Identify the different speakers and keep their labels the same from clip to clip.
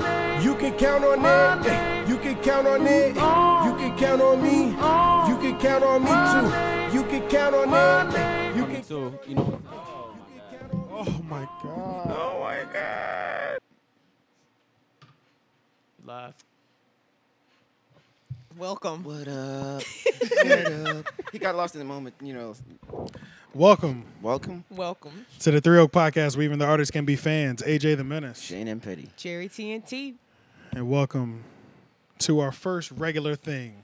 Speaker 1: can count on it. eh, You can count on it. eh, You can count on me. You can count on me too. You can count on it. eh, You can.
Speaker 2: So, you know,
Speaker 3: Oh my god.
Speaker 4: Live.
Speaker 5: Welcome.
Speaker 2: what up? what up? He got lost in the moment, you know.
Speaker 3: Welcome
Speaker 2: Welcome,
Speaker 5: Welcome.
Speaker 3: to the Three Oak Podcast, where even the artists can be fans. AJ the Menace,
Speaker 2: Shane and Petty.
Speaker 5: Jerry TNT.
Speaker 3: and welcome to our first regular thing.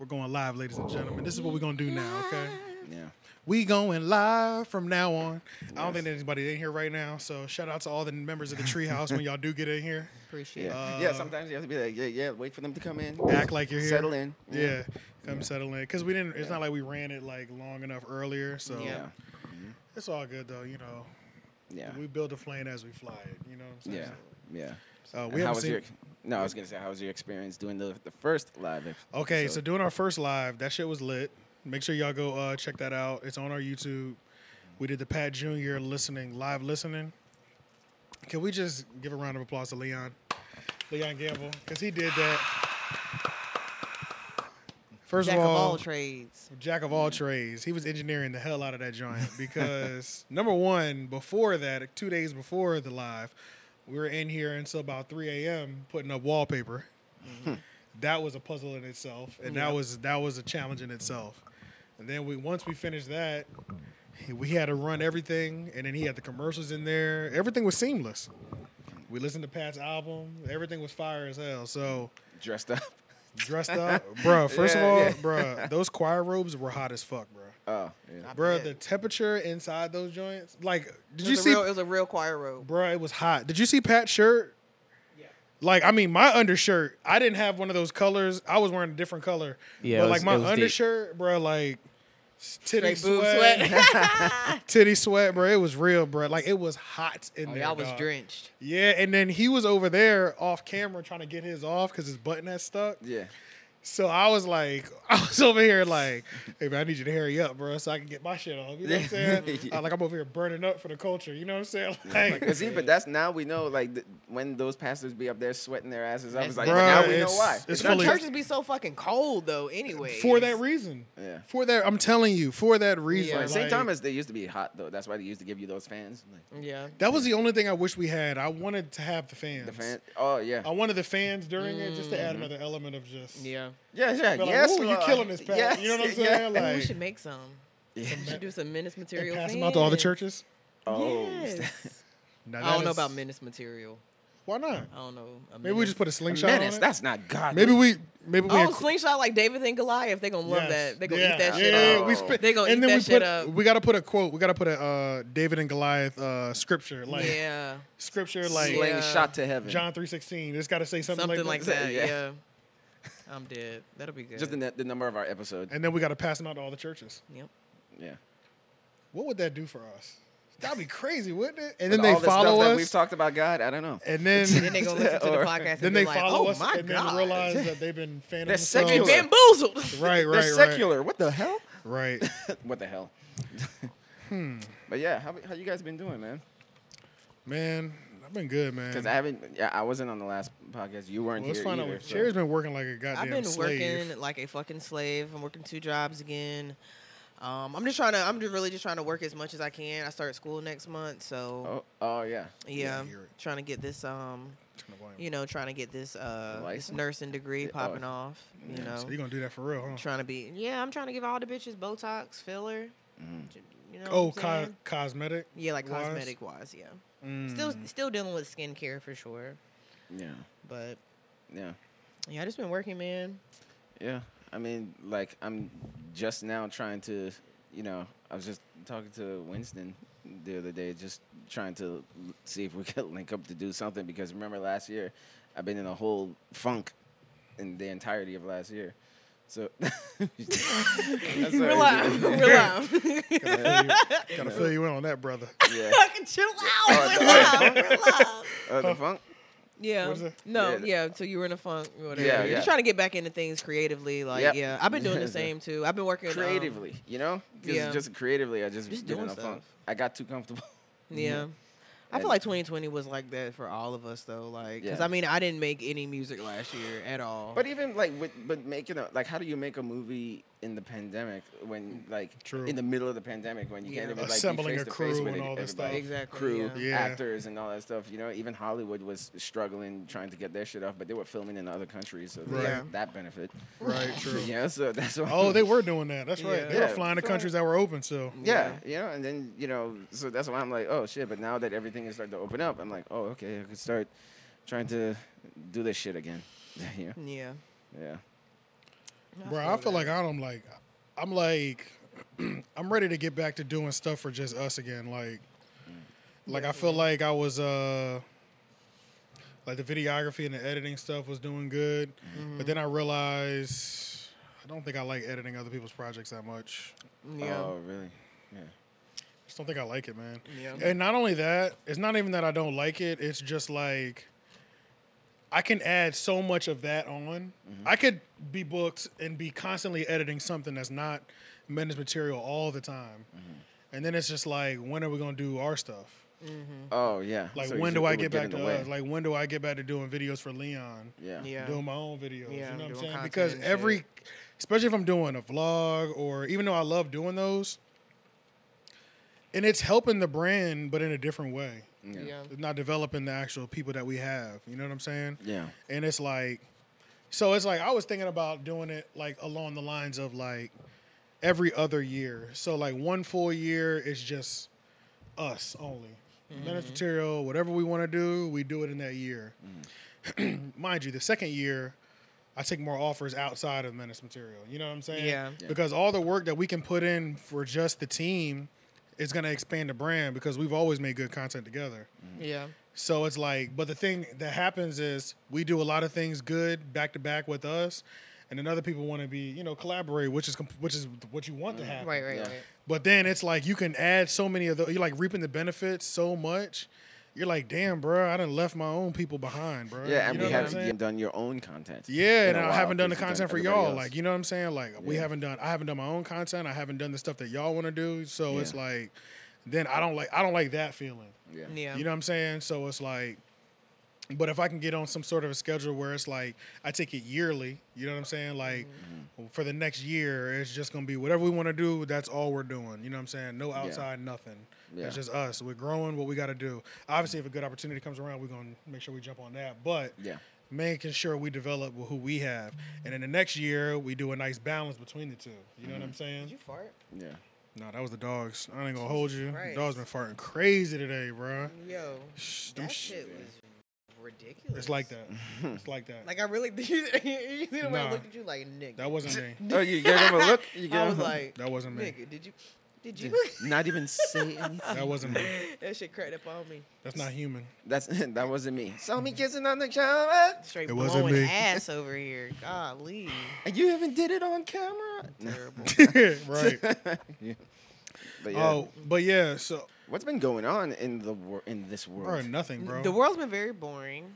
Speaker 3: We're going live, ladies and gentlemen. This is what we're gonna do now. Okay,
Speaker 2: Yeah.
Speaker 3: we going live from now on. I don't think there's anybody in here right now, so shout out to all the members of the Treehouse when y'all do get in here.
Speaker 5: Appreciate
Speaker 2: Yeah.
Speaker 5: it.
Speaker 2: yeah,
Speaker 3: Uh,
Speaker 2: sometimes you have to be like, yeah, yeah, wait for them to come in.
Speaker 3: Act like you're here.
Speaker 2: Settle in.
Speaker 3: Yeah, come settle in because we didn't. It's not like we ran it like long enough earlier, so
Speaker 2: Yeah.
Speaker 5: Yeah.
Speaker 3: it's all good though. You know,
Speaker 2: Yeah.
Speaker 3: we build the plane as we fly it. You know what I'm saying?
Speaker 2: Yeah. Yeah.
Speaker 3: Uh,
Speaker 2: And
Speaker 3: we
Speaker 2: how
Speaker 3: haven't
Speaker 2: was
Speaker 3: seen.
Speaker 2: your No, I was going to say, how was your experience doing the, the first live? ep-
Speaker 3: Okay, so
Speaker 2: episode?
Speaker 3: doing our first live, that shit was lit. Make sure y'all go uh, check that out. It's on our YouTube. We did the Pat Junior listening live listening. Can we just give a round of applause to Leon, Leon Gamble, because he did that. First
Speaker 5: Jack
Speaker 3: of all,
Speaker 5: of all trades.
Speaker 3: jack of all trades. He was engineering the hell out of that joint because number one, before that, two days before the live, we were in here until about three a.m. putting up wallpaper. that was a puzzle in itself, and that was that was a challenge in itself. And then we once we finished that, he- we had to run everything, and then he had the commercials in there. Everything was seamless. We listened to Pat's album. Everything was fire as hell. So
Speaker 2: dressed up.
Speaker 3: dressed up, bruh. First
Speaker 2: Yeah,
Speaker 3: of all,
Speaker 2: yeah.
Speaker 3: bruh, those choir robes were hot as fuck, bruh.
Speaker 2: Oh, yeah.
Speaker 3: Bruh,
Speaker 5: bet.
Speaker 3: the temperature inside those joints, like, did
Speaker 5: It
Speaker 3: you
Speaker 5: was a
Speaker 3: see,
Speaker 5: real- it was a real choir robe.
Speaker 3: bruh? It was hot. Did you see Pat's shirt? Like, I mean, my undershirt, I didn't have one of those colors. I was wearing a different color.
Speaker 4: Yeah, it
Speaker 3: but
Speaker 4: was-
Speaker 3: like
Speaker 4: it
Speaker 3: my
Speaker 4: was deep.
Speaker 3: undershirt, bruh, like titty
Speaker 5: Straight boob
Speaker 3: sweat, titty sweat, bruh. It was real, bruh. Like it was hot in
Speaker 5: oh,
Speaker 3: there.
Speaker 5: y'all was
Speaker 3: dog.
Speaker 5: drenched.
Speaker 3: Yeah, and then he was over there off camera trying to get his off because his button had stuck.
Speaker 2: Yeah.
Speaker 3: So I was like, I was over here like, hey man, I need you to hurry up, bro, so I can get my shit off. You know what I'm saying?
Speaker 2: Yeah.
Speaker 3: Uh, like I'm over here burning up for the culture. You know what I'm saying? Like,
Speaker 2: But see, but that's now we know, like, th- when those pastors be up there sweating their asses off, it's like,
Speaker 5: Bruh,
Speaker 2: now we know
Speaker 3: it's-
Speaker 2: why.
Speaker 3: it's
Speaker 2: Because
Speaker 3: fully-
Speaker 5: Churches be so fucking cold though. Anyway.
Speaker 3: for that reason.
Speaker 2: Yeah.
Speaker 3: For that, I'm telling you, for that reason.
Speaker 5: Yeah.
Speaker 2: At the same
Speaker 3: like,
Speaker 2: time as they used to be hot, though. That's why they used to give you those fans. Like,
Speaker 5: Yeah.
Speaker 3: that was the only thing I wish we had. I wanted to have the fans.
Speaker 2: the fan. Oh, yeah.
Speaker 3: I wanted the fans during it just to add another element of just.
Speaker 5: Yeah.
Speaker 2: Yeah, yeah.
Speaker 3: But like,
Speaker 2: yes,
Speaker 3: ooh, you
Speaker 2: Lord.
Speaker 3: killing this, Pat.
Speaker 2: Yes,
Speaker 3: You know what I'm
Speaker 2: yeah.
Speaker 3: saying?
Speaker 5: Ooh, we
Speaker 3: Like,
Speaker 5: should make some. We should do some menace material.
Speaker 3: and pass them out to all the
Speaker 5: fans.
Speaker 3: churches.
Speaker 2: Oh,
Speaker 5: Yes.
Speaker 3: Now,
Speaker 5: I
Speaker 3: that
Speaker 5: don't know
Speaker 3: is-
Speaker 5: about menace material.
Speaker 3: Why not?
Speaker 5: I don't know. A
Speaker 3: Maybe we
Speaker 5: menace-
Speaker 3: just put a slingshot on
Speaker 2: menace.
Speaker 3: it.
Speaker 2: That's not God.
Speaker 3: maybe we. Maybe we.
Speaker 5: Oh,
Speaker 3: inc-
Speaker 5: slingshot like David and Goliath. They gonna love
Speaker 3: Yes.
Speaker 5: that. They gonna
Speaker 3: yeah.
Speaker 5: eat that
Speaker 3: yeah,
Speaker 5: shit
Speaker 3: Yeah,
Speaker 5: up.
Speaker 3: we spit.
Speaker 5: They gonna
Speaker 3: and
Speaker 5: eat
Speaker 3: then
Speaker 5: that
Speaker 3: we
Speaker 5: shit
Speaker 3: put,
Speaker 5: up.
Speaker 3: We gotta put a quote. We gotta put a uh, David and Goliath uh, scripture, like
Speaker 5: yeah.
Speaker 3: scripture, like uh,
Speaker 5: Sling-
Speaker 2: sling shot to heaven.
Speaker 3: John three sixteen. It's gotta say something,
Speaker 5: Something like,
Speaker 3: that.
Speaker 5: that.
Speaker 2: Yeah.
Speaker 5: Yeah. I'm dead. That'll be good.
Speaker 2: Just the, ne- the number of our episode.
Speaker 3: And then we gotta pass them out to all the churches.
Speaker 5: yep.
Speaker 2: Yeah.
Speaker 3: What would that do for us? That'd be crazy, wouldn't it? And then
Speaker 2: All
Speaker 3: they
Speaker 2: this
Speaker 3: follow
Speaker 2: stuff
Speaker 3: us.
Speaker 2: That we've talked about God. I don't know.
Speaker 3: and
Speaker 5: Then
Speaker 3: then
Speaker 5: they gonna listen to the
Speaker 2: Or-
Speaker 5: podcast. And
Speaker 3: then
Speaker 5: be
Speaker 3: they
Speaker 5: like,
Speaker 3: follow
Speaker 5: oh
Speaker 3: us
Speaker 5: my
Speaker 3: and
Speaker 5: God.
Speaker 3: then realize that they've been fanning
Speaker 2: They're
Speaker 3: themselves.
Speaker 5: They
Speaker 2: secular.
Speaker 3: Right,
Speaker 5: bamboozled.
Speaker 3: right,
Speaker 2: They're
Speaker 3: right.
Speaker 2: secular. What the hell?
Speaker 3: Right.
Speaker 2: What the hell?
Speaker 3: Hmm.
Speaker 2: But yeah, how, how you guys been doing, man?
Speaker 3: Man, I've been good, man.
Speaker 2: Because I haven't. Yeah, I wasn't on the last podcast. You weren't
Speaker 3: well, let's
Speaker 2: here
Speaker 3: find out
Speaker 2: either.
Speaker 3: what
Speaker 2: so-
Speaker 3: Jerry's been working like a goddamn
Speaker 5: I've been
Speaker 3: slave.
Speaker 5: working like a fucking slave. I'm working two jobs again. Um, I'm just trying to. I'm just really just trying to work as much as I can. I start school next month, so
Speaker 2: Oh, oh yeah.
Speaker 5: yeah,
Speaker 3: hear it.
Speaker 5: trying to get this. Um,
Speaker 3: Turn the volume
Speaker 5: you know, trying to get this uh this
Speaker 2: License?
Speaker 5: nursing degree
Speaker 2: Yeah, oh,
Speaker 5: popping off. You
Speaker 2: yeah,
Speaker 5: know,
Speaker 3: up. So you're gonna do that for real, huh?
Speaker 5: trying to be. Yeah, I'm trying to give all the bitches Botox filler. j- You know.
Speaker 3: Oh,
Speaker 5: what I'm
Speaker 3: co-
Speaker 5: saying?
Speaker 3: cosmetic.
Speaker 5: yeah, like
Speaker 3: wise? Mm. Hmm.
Speaker 5: cosmetic wise. Yeah. Still, still dealing with skincare for sure,
Speaker 2: Yeah.
Speaker 5: but
Speaker 2: Yeah.
Speaker 5: yeah, I just been working, man.
Speaker 2: Yeah. I mean, like, I'm just now trying to, you know, I was just talking to Winston the other day, just trying to l- see if we could link up to do something because remember last year, I've been in a whole funk in the entirety of last year. So, That's
Speaker 5: We're
Speaker 2: all right.
Speaker 5: live. We're live.
Speaker 3: Gotta fill you in on that, brother.
Speaker 2: Yeah.
Speaker 5: fucking chill out.
Speaker 2: Oh,
Speaker 5: We're live. We're live.
Speaker 2: Uh, the funk?
Speaker 5: Yeah.
Speaker 3: What is it?
Speaker 5: No,
Speaker 2: Yeah,
Speaker 5: yeah,
Speaker 2: the-
Speaker 5: So you were in a funk or whatever.
Speaker 2: Yeah,
Speaker 5: Yeah, You're
Speaker 2: yeah.
Speaker 5: trying to get back into things creatively. Like,
Speaker 2: Yep.
Speaker 5: yeah. I've been doing
Speaker 2: Yeah,
Speaker 5: the
Speaker 2: so-
Speaker 5: same too. I've been working um,
Speaker 2: Creatively, you know? 'Cause
Speaker 5: yeah.
Speaker 2: Just creatively, I just,
Speaker 5: Just
Speaker 2: been in
Speaker 5: doing
Speaker 2: a funk.
Speaker 5: stuff.
Speaker 2: I got too comfortable.
Speaker 5: yeah. I feel
Speaker 2: And-
Speaker 5: like 2020 was like that for all of us though, like because
Speaker 2: Mm-hmm. Yeah.
Speaker 5: I mean I didn't make any music last year at all.
Speaker 2: But even like, with, but making a like, how do you make a movie in the pandemic when like
Speaker 3: True.
Speaker 2: in the middle of the pandemic when you
Speaker 5: Yeah.
Speaker 2: can't even like
Speaker 3: Assembling
Speaker 2: be
Speaker 3: a
Speaker 2: face to face
Speaker 3: crew
Speaker 2: with
Speaker 3: and all this
Speaker 2: everybody,
Speaker 5: stuff. Exactly,
Speaker 2: crew,
Speaker 5: yeah.
Speaker 3: Yeah.
Speaker 2: actors, and all that stuff? You know, even Hollywood was struggling trying to get their shit off, but they were filming in other countries, so they
Speaker 5: Yeah.
Speaker 2: had that benefit.
Speaker 3: Right, true.
Speaker 2: You know, so that's why.
Speaker 3: Oh, they were doing that. That's right.
Speaker 5: Yeah.
Speaker 3: They were
Speaker 2: Yeah.
Speaker 3: flying to
Speaker 2: Flying.
Speaker 3: countries that were open. So
Speaker 2: Yeah, you know, and then you know, so that's why I'm like, oh shit! But now that everything is starting to open up, I'm like, oh okay, I could start trying to do this shit again. you
Speaker 3: Hmm.
Speaker 2: know?
Speaker 5: yeah,
Speaker 2: Yeah.
Speaker 3: Bro, I feel
Speaker 5: that.
Speaker 3: like I don't like. I'm like, I'm ready to get back to doing stuff for just us again. Like, like I feel like I was uh, like the videography and the editing stuff was doing good,
Speaker 5: Mm-hmm.
Speaker 3: but then I realized I don't think I like editing other people's projects that much.
Speaker 5: yeah.
Speaker 2: Oh really? Yeah.
Speaker 3: I just don't think I like it, man.
Speaker 5: Yeah.
Speaker 3: And not only that, it's not even that I don't like it. It's just like I can add so much of that on.
Speaker 2: Mm-hmm.
Speaker 3: I could be booked and be constantly editing something that's not meant as material all the time.
Speaker 2: Mm-hmm.
Speaker 3: And then it's just like, when are we gonna do our stuff?
Speaker 2: Oh yeah.
Speaker 3: Like,
Speaker 2: So
Speaker 3: when
Speaker 2: you-
Speaker 3: do I
Speaker 2: it would
Speaker 3: get back
Speaker 2: in
Speaker 3: to
Speaker 2: the way.
Speaker 3: us? Like, when do I get back to doing videos for Leon?
Speaker 2: Yeah.
Speaker 5: Yeah.
Speaker 3: doing my own videos. you know what
Speaker 5: Yeah,
Speaker 3: I'm
Speaker 5: doing
Speaker 3: saying?
Speaker 5: content
Speaker 3: Because
Speaker 5: and
Speaker 3: every,
Speaker 5: shit.
Speaker 3: especially if I'm doing a vlog or even though I love doing those, and it's helping the brand, but in a different way.
Speaker 5: yeah.
Speaker 3: It's not developing the actual people that we have. You know what I'm saying?
Speaker 2: Yeah.
Speaker 3: And it's like, so it's like I was thinking about doing it like along the lines of like every other year. So like one full year is just us only.
Speaker 5: Mm-hmm.
Speaker 3: Managed material, whatever we want to do, we do it in that year.
Speaker 5: Mm.
Speaker 3: Mind you, the second year, I take more offers outside of menace material. You know what I'm saying?
Speaker 5: Yeah. Yeah.
Speaker 3: Because all the work that we can put in for just the team is going to expand the brand because we've always made good content together.
Speaker 2: Mm-hmm.
Speaker 5: yeah,
Speaker 3: So it's like, but the thing that happens is we do a lot of things good back to back with us, and then other people want to be, you know, collaborate, which is comp- which is what you
Speaker 2: Mm.
Speaker 3: want to happen.
Speaker 5: right, right,
Speaker 2: Yeah.
Speaker 5: right.
Speaker 3: But then it's like you can add so many of those. You're like reaping the benefits so much. You're like, damn, bro, I done left my own people behind, bro.
Speaker 2: Yeah,
Speaker 3: You
Speaker 2: and
Speaker 3: know what
Speaker 2: we
Speaker 3: I'm
Speaker 2: haven't
Speaker 3: saying?
Speaker 2: even done your own content.
Speaker 3: Yeah,
Speaker 2: in
Speaker 3: and
Speaker 2: a
Speaker 3: I
Speaker 2: while
Speaker 3: haven't done the
Speaker 2: because you've
Speaker 3: content for
Speaker 2: everybody
Speaker 3: y'all.
Speaker 2: else.
Speaker 3: Like, you know what I'm saying? Like, we
Speaker 2: Yeah.
Speaker 3: haven't done. I haven't done my own content. I haven't done the stuff that y'all want to do. So it's
Speaker 2: Yeah.
Speaker 3: like, then I don't like. I don't like that feeling.
Speaker 2: yeah.
Speaker 5: Yeah,
Speaker 3: You know what I'm saying? So it's like, but if I can get on some sort of a schedule where it's like I take it yearly, you know what I'm saying? Like for the next year, it's just gonna be whatever we want to do. That's all we're doing. You know what I'm saying? No outside, nothing.
Speaker 2: Yeah.
Speaker 3: It's just us. We're growing. What we got to do. Obviously, if a good opportunity comes around, we're gonna make sure we jump on that. But
Speaker 2: Yeah.
Speaker 3: making sure we develop who we have, and then the next year we do a nice balance between the two. You know what I'm saying?
Speaker 5: Did you fart?
Speaker 2: Yeah.
Speaker 3: No, that was the dogs. I ain't gonna hold you.
Speaker 5: Christ.
Speaker 3: Dogs been farting crazy today, bro.
Speaker 5: Yo,
Speaker 3: Them
Speaker 5: that
Speaker 3: sh-
Speaker 5: shit was ridiculous.
Speaker 3: It's like that. It's like that.
Speaker 5: Like I really, you see the way
Speaker 3: Nah.
Speaker 5: I looked at you, like nigga.
Speaker 3: that wasn't me.
Speaker 2: Oh, you gave him a look. You gave
Speaker 5: I was
Speaker 2: him a-
Speaker 5: like,
Speaker 3: That wasn't me.
Speaker 5: nigga, did you, did
Speaker 2: Did
Speaker 5: you?
Speaker 2: not even say anything.
Speaker 3: That wasn't me.
Speaker 5: that shit cracked up on me.
Speaker 3: That's not human.
Speaker 2: That's that wasn't me. Saw me kissing on the camera.
Speaker 5: Straight
Speaker 3: It
Speaker 5: blowing
Speaker 3: wasn't me.
Speaker 5: ass over here. Golly,
Speaker 2: And You even did it on camera.
Speaker 5: terrible.
Speaker 3: right.
Speaker 2: yeah. But yeah,
Speaker 3: Oh, but yeah. So,
Speaker 2: what's been going on in the wor- in this world?
Speaker 3: bro, nothing, bro.
Speaker 5: The world's been very boring.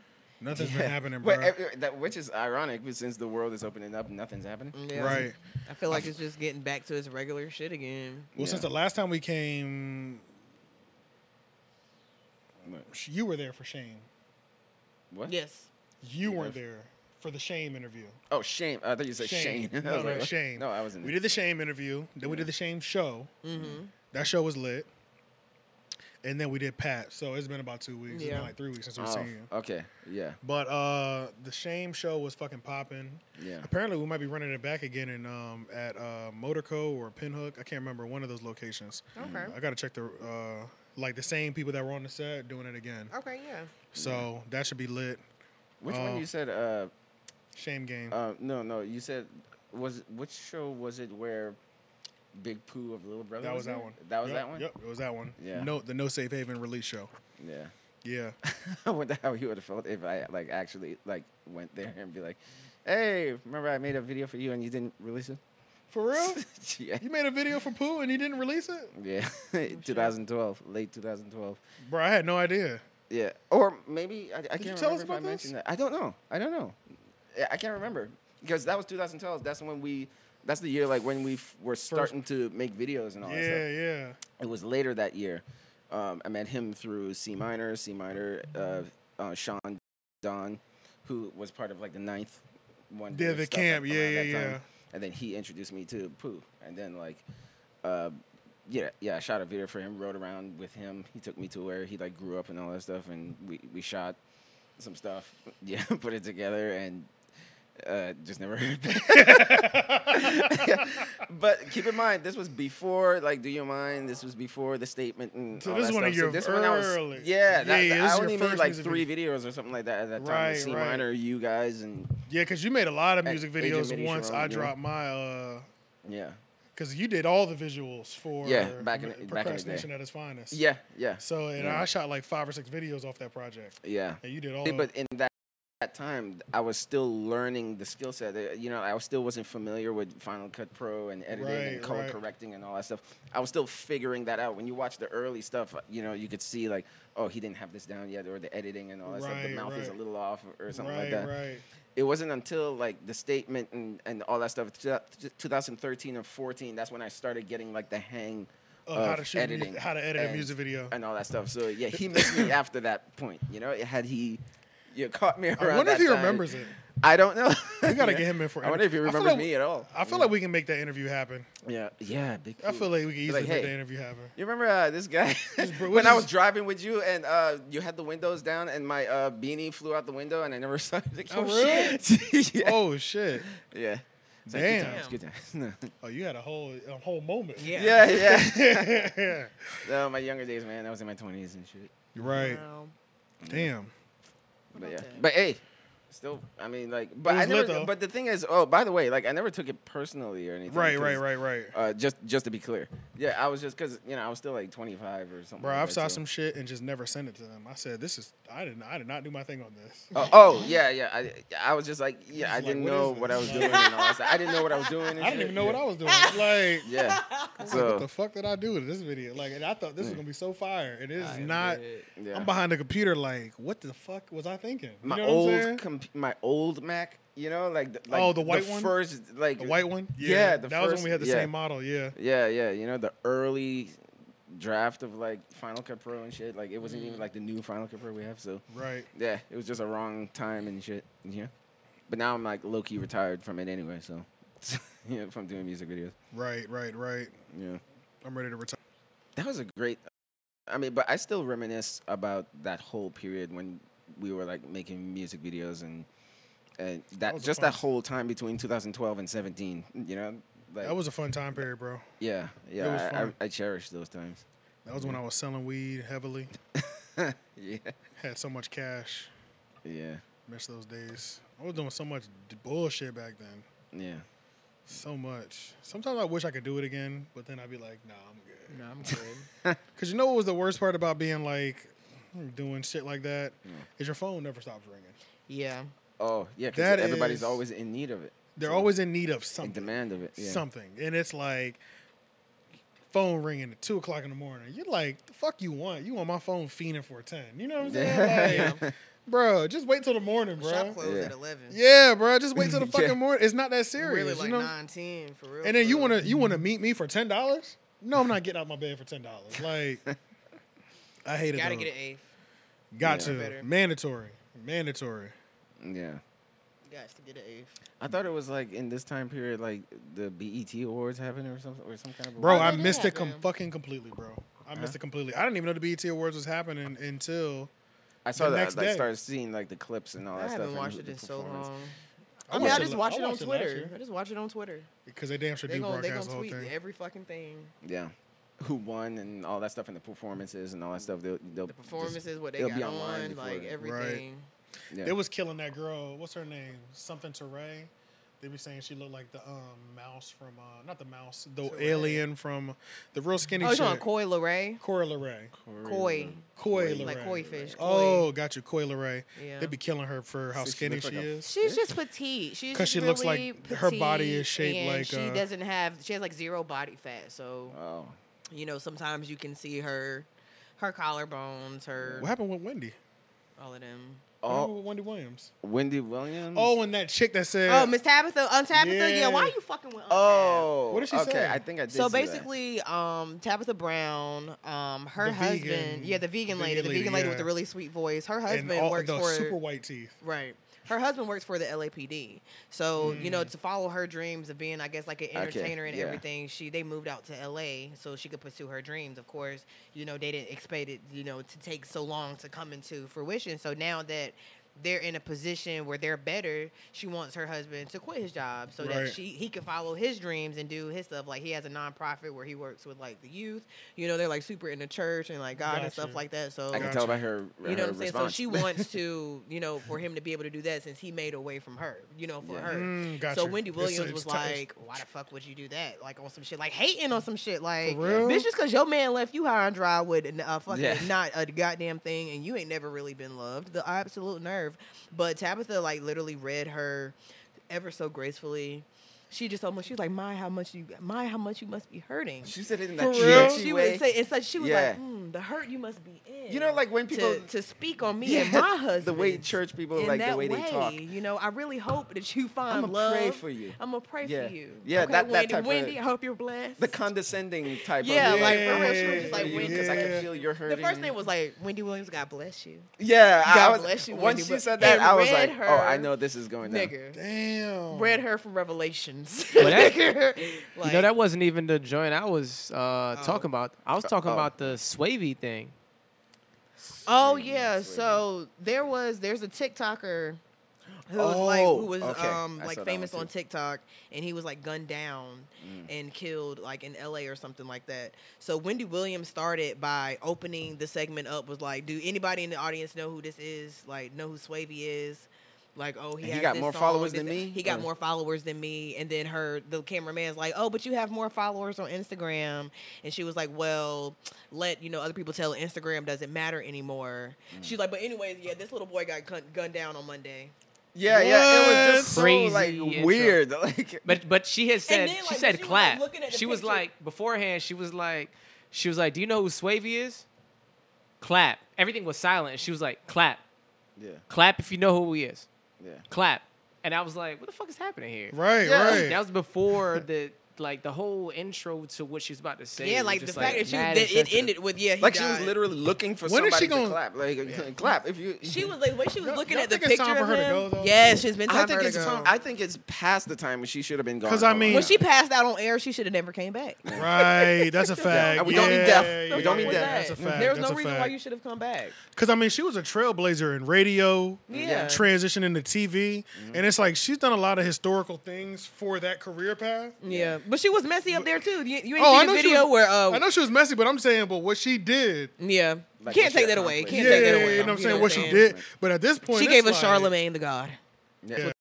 Speaker 3: Nothing's
Speaker 2: Yeah.
Speaker 3: been happening, bro.
Speaker 2: But every- that, which is ironic, but since the world is opening up, nothing's happening.
Speaker 5: Yeah.
Speaker 3: Right.
Speaker 5: I feel like it's just getting back to its regular shit again.
Speaker 3: Well, since
Speaker 2: Yeah.
Speaker 3: the last time we came,
Speaker 5: Mm.
Speaker 2: What?
Speaker 3: sh- you were there for Shane.
Speaker 2: What?
Speaker 5: Yes.
Speaker 3: You
Speaker 2: Yeah.
Speaker 3: weren't there for the Shame interview.
Speaker 2: Oh, shame. I thought you said
Speaker 3: Shame.
Speaker 2: Shane. I
Speaker 3: No,
Speaker 2: was
Speaker 3: no,
Speaker 2: like, what?
Speaker 3: Shame.
Speaker 2: No, I wasn't.
Speaker 3: We did the Shame interview. Then we did the Shame show.
Speaker 5: Mm-hmm.
Speaker 3: That show was lit. And then we did Pat. So it's been about two weeks. It's
Speaker 5: Yeah.
Speaker 3: been like three weeks since we've
Speaker 2: Oh,
Speaker 3: seen you.
Speaker 2: okay. Yeah.
Speaker 3: But uh, the Shame show was fucking popping.
Speaker 2: Yeah.
Speaker 3: Apparently, we might be running it back again in um, at uh, Motorco or Pinhook. I can't remember one of those locations.
Speaker 5: Oh, Okay.
Speaker 3: I gotta check the uh, like the same people that were on the set doing it again.
Speaker 5: Okay. Oh, Yeah.
Speaker 3: So that should be lit.
Speaker 2: Which
Speaker 3: Oh.
Speaker 2: one you said? Uh,
Speaker 3: Shame game.
Speaker 2: uh, no, no. You said was which show was it where Big Pooh of Little Brother?
Speaker 3: that was that
Speaker 2: in?
Speaker 3: one.
Speaker 2: That was
Speaker 3: Yep,
Speaker 2: that one.
Speaker 3: Yep, it was that one.
Speaker 2: Yeah.
Speaker 3: No, the No Safe Haven release show.
Speaker 2: Yeah.
Speaker 3: Yeah.
Speaker 2: I wonder how you would have felt if I like actually like went there and be like, "Hey, remember I made a video for you and you didn't release it?"
Speaker 3: For real?
Speaker 2: yeah.
Speaker 3: you made a video for Pooh and you didn't release it,
Speaker 2: Yeah. 2012, late 2012.
Speaker 3: bro. I had no idea.
Speaker 2: Yeah, or maybe I, I
Speaker 3: you
Speaker 2: can't remember
Speaker 3: tell us
Speaker 2: if I
Speaker 3: about
Speaker 2: mentioned that. I don't know. I don't know. I- I can't remember because that was 2012. That's when we. That's the year like when we f- were starting to make videos and all
Speaker 3: Yeah,
Speaker 2: that stuff.
Speaker 3: yeah.
Speaker 2: It was later that year Um, I met him through C Minor, C Minor, uh, uh, Sean Don, who was part of like the ninth one.
Speaker 3: Yeah,
Speaker 2: Day
Speaker 3: the
Speaker 2: stuff
Speaker 3: camp.
Speaker 2: around
Speaker 3: Yeah,
Speaker 2: that
Speaker 3: yeah,
Speaker 2: time.
Speaker 3: yeah.
Speaker 2: And then he introduced me to Pooh, and then like, uh, yeah, yeah, I shot a video for him. Rode around with him. He took me to where he like grew up and all that stuff, and we we shot some stuff. Yeah, put it together and. Uh, just never heard back. but keep in mind, this was before like Do You Mind. This was before the statement. And
Speaker 3: So
Speaker 2: all
Speaker 3: this
Speaker 2: that
Speaker 3: is one of
Speaker 2: stuff. So
Speaker 3: your
Speaker 2: this one I was-
Speaker 3: early-
Speaker 2: Yeah, that,
Speaker 3: Yeah, yeah, this
Speaker 2: I
Speaker 3: is
Speaker 2: only
Speaker 3: your
Speaker 2: made
Speaker 3: first
Speaker 2: like
Speaker 3: music
Speaker 2: three videos or something like that at that time.
Speaker 3: Right,
Speaker 2: C
Speaker 3: right.
Speaker 2: minor, you guys, and
Speaker 3: Yeah, because you made a lot of
Speaker 2: At
Speaker 3: music
Speaker 2: Agent
Speaker 3: videos
Speaker 2: Mitty
Speaker 3: once
Speaker 2: Sharon,
Speaker 3: I
Speaker 2: yeah.
Speaker 3: dropped my. uh
Speaker 2: yeah,
Speaker 3: Because you did all the visuals for
Speaker 2: Yeah, back in- back in the day.
Speaker 3: procrastination at its finest.
Speaker 2: yeah, yeah,
Speaker 3: So and
Speaker 2: Yeah.
Speaker 3: I shot like five or six videos off that project,
Speaker 2: yeah.
Speaker 3: and you did all.
Speaker 2: See,
Speaker 3: of
Speaker 2: but in that, that time, I was still learning the skill set. Uh, You know, I still wasn't familiar with Final Cut Pro and editing
Speaker 3: Right,
Speaker 2: and color
Speaker 3: right.
Speaker 2: correcting and all that stuff. I was still figuring that out. When you watch the early stuff, uh, you know, you could see like, oh, he didn't have this down yet, or the editing and all that stuff. The
Speaker 3: Right,
Speaker 2: mouth is a
Speaker 3: right.
Speaker 2: little off, or, or something
Speaker 3: right,
Speaker 2: like that.
Speaker 3: right.
Speaker 2: It wasn't until like the statement and, and all that stuff, two- 2013 or 14, that's when I started getting like the hang
Speaker 3: Of
Speaker 2: of,
Speaker 3: how to shoot, mu-
Speaker 2: editing,
Speaker 3: how to edit a
Speaker 2: and-
Speaker 3: music video.
Speaker 2: and all that stuff. So yeah, he missed me after that point. You know, had he, you caught me around.
Speaker 3: I wonder if
Speaker 2: that
Speaker 3: he
Speaker 2: time.
Speaker 3: remembers it.
Speaker 2: I don't know.
Speaker 3: We gotta get him in for.
Speaker 2: I wonder if he
Speaker 3: I feel
Speaker 2: remembers
Speaker 3: like-
Speaker 2: me at all.
Speaker 3: I feel
Speaker 2: yeah.
Speaker 3: like we can make that interview happen.
Speaker 2: Yeah, yeah. Big
Speaker 3: I feel like we can
Speaker 2: Be
Speaker 3: easily
Speaker 2: like,
Speaker 3: make
Speaker 2: "Hey."
Speaker 3: that interview happen.
Speaker 2: You remember uh, this guy
Speaker 3: br-
Speaker 2: when I was
Speaker 3: just-
Speaker 2: driving with you and uh, you had the windows down and my uh, beanie flew out the window and I never saw it again.
Speaker 3: Oh, really?
Speaker 2: shit. yeah.
Speaker 3: Oh shit!
Speaker 2: yeah. It's like,
Speaker 3: Damn.
Speaker 2: Good times, good times.
Speaker 3: Oh, you had a whole a whole moment.
Speaker 5: Yeah.
Speaker 2: yeah, yeah.
Speaker 3: Yeah.
Speaker 2: no, my younger days, man. I was in my twenties and shit.
Speaker 3: right.
Speaker 5: Wow.
Speaker 3: Damn.
Speaker 2: But yeah.
Speaker 5: about that?
Speaker 2: But hey, still, I mean, like, but
Speaker 3: was
Speaker 2: I never.
Speaker 3: lit, though.
Speaker 2: but the thing is, oh, by the way, like, I never took it personally or anything.
Speaker 3: Right.
Speaker 2: 'cause,
Speaker 3: Right. Right. Right.
Speaker 2: Uh, just, just to be clear, yeah, I was just because you know I was still like 25 or something.
Speaker 3: Bro,
Speaker 2: like
Speaker 3: I've
Speaker 2: that,
Speaker 3: saw
Speaker 2: so-
Speaker 3: some shit and just never sent it to them. I said, "This is I didn't I did not do my thing on this."
Speaker 2: Oh, oh yeah, yeah. I, I was just like, yeah,
Speaker 3: Just
Speaker 2: I
Speaker 3: like,
Speaker 2: didn't
Speaker 3: what
Speaker 2: know
Speaker 3: is
Speaker 2: what
Speaker 3: this?
Speaker 2: I was doing. And all that stuff. I didn't know what I was doing. and
Speaker 3: I didn't
Speaker 2: shit.
Speaker 3: even know what
Speaker 2: yeah.
Speaker 3: I was doing. Like,
Speaker 2: Yeah.
Speaker 3: what the
Speaker 2: So
Speaker 3: fuck did I do to this video? Like, and I thought this was gonna be so fire, and it is
Speaker 5: I
Speaker 3: not.
Speaker 5: admit it.
Speaker 2: yeah.
Speaker 3: I'm behind the computer, like, what the fuck was I thinking? You
Speaker 2: my
Speaker 3: know what I'm saying?
Speaker 2: old comp- my old Mac. You know, like, the, like
Speaker 3: Oh, the white one?
Speaker 2: First, like
Speaker 3: the white one.
Speaker 2: Yeah, the
Speaker 3: that was when
Speaker 2: first-
Speaker 3: we had the
Speaker 2: yeah.
Speaker 3: same model. Yeah,
Speaker 2: Yeah, yeah. You know, the early draft of like Final Cut Pro and shit. Like it wasn't
Speaker 3: Mm.
Speaker 2: even like the new Final Cut Pro we have. So
Speaker 3: right.
Speaker 2: yeah, it was just a wrong time and shit. Yeah. But now I'm like low key retired from it anyway. So yeah, from doing music videos.
Speaker 3: Right, right, right.
Speaker 2: Yeah.
Speaker 3: I'm ready to retire.
Speaker 2: That was a great. I mean, but I still reminisce about that whole period when we were like making music videos and and that,
Speaker 3: was a
Speaker 2: just
Speaker 3: fun-
Speaker 2: that whole time between 2012 and 17. You know, like
Speaker 3: That was a fun time period, bro.
Speaker 2: yeah,
Speaker 3: it was
Speaker 2: yeah. I, I,
Speaker 3: fun.
Speaker 2: I cherish those times.
Speaker 3: That was when I was selling weed heavily.
Speaker 2: yeah,
Speaker 3: Had so much cash.
Speaker 2: yeah.
Speaker 3: Miss those days. I was doing so much d- bullshit back then.
Speaker 2: Yeah.
Speaker 3: So much. Sometimes I wish I could do it again, but then I'd be like, nah, I'm good.
Speaker 5: No, I'm good.
Speaker 3: Cause you know what was the worst part about being like doing shit like that? Is your phone never stops ringing.
Speaker 5: yeah.
Speaker 2: Oh, yeah.
Speaker 3: That
Speaker 2: Because everybody's
Speaker 3: is-
Speaker 2: always in need of it.
Speaker 3: They're
Speaker 2: So,
Speaker 3: always in need of
Speaker 2: in
Speaker 3: something.
Speaker 2: demand of it. Yeah.
Speaker 3: Something. And it's like phone ringing at two o'clock in the morning. You're like, the fuck you want? You want my phone fiending for ten. You know what I'm saying?
Speaker 2: Yeah.
Speaker 3: Like, bro, just wait till the morning,
Speaker 5: Shop
Speaker 3: bro.
Speaker 5: closed
Speaker 2: Yeah.
Speaker 5: at 11.
Speaker 3: Yeah, bro. Just wait till the
Speaker 2: Yeah.
Speaker 3: fucking morning. It's not that serious.
Speaker 5: Really
Speaker 3: you
Speaker 5: like
Speaker 3: know?
Speaker 5: nine ten for real.
Speaker 3: And then you
Speaker 5: for real.
Speaker 3: wanna you wanna meet me for ten dollars? No, I'm not getting out of my bed for ten dollars. Like I hate it.
Speaker 5: gotta
Speaker 3: though.
Speaker 5: get an eighth.
Speaker 3: Got
Speaker 2: Yeah.
Speaker 3: to
Speaker 5: Better.
Speaker 3: mandatory, mandatory.
Speaker 2: Yeah.
Speaker 5: Got to get an eighth.
Speaker 2: I thought it was like in this time period, like the BET Awards happened or something, or some kind of.
Speaker 3: Bro,
Speaker 5: Why
Speaker 3: I
Speaker 5: did that
Speaker 3: missed it com-
Speaker 5: happen?
Speaker 3: fucking completely, bro. I missed it completely. I didn't even know the BET Awards was happening until
Speaker 2: I saw
Speaker 3: the
Speaker 2: that.
Speaker 3: next
Speaker 2: I
Speaker 3: day.
Speaker 2: started seeing like the clips and all
Speaker 5: I
Speaker 2: Oh, that stuff.
Speaker 5: haven't
Speaker 2: and
Speaker 5: watched
Speaker 2: who-
Speaker 5: it
Speaker 2: the
Speaker 5: in so
Speaker 2: performers.
Speaker 5: long.
Speaker 3: I
Speaker 5: I mean, I
Speaker 3: watched it
Speaker 5: just
Speaker 3: la-
Speaker 5: watch
Speaker 3: I
Speaker 5: it on
Speaker 3: watched it last
Speaker 5: Twitter.
Speaker 3: year.
Speaker 5: I just watch it on Twitter.
Speaker 3: because they damn sure
Speaker 5: They
Speaker 3: do
Speaker 5: gonna they
Speaker 3: broadcast
Speaker 5: gonna
Speaker 3: the whole
Speaker 5: tweet
Speaker 3: thing.
Speaker 5: every fucking thing.
Speaker 2: Yeah. Who won and all that stuff and the performances and all that stuff. They'll, they'll
Speaker 5: The
Speaker 2: just-
Speaker 5: performances, what they
Speaker 2: it'll be
Speaker 5: got
Speaker 2: online
Speaker 5: on,
Speaker 2: before
Speaker 5: like
Speaker 2: then.
Speaker 5: everything. Oh,
Speaker 2: yeah.
Speaker 3: They was killing that girl. What's her name? Something Teray. They be saying she looked like the um, mouse from uh, not the mouse, the
Speaker 5: Teray.
Speaker 3: alien from the real skinny
Speaker 5: Oh, you talking
Speaker 3: chick,
Speaker 5: Koi Leray?
Speaker 3: Cora Leray.
Speaker 5: Koi.
Speaker 3: Koi Leray.
Speaker 5: Like koi fish. Koi.
Speaker 3: Oh, got you, Koi Leray.
Speaker 5: Yeah.
Speaker 3: They be killing her for how
Speaker 2: So she
Speaker 3: skinny
Speaker 2: looks
Speaker 3: she
Speaker 2: like a-
Speaker 3: is.
Speaker 5: She's just petite. She's
Speaker 3: 'Cause
Speaker 5: just
Speaker 3: she looks
Speaker 5: really
Speaker 3: like her body is
Speaker 5: petite,
Speaker 3: shaped
Speaker 5: and
Speaker 3: like,
Speaker 5: she
Speaker 3: uh,
Speaker 5: doesn't have. She has like zero body fat, so
Speaker 2: Oh.
Speaker 5: you know sometimes you can see her, her collarbones, her
Speaker 3: What happened with Wendy?
Speaker 5: all of them.
Speaker 3: Oh,
Speaker 2: all
Speaker 3: Wendy Williams.
Speaker 2: Wendy Williams.
Speaker 3: Oh, and that chick that said,
Speaker 5: Mm. Oh, Miss Tabitha, on Tabitha, yeah.
Speaker 3: Yeah.
Speaker 5: Why are you fucking with? Aunt Tab?
Speaker 2: Oh,
Speaker 3: What did she
Speaker 2: okay,
Speaker 3: say?
Speaker 2: I think I did.
Speaker 5: So
Speaker 2: see that.
Speaker 5: basically, um, Tabitha Brown, um, her
Speaker 3: The
Speaker 5: husband,
Speaker 3: vegan-
Speaker 5: yeah, the vegan
Speaker 3: the
Speaker 5: lady, the
Speaker 3: vegan
Speaker 5: vegan
Speaker 3: lady,
Speaker 5: lady with
Speaker 3: yeah.
Speaker 5: the really sweet voice. Her
Speaker 3: and
Speaker 5: husband
Speaker 3: all
Speaker 5: works
Speaker 3: the
Speaker 5: for
Speaker 3: super white teeth.
Speaker 5: right. Her husband works for the LAPD. So you know, to follow her dreams of being, I guess, like an
Speaker 2: Okay,
Speaker 5: entertainer and
Speaker 2: yeah.
Speaker 5: everything, she they moved out to LA so she could pursue her dreams. Of course, you know they didn't expect it, you know, to take so long to come into fruition. So now that they're in a position where they're better. She wants her husband to quit his job so that
Speaker 3: Right.
Speaker 5: she he can follow his dreams and do his stuff. Like he has a nonprofit where he works with like the youth. You know, they're like super into church and like God and stuff
Speaker 3: Gotcha.
Speaker 5: like that. So
Speaker 2: I can tell by her.
Speaker 5: you know
Speaker 2: her
Speaker 5: what I'm saying?
Speaker 2: response.
Speaker 5: So she wants to, you know, for him to be able to do that since he made a way from her, you know, for
Speaker 2: Yeah.
Speaker 5: her.
Speaker 3: Mm, gotcha.
Speaker 5: So Wendy
Speaker 3: It's-
Speaker 5: Williams
Speaker 3: it's
Speaker 5: was
Speaker 3: t- it's-
Speaker 5: like, "Why the fuck would you do that? Like on some shit, like hating on some shit, like
Speaker 3: For real?
Speaker 5: bitch, just because your man left you high and dry with n- uh, fucking
Speaker 2: Yeah.
Speaker 5: not a goddamn thing, and you ain't never really been loved. The absolute nerve." But Tabitha like literally read her ever so gracefully. She just almost she was like, "My, how much you, my, how much you must be hurting."
Speaker 2: She said it in
Speaker 3: For
Speaker 2: that
Speaker 3: real?
Speaker 2: churchy
Speaker 5: She
Speaker 2: way.
Speaker 5: was say, it's like she was
Speaker 2: Yeah.
Speaker 5: like, mm, the hurt you must be in.
Speaker 2: You know, like, when people-
Speaker 5: to, to speak on me
Speaker 2: Yeah,
Speaker 5: and my husband.
Speaker 2: The way church people
Speaker 5: in
Speaker 2: like
Speaker 5: that
Speaker 2: the way, they talk.
Speaker 5: You know, I really hope that you find
Speaker 2: I'ma
Speaker 5: love.
Speaker 2: pray for you.
Speaker 5: I'm gonna pray
Speaker 2: Yeah.
Speaker 5: for you.
Speaker 2: Yeah,
Speaker 5: okay,
Speaker 2: that- that
Speaker 5: Wendy,
Speaker 2: type of-
Speaker 5: Wendy, I hope you're blessed.
Speaker 2: The condescending type
Speaker 5: Yeah,
Speaker 2: of
Speaker 5: like,
Speaker 2: way.
Speaker 5: for real, she was
Speaker 2: Yeah,
Speaker 5: just like,
Speaker 2: yeah,
Speaker 5: when-
Speaker 2: because I
Speaker 3: yeah.
Speaker 2: can feel your
Speaker 5: the
Speaker 2: hurting.
Speaker 5: first thing was like Wendy Williams, God bless you,
Speaker 2: yeah. I- I
Speaker 5: God
Speaker 2: was,
Speaker 5: bless you, Wendy,
Speaker 2: Once she
Speaker 5: but-
Speaker 2: said that,
Speaker 5: and
Speaker 2: I was
Speaker 5: read
Speaker 2: like, oh, I
Speaker 5: her-
Speaker 2: know this is going down.
Speaker 5: nigga.
Speaker 3: Damn.
Speaker 5: Read her from Revelations.
Speaker 4: Well, that-
Speaker 5: Nigga.
Speaker 4: you
Speaker 5: Like,
Speaker 4: know, that wasn't even the joint I was uh,
Speaker 5: Oh.
Speaker 4: talking about. I was talking
Speaker 2: oh.
Speaker 4: about the Swavey thing.
Speaker 5: Oh
Speaker 2: Sweden,
Speaker 5: yeah,
Speaker 2: Sweden.
Speaker 5: so there was there's a TikToker who was
Speaker 2: Oh,
Speaker 5: like who was
Speaker 2: okay.
Speaker 5: um
Speaker 2: I saw
Speaker 5: like
Speaker 2: that
Speaker 5: famous
Speaker 2: one,
Speaker 5: on
Speaker 2: too. Mm.
Speaker 5: TikTok and he was like gunned down and killed like in LA or something like that. So Wendy Williams started by opening the segment up was like, do anybody in the audience know who this is? Like know who Swavey is? Like oh he,
Speaker 2: And he
Speaker 5: has
Speaker 2: got
Speaker 5: this
Speaker 2: more
Speaker 5: song,
Speaker 2: followers
Speaker 5: this-
Speaker 2: than me? Oh.
Speaker 5: He got
Speaker 2: Or-
Speaker 5: more followers than me. And then her the cameraman's like oh but you have more followers on Instagram and she was like well let you know other people tell Instagram doesn't matter anymore.
Speaker 2: Mm.
Speaker 5: She's like, but anyways, yeah, this little boy got gun- gunned down on Monday.
Speaker 2: Yeah, yeah. It was just
Speaker 4: What?
Speaker 2: so like
Speaker 4: Crazy intro.
Speaker 2: weird. Like
Speaker 4: But but she had said
Speaker 5: then,
Speaker 4: she
Speaker 5: like,
Speaker 4: said
Speaker 5: she was, like,
Speaker 4: clap.
Speaker 5: looking at the
Speaker 4: she was
Speaker 5: picture.
Speaker 4: like beforehand. She was like she was like, do you know who Swavey is? Clap. Everything was silent. and She was like clap,
Speaker 2: yeah,
Speaker 4: clap if you know who he is.
Speaker 2: yeah.
Speaker 4: Clap. And I was like, what the fuck is happening here?
Speaker 3: Right,
Speaker 2: Yeah.
Speaker 3: right.
Speaker 4: That was before the like the whole intro to what she was about to say.
Speaker 5: yeah,
Speaker 4: was
Speaker 5: like the
Speaker 4: just,
Speaker 5: fact that, she,
Speaker 4: mad
Speaker 5: that it
Speaker 4: insensitive.
Speaker 5: ended with yeah, he
Speaker 2: Like she
Speaker 5: died.
Speaker 2: was literally looking for
Speaker 3: When is
Speaker 2: somebody
Speaker 3: she gonna-
Speaker 2: to clap. Like clap if you.
Speaker 5: She was like, when she was
Speaker 3: Y'all-
Speaker 5: looking
Speaker 3: y'all
Speaker 5: at the
Speaker 3: think it's
Speaker 5: picture
Speaker 3: time
Speaker 5: of
Speaker 3: for her to
Speaker 5: him.
Speaker 3: go, though?
Speaker 5: yes, she's been time
Speaker 2: I think
Speaker 5: for her
Speaker 2: it's
Speaker 5: to go.
Speaker 2: I think it's past the time when she should have been gone.
Speaker 3: 'Cause I
Speaker 2: Oh,
Speaker 3: mean-
Speaker 5: when she passed out on air, she should have never came back.
Speaker 3: Right, that's a fact.
Speaker 2: And we don't need
Speaker 3: Yeah,
Speaker 2: death. We
Speaker 3: yeah,
Speaker 2: don't need
Speaker 3: yeah,
Speaker 2: death.
Speaker 3: That's a fact.
Speaker 5: There was
Speaker 3: that's
Speaker 5: no
Speaker 3: a
Speaker 5: reason
Speaker 3: fact.
Speaker 5: why you should have come back.
Speaker 3: Because I mean, she was a trailblazer in radio,
Speaker 5: Yeah.
Speaker 3: transitioning to TV, and it's like she's done a lot of historical things for that career path.
Speaker 5: Yeah, but she was messy up there too. You, you ain't
Speaker 3: Oh, I
Speaker 5: seen the
Speaker 3: know she
Speaker 5: video
Speaker 3: was-
Speaker 5: where uh,
Speaker 3: I know she was messy, but I'm saying, but what she did,
Speaker 5: yeah,
Speaker 2: Like,
Speaker 5: can't take
Speaker 2: what she
Speaker 5: that away. Can't
Speaker 3: yeah,
Speaker 5: take that
Speaker 3: yeah,
Speaker 5: away.
Speaker 3: you know what I'm saying, what she
Speaker 2: saying?
Speaker 3: did. But at this point,
Speaker 5: She
Speaker 3: it's
Speaker 5: gave us
Speaker 3: like-
Speaker 5: Charlemagne the God.
Speaker 2: Yeah.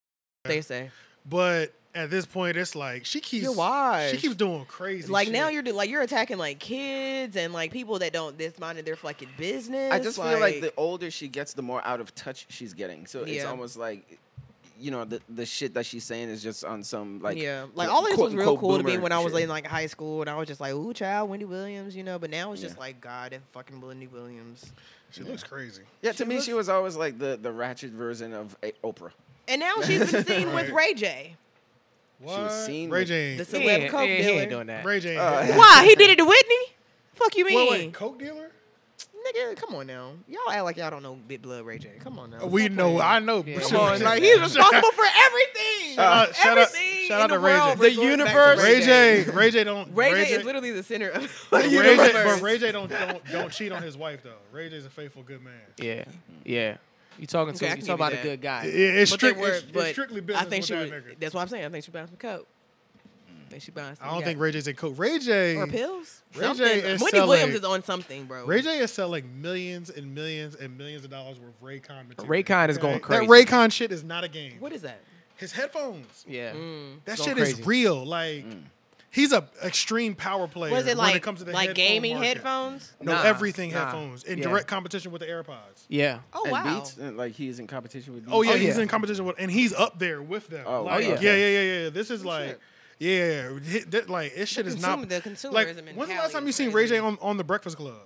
Speaker 5: They say.
Speaker 3: But at this point, it's like she keeps
Speaker 5: Your wife.
Speaker 3: she keeps doing crazy.
Speaker 5: like
Speaker 3: shit.
Speaker 5: now you're do- like you're attacking like kids and like people that don't that's minding their fucking business.
Speaker 2: I just feel like the older she gets, the more out of touch she's getting. So it's
Speaker 5: Yeah.
Speaker 2: almost like, you know, the the shit that she's saying is just on some like
Speaker 5: yeah, like all this was real
Speaker 2: quote-unquote
Speaker 5: cool to me
Speaker 2: boomer
Speaker 5: when I was
Speaker 2: shit.
Speaker 5: in like high school and I was just like, ooh, child, Wendy Williams, you know. But now it's just
Speaker 2: Yeah.
Speaker 5: like God, that fucking Wendy Williams.
Speaker 3: she looks crazy.
Speaker 2: yeah, to
Speaker 5: she
Speaker 2: me,
Speaker 5: looks-
Speaker 2: she was always like the the ratchet version of a Oprah.
Speaker 5: And now she's been seen with Ray J.
Speaker 3: What?
Speaker 2: was seen
Speaker 3: Ray
Speaker 2: with-
Speaker 3: J.
Speaker 5: This-
Speaker 4: He
Speaker 5: Celeb
Speaker 4: ain't-
Speaker 5: Coke
Speaker 4: he ain't- he
Speaker 5: dealer.
Speaker 4: ain't doing that.
Speaker 3: Ray J.
Speaker 2: Uh,
Speaker 5: Why he did it to Whitney? Fuck you mean,
Speaker 3: wait, wait, coke dealer?
Speaker 5: nigga? Come on now, y'all act like y'all don't know Big Blood Ray J. Come on now,
Speaker 3: We
Speaker 5: Stop
Speaker 3: know,
Speaker 5: playing.
Speaker 3: I know.
Speaker 4: Yeah.
Speaker 3: but
Speaker 5: Come on,
Speaker 3: she-
Speaker 5: like he's responsible for everything.
Speaker 3: Uh, shout out-
Speaker 5: Everything
Speaker 3: shout
Speaker 5: in
Speaker 3: out to
Speaker 5: the
Speaker 3: Ray J.
Speaker 5: world
Speaker 3: The
Speaker 5: resorts back to
Speaker 2: universe-
Speaker 3: Ray J. Ray J. Don't.
Speaker 5: Ray, J, is literally the center of
Speaker 3: But
Speaker 5: the
Speaker 3: Ray J,
Speaker 5: universe.
Speaker 3: but Ray J don't, don't don't cheat on his wife though. Ray J's a faithful good man.
Speaker 4: Yeah, yeah. You talking
Speaker 5: Okay, I
Speaker 4: to
Speaker 5: can
Speaker 4: you
Speaker 5: give you
Speaker 4: talking about
Speaker 5: that.
Speaker 4: a good guy.
Speaker 3: It- it's,
Speaker 5: But they
Speaker 3: strict,
Speaker 5: were,
Speaker 3: it's, it's
Speaker 5: but
Speaker 3: strictly business.
Speaker 5: I think
Speaker 3: with
Speaker 5: she
Speaker 3: that
Speaker 5: was,
Speaker 3: nigga.
Speaker 5: That's what I'm saying. I think she bounced some coke. I think she bounced.
Speaker 3: I don't think Ray J's in coke. Ray J.
Speaker 5: or pills.
Speaker 3: Ray J
Speaker 5: Something.
Speaker 3: is
Speaker 5: Wendy
Speaker 3: selling-
Speaker 5: Williams is on something, bro.
Speaker 3: Ray J is selling millions and millions and millions of dollars worth of Raycon material.
Speaker 4: Raycon is going
Speaker 3: That
Speaker 4: crazy.
Speaker 3: Raycon shit is not a game.
Speaker 5: What is that?
Speaker 3: His headphones.
Speaker 4: Yeah.
Speaker 5: Mm.
Speaker 3: That
Speaker 4: Going
Speaker 3: shit
Speaker 4: crazy. Mm.
Speaker 3: is real. Like he's a extreme power player.
Speaker 5: Was it
Speaker 3: when
Speaker 5: like
Speaker 3: it comes to the
Speaker 5: like
Speaker 3: headphone
Speaker 5: gaming
Speaker 3: market.
Speaker 5: headphones?
Speaker 3: No,
Speaker 4: Nah,
Speaker 3: everything
Speaker 4: nah,
Speaker 3: headphones in
Speaker 4: yeah.
Speaker 3: direct competition with the AirPods.
Speaker 4: Yeah.
Speaker 5: Oh
Speaker 2: and
Speaker 5: wow.
Speaker 2: Beats, and, like he's in competition with.
Speaker 3: Oh yeah,
Speaker 2: Beats.
Speaker 3: he's
Speaker 4: yeah.
Speaker 3: in competition with, and he's up there with them.
Speaker 2: Oh,
Speaker 3: Like,
Speaker 4: oh, yeah.
Speaker 3: yeah, yeah, yeah, yeah. This is like, yeah, yeah, yeah. Hi- that- like it shit is
Speaker 5: consumer-
Speaker 3: not.
Speaker 5: the consumerism
Speaker 3: like,
Speaker 5: in
Speaker 3: when's the
Speaker 5: Cali
Speaker 3: last time you
Speaker 5: is
Speaker 3: seen Ray
Speaker 5: crazy.
Speaker 3: J on, on the Breakfast Club?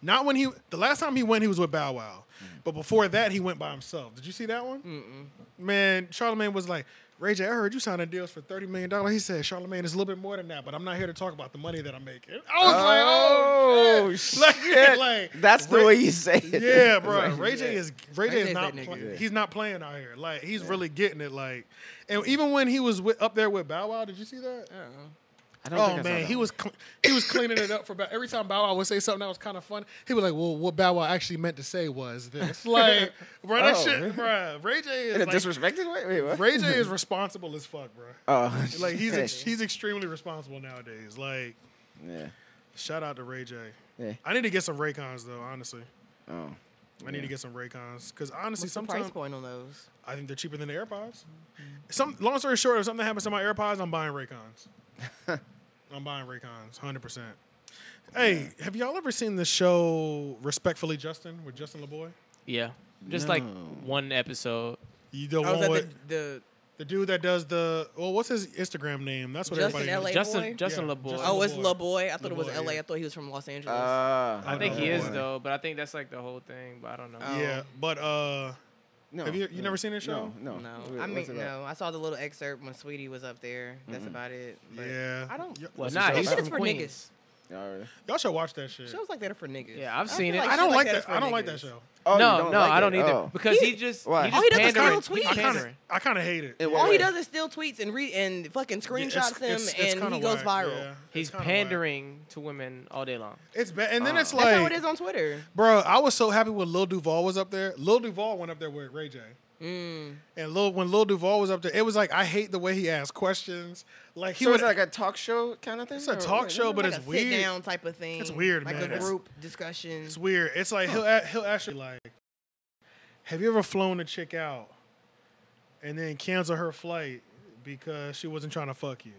Speaker 3: Not when he the last time he went, he was with Bow Wow, but before that, he went by himself. Did you see that one? Man, Charlemagne was like, Ray J, I heard you signing deals for thirty million dollars. He said, Charlemagne is a little bit more than that, but I'm not here to talk about the money that I'm making. I was like, oh,
Speaker 2: Oh,
Speaker 3: shit. Like-
Speaker 2: shit.
Speaker 3: like,
Speaker 2: That's the
Speaker 3: Ray-
Speaker 2: way you say it.
Speaker 3: yeah, bro. Ray J is Ray J
Speaker 5: Ray
Speaker 3: is
Speaker 5: J's
Speaker 3: not
Speaker 5: that nigga.
Speaker 3: play-
Speaker 2: Yeah.
Speaker 3: he's not playing out here. Like he's really getting it. Like, and even when he was with, up there with Bow Wow, did you see that?
Speaker 2: Uh-uh. I don't think
Speaker 3: Oh
Speaker 2: I saw
Speaker 3: man,
Speaker 2: that
Speaker 3: he
Speaker 2: one.
Speaker 3: was cl- he was cleaning it up for Bow. Every time Bow Wow would say something that was kind of fun, he was like, "Well, what Bow Wow actually meant to say was this." Like, bro, that
Speaker 2: Oh.
Speaker 3: shit, bro. Ray J is
Speaker 2: in a
Speaker 3: like,
Speaker 2: disrespected way. Wait, what?
Speaker 3: Ray J is responsible as fuck, bro.
Speaker 2: Oh,
Speaker 3: Like he's
Speaker 2: shit.
Speaker 3: ex- he's extremely responsible nowadays. Like,
Speaker 2: yeah.
Speaker 3: shout out to Ray J.
Speaker 2: Yeah.
Speaker 3: I need to get some Raycons though, honestly.
Speaker 2: Oh.
Speaker 3: I need to get some Raycons because honestly,
Speaker 5: What's the price
Speaker 3: sometimes
Speaker 5: point on those?
Speaker 3: I think they're cheaper than the
Speaker 4: Mm.
Speaker 3: AirPods. Some long story short, if something happens to my AirPods, I'm buying Raycons. I'm buying Raycons, hundred percent. Hey, have y'all ever seen the show Respectfully Justin with Justin LeBoy?
Speaker 4: Yeah. Just like
Speaker 2: No.
Speaker 4: one episode.
Speaker 3: You
Speaker 4: Oh,
Speaker 3: the
Speaker 5: I
Speaker 3: one
Speaker 5: was at
Speaker 3: with
Speaker 5: Oh, the, the
Speaker 3: the dude that does the well, what's his Instagram name? That's what
Speaker 5: Justin
Speaker 3: everybody.
Speaker 5: LA
Speaker 3: knows.
Speaker 4: Justin
Speaker 5: Boy?
Speaker 4: Justin
Speaker 3: Yeah,
Speaker 4: LeBoy.
Speaker 3: Justin
Speaker 5: oh, it's
Speaker 3: LaBoy.
Speaker 5: LaBoy. I thought it was
Speaker 3: LaBoy,
Speaker 5: LA.
Speaker 3: yeah.
Speaker 5: I thought he was from Los Angeles.
Speaker 2: Uh,
Speaker 4: I think
Speaker 3: Oh,
Speaker 4: he is
Speaker 3: boy.
Speaker 4: though, but I think that's like the whole thing. But I don't know.
Speaker 5: Oh.
Speaker 3: Yeah, but uh,
Speaker 2: no,
Speaker 3: Have you- you
Speaker 2: no,
Speaker 3: never seen this show?
Speaker 2: No, no.
Speaker 5: no,
Speaker 2: Wait,
Speaker 5: I
Speaker 2: what's
Speaker 5: mean
Speaker 2: it about?
Speaker 5: no. I saw the little excerpt when Sweetie was up there. That's about it. but-
Speaker 3: Mm-hmm. yeah,
Speaker 5: I don't.
Speaker 3: Y-
Speaker 4: Well,
Speaker 2: What's
Speaker 4: nah,
Speaker 2: the show
Speaker 4: he's
Speaker 5: Shit's
Speaker 4: from
Speaker 2: about?
Speaker 5: for
Speaker 4: Queens.
Speaker 2: Oh, really?
Speaker 3: y'all should watch that shit.
Speaker 5: niggas. Shows like that are for niggas.
Speaker 4: Yeah, I've
Speaker 5: I feel
Speaker 4: seen it.
Speaker 5: like
Speaker 3: I
Speaker 5: shit
Speaker 3: don't like
Speaker 5: is
Speaker 3: that.
Speaker 5: for
Speaker 3: I don't like that
Speaker 5: niggas.
Speaker 3: show.
Speaker 2: Oh, you
Speaker 4: no,
Speaker 2: don't
Speaker 4: no,
Speaker 2: like
Speaker 4: I
Speaker 2: it?
Speaker 4: don't either
Speaker 2: Oh.
Speaker 4: because he,
Speaker 5: He-
Speaker 4: just
Speaker 2: Why?
Speaker 4: he
Speaker 2: All
Speaker 4: just
Speaker 5: Oh, he does is
Speaker 4: pandering.
Speaker 5: steal tweets.
Speaker 4: He's
Speaker 3: I kind of,
Speaker 4: pandering.
Speaker 3: I kind of hate it.
Speaker 2: It
Speaker 5: All he
Speaker 2: was.
Speaker 5: does is steal tweets and read and fucking
Speaker 3: It's-
Speaker 5: screenshots them,
Speaker 3: it's- it's
Speaker 5: and
Speaker 3: kinda
Speaker 5: he goes
Speaker 3: whack,
Speaker 5: viral.
Speaker 3: yeah.
Speaker 4: He's
Speaker 3: It's kinda whack.
Speaker 4: pandering to women all day long.
Speaker 3: It's bad, and then
Speaker 2: Uh.
Speaker 3: it's
Speaker 2: That's
Speaker 3: like
Speaker 5: That's how it is on Twitter.
Speaker 3: Bro, I was so happy when Lil Duval was up there. Lil Duval went up there with Ray J. And Lil, when Lil Duval was up there, it was like I hate the way he asked questions. Like he
Speaker 2: so
Speaker 3: was
Speaker 2: it's like a talk show kind of thing.
Speaker 3: It's a
Speaker 2: or
Speaker 3: talk
Speaker 2: what?
Speaker 3: show, but
Speaker 5: like
Speaker 3: it's
Speaker 5: a
Speaker 3: weird.
Speaker 5: Sit down type of thing.
Speaker 3: It's weird,
Speaker 5: like
Speaker 3: man.
Speaker 5: a
Speaker 3: It's-
Speaker 5: group discussion.
Speaker 3: It's weird. It's like he'll a- he'll ask you like, "Have you ever flown a chick out and then cancel her flight because she wasn't trying to fuck you?"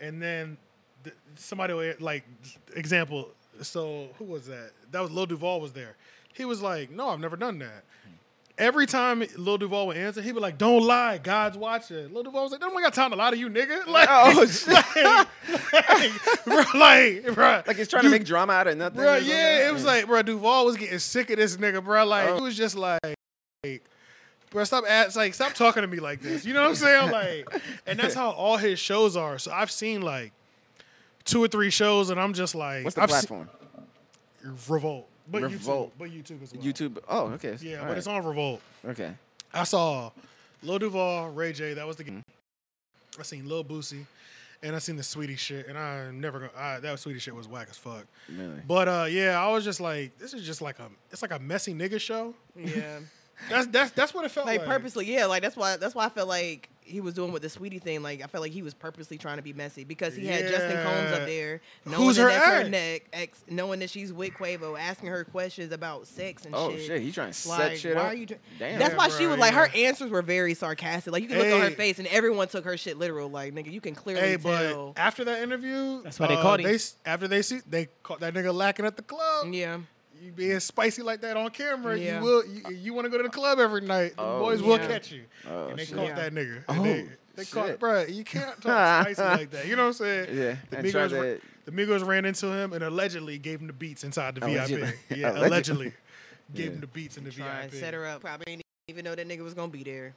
Speaker 3: And then th- somebody will, like example. So who was that? That was Lil Duval was there. He was like, "No, I've never done that." Every time Lil Duval would answer, he'd be like, "Don't lie, God's watching." Lil Duval was like, "Don't got time to lie to you, nigga." Like,
Speaker 2: Oh, shit.
Speaker 3: like, bro, like, bro,
Speaker 2: like he's trying
Speaker 3: you-
Speaker 2: to make drama out of nothing. or
Speaker 3: Bro,
Speaker 2: something?
Speaker 3: yeah, it was like, bro, Duval was getting sick of this nigga, bro. Like,
Speaker 2: Oh.
Speaker 3: he was just like, like, bro, stop ass, like, stop talking to me like this. You know what I'm saying? Like, and that's how all his shows are. So I've seen like two or three shows, and I'm just like,
Speaker 2: What's the
Speaker 3: I've
Speaker 2: platform?
Speaker 3: Seen, Revolt, but
Speaker 2: Revolt.
Speaker 3: YouTube, but YouTube as well.
Speaker 2: YouTube. Oh, okay.
Speaker 3: yeah,
Speaker 2: All
Speaker 3: but
Speaker 2: right.
Speaker 3: it's on Revolt.
Speaker 2: Okay.
Speaker 3: I saw Lil Duval, Ray J. That was the
Speaker 2: Mm-hmm.
Speaker 3: game. I seen Lil Boosie, and I seen the Sweetie shit, and I never gonna. I, that Sweetie shit was whack as fuck.
Speaker 2: Really.
Speaker 3: But uh, yeah, I was just like, this is just like a, it's like a messy nigga show.
Speaker 5: Yeah,
Speaker 3: That's that's that's what it felt like.
Speaker 5: like purposely. Yeah, like that's why. That's why I felt like he was doing with the sweetie thing. Like I felt like he was purposely trying to be messy because he had Justin Combs
Speaker 3: Yeah.
Speaker 5: up there, knowing
Speaker 3: Who's
Speaker 5: that
Speaker 3: her
Speaker 5: that's
Speaker 3: ex?
Speaker 5: her neck, ex, knowing that she's with Quavo, asking her questions about sex and
Speaker 2: Oh
Speaker 5: shit.
Speaker 2: shit, he's trying to set
Speaker 5: Like,
Speaker 2: shit
Speaker 5: why
Speaker 2: up.
Speaker 5: are you? dr-
Speaker 2: Damn.
Speaker 5: That's why she
Speaker 3: bro,
Speaker 5: was like her
Speaker 3: yeah.
Speaker 5: answers were very sarcastic. Like you can look on her
Speaker 3: Hey.
Speaker 5: face, and everyone took her shit literal. Like nigga, you can clearly
Speaker 3: Hey, but
Speaker 5: tell.
Speaker 3: after that interview, uh,
Speaker 4: That's why they caught him.
Speaker 3: They, s- after they see they caught that nigga lacking at the club.
Speaker 5: yeah,
Speaker 3: You being spicy like that on camera,
Speaker 5: Yeah.
Speaker 3: you will. You, you want to go to the club every night. The
Speaker 2: Oh,
Speaker 3: boys will
Speaker 5: yeah.
Speaker 3: catch you.
Speaker 2: Oh,
Speaker 3: and they
Speaker 2: shit.
Speaker 3: caught
Speaker 5: Yeah.
Speaker 3: that nigga.
Speaker 2: Oh,
Speaker 3: And they they caught,
Speaker 2: shit.
Speaker 3: bro. You can't talk spicy like that. You know what I'm saying?
Speaker 2: Yeah,
Speaker 3: The
Speaker 2: and try
Speaker 3: Migos, ra-
Speaker 2: to-
Speaker 3: the Migos ran into him and allegedly gave him the beats inside the
Speaker 2: Allegedly.
Speaker 3: VIP. Yeah,
Speaker 2: Allegedly.
Speaker 3: allegedly. Gave him the beats in the
Speaker 5: trying
Speaker 3: VIP.
Speaker 5: to set her up. Probably didn't even know that nigga was gonna be there.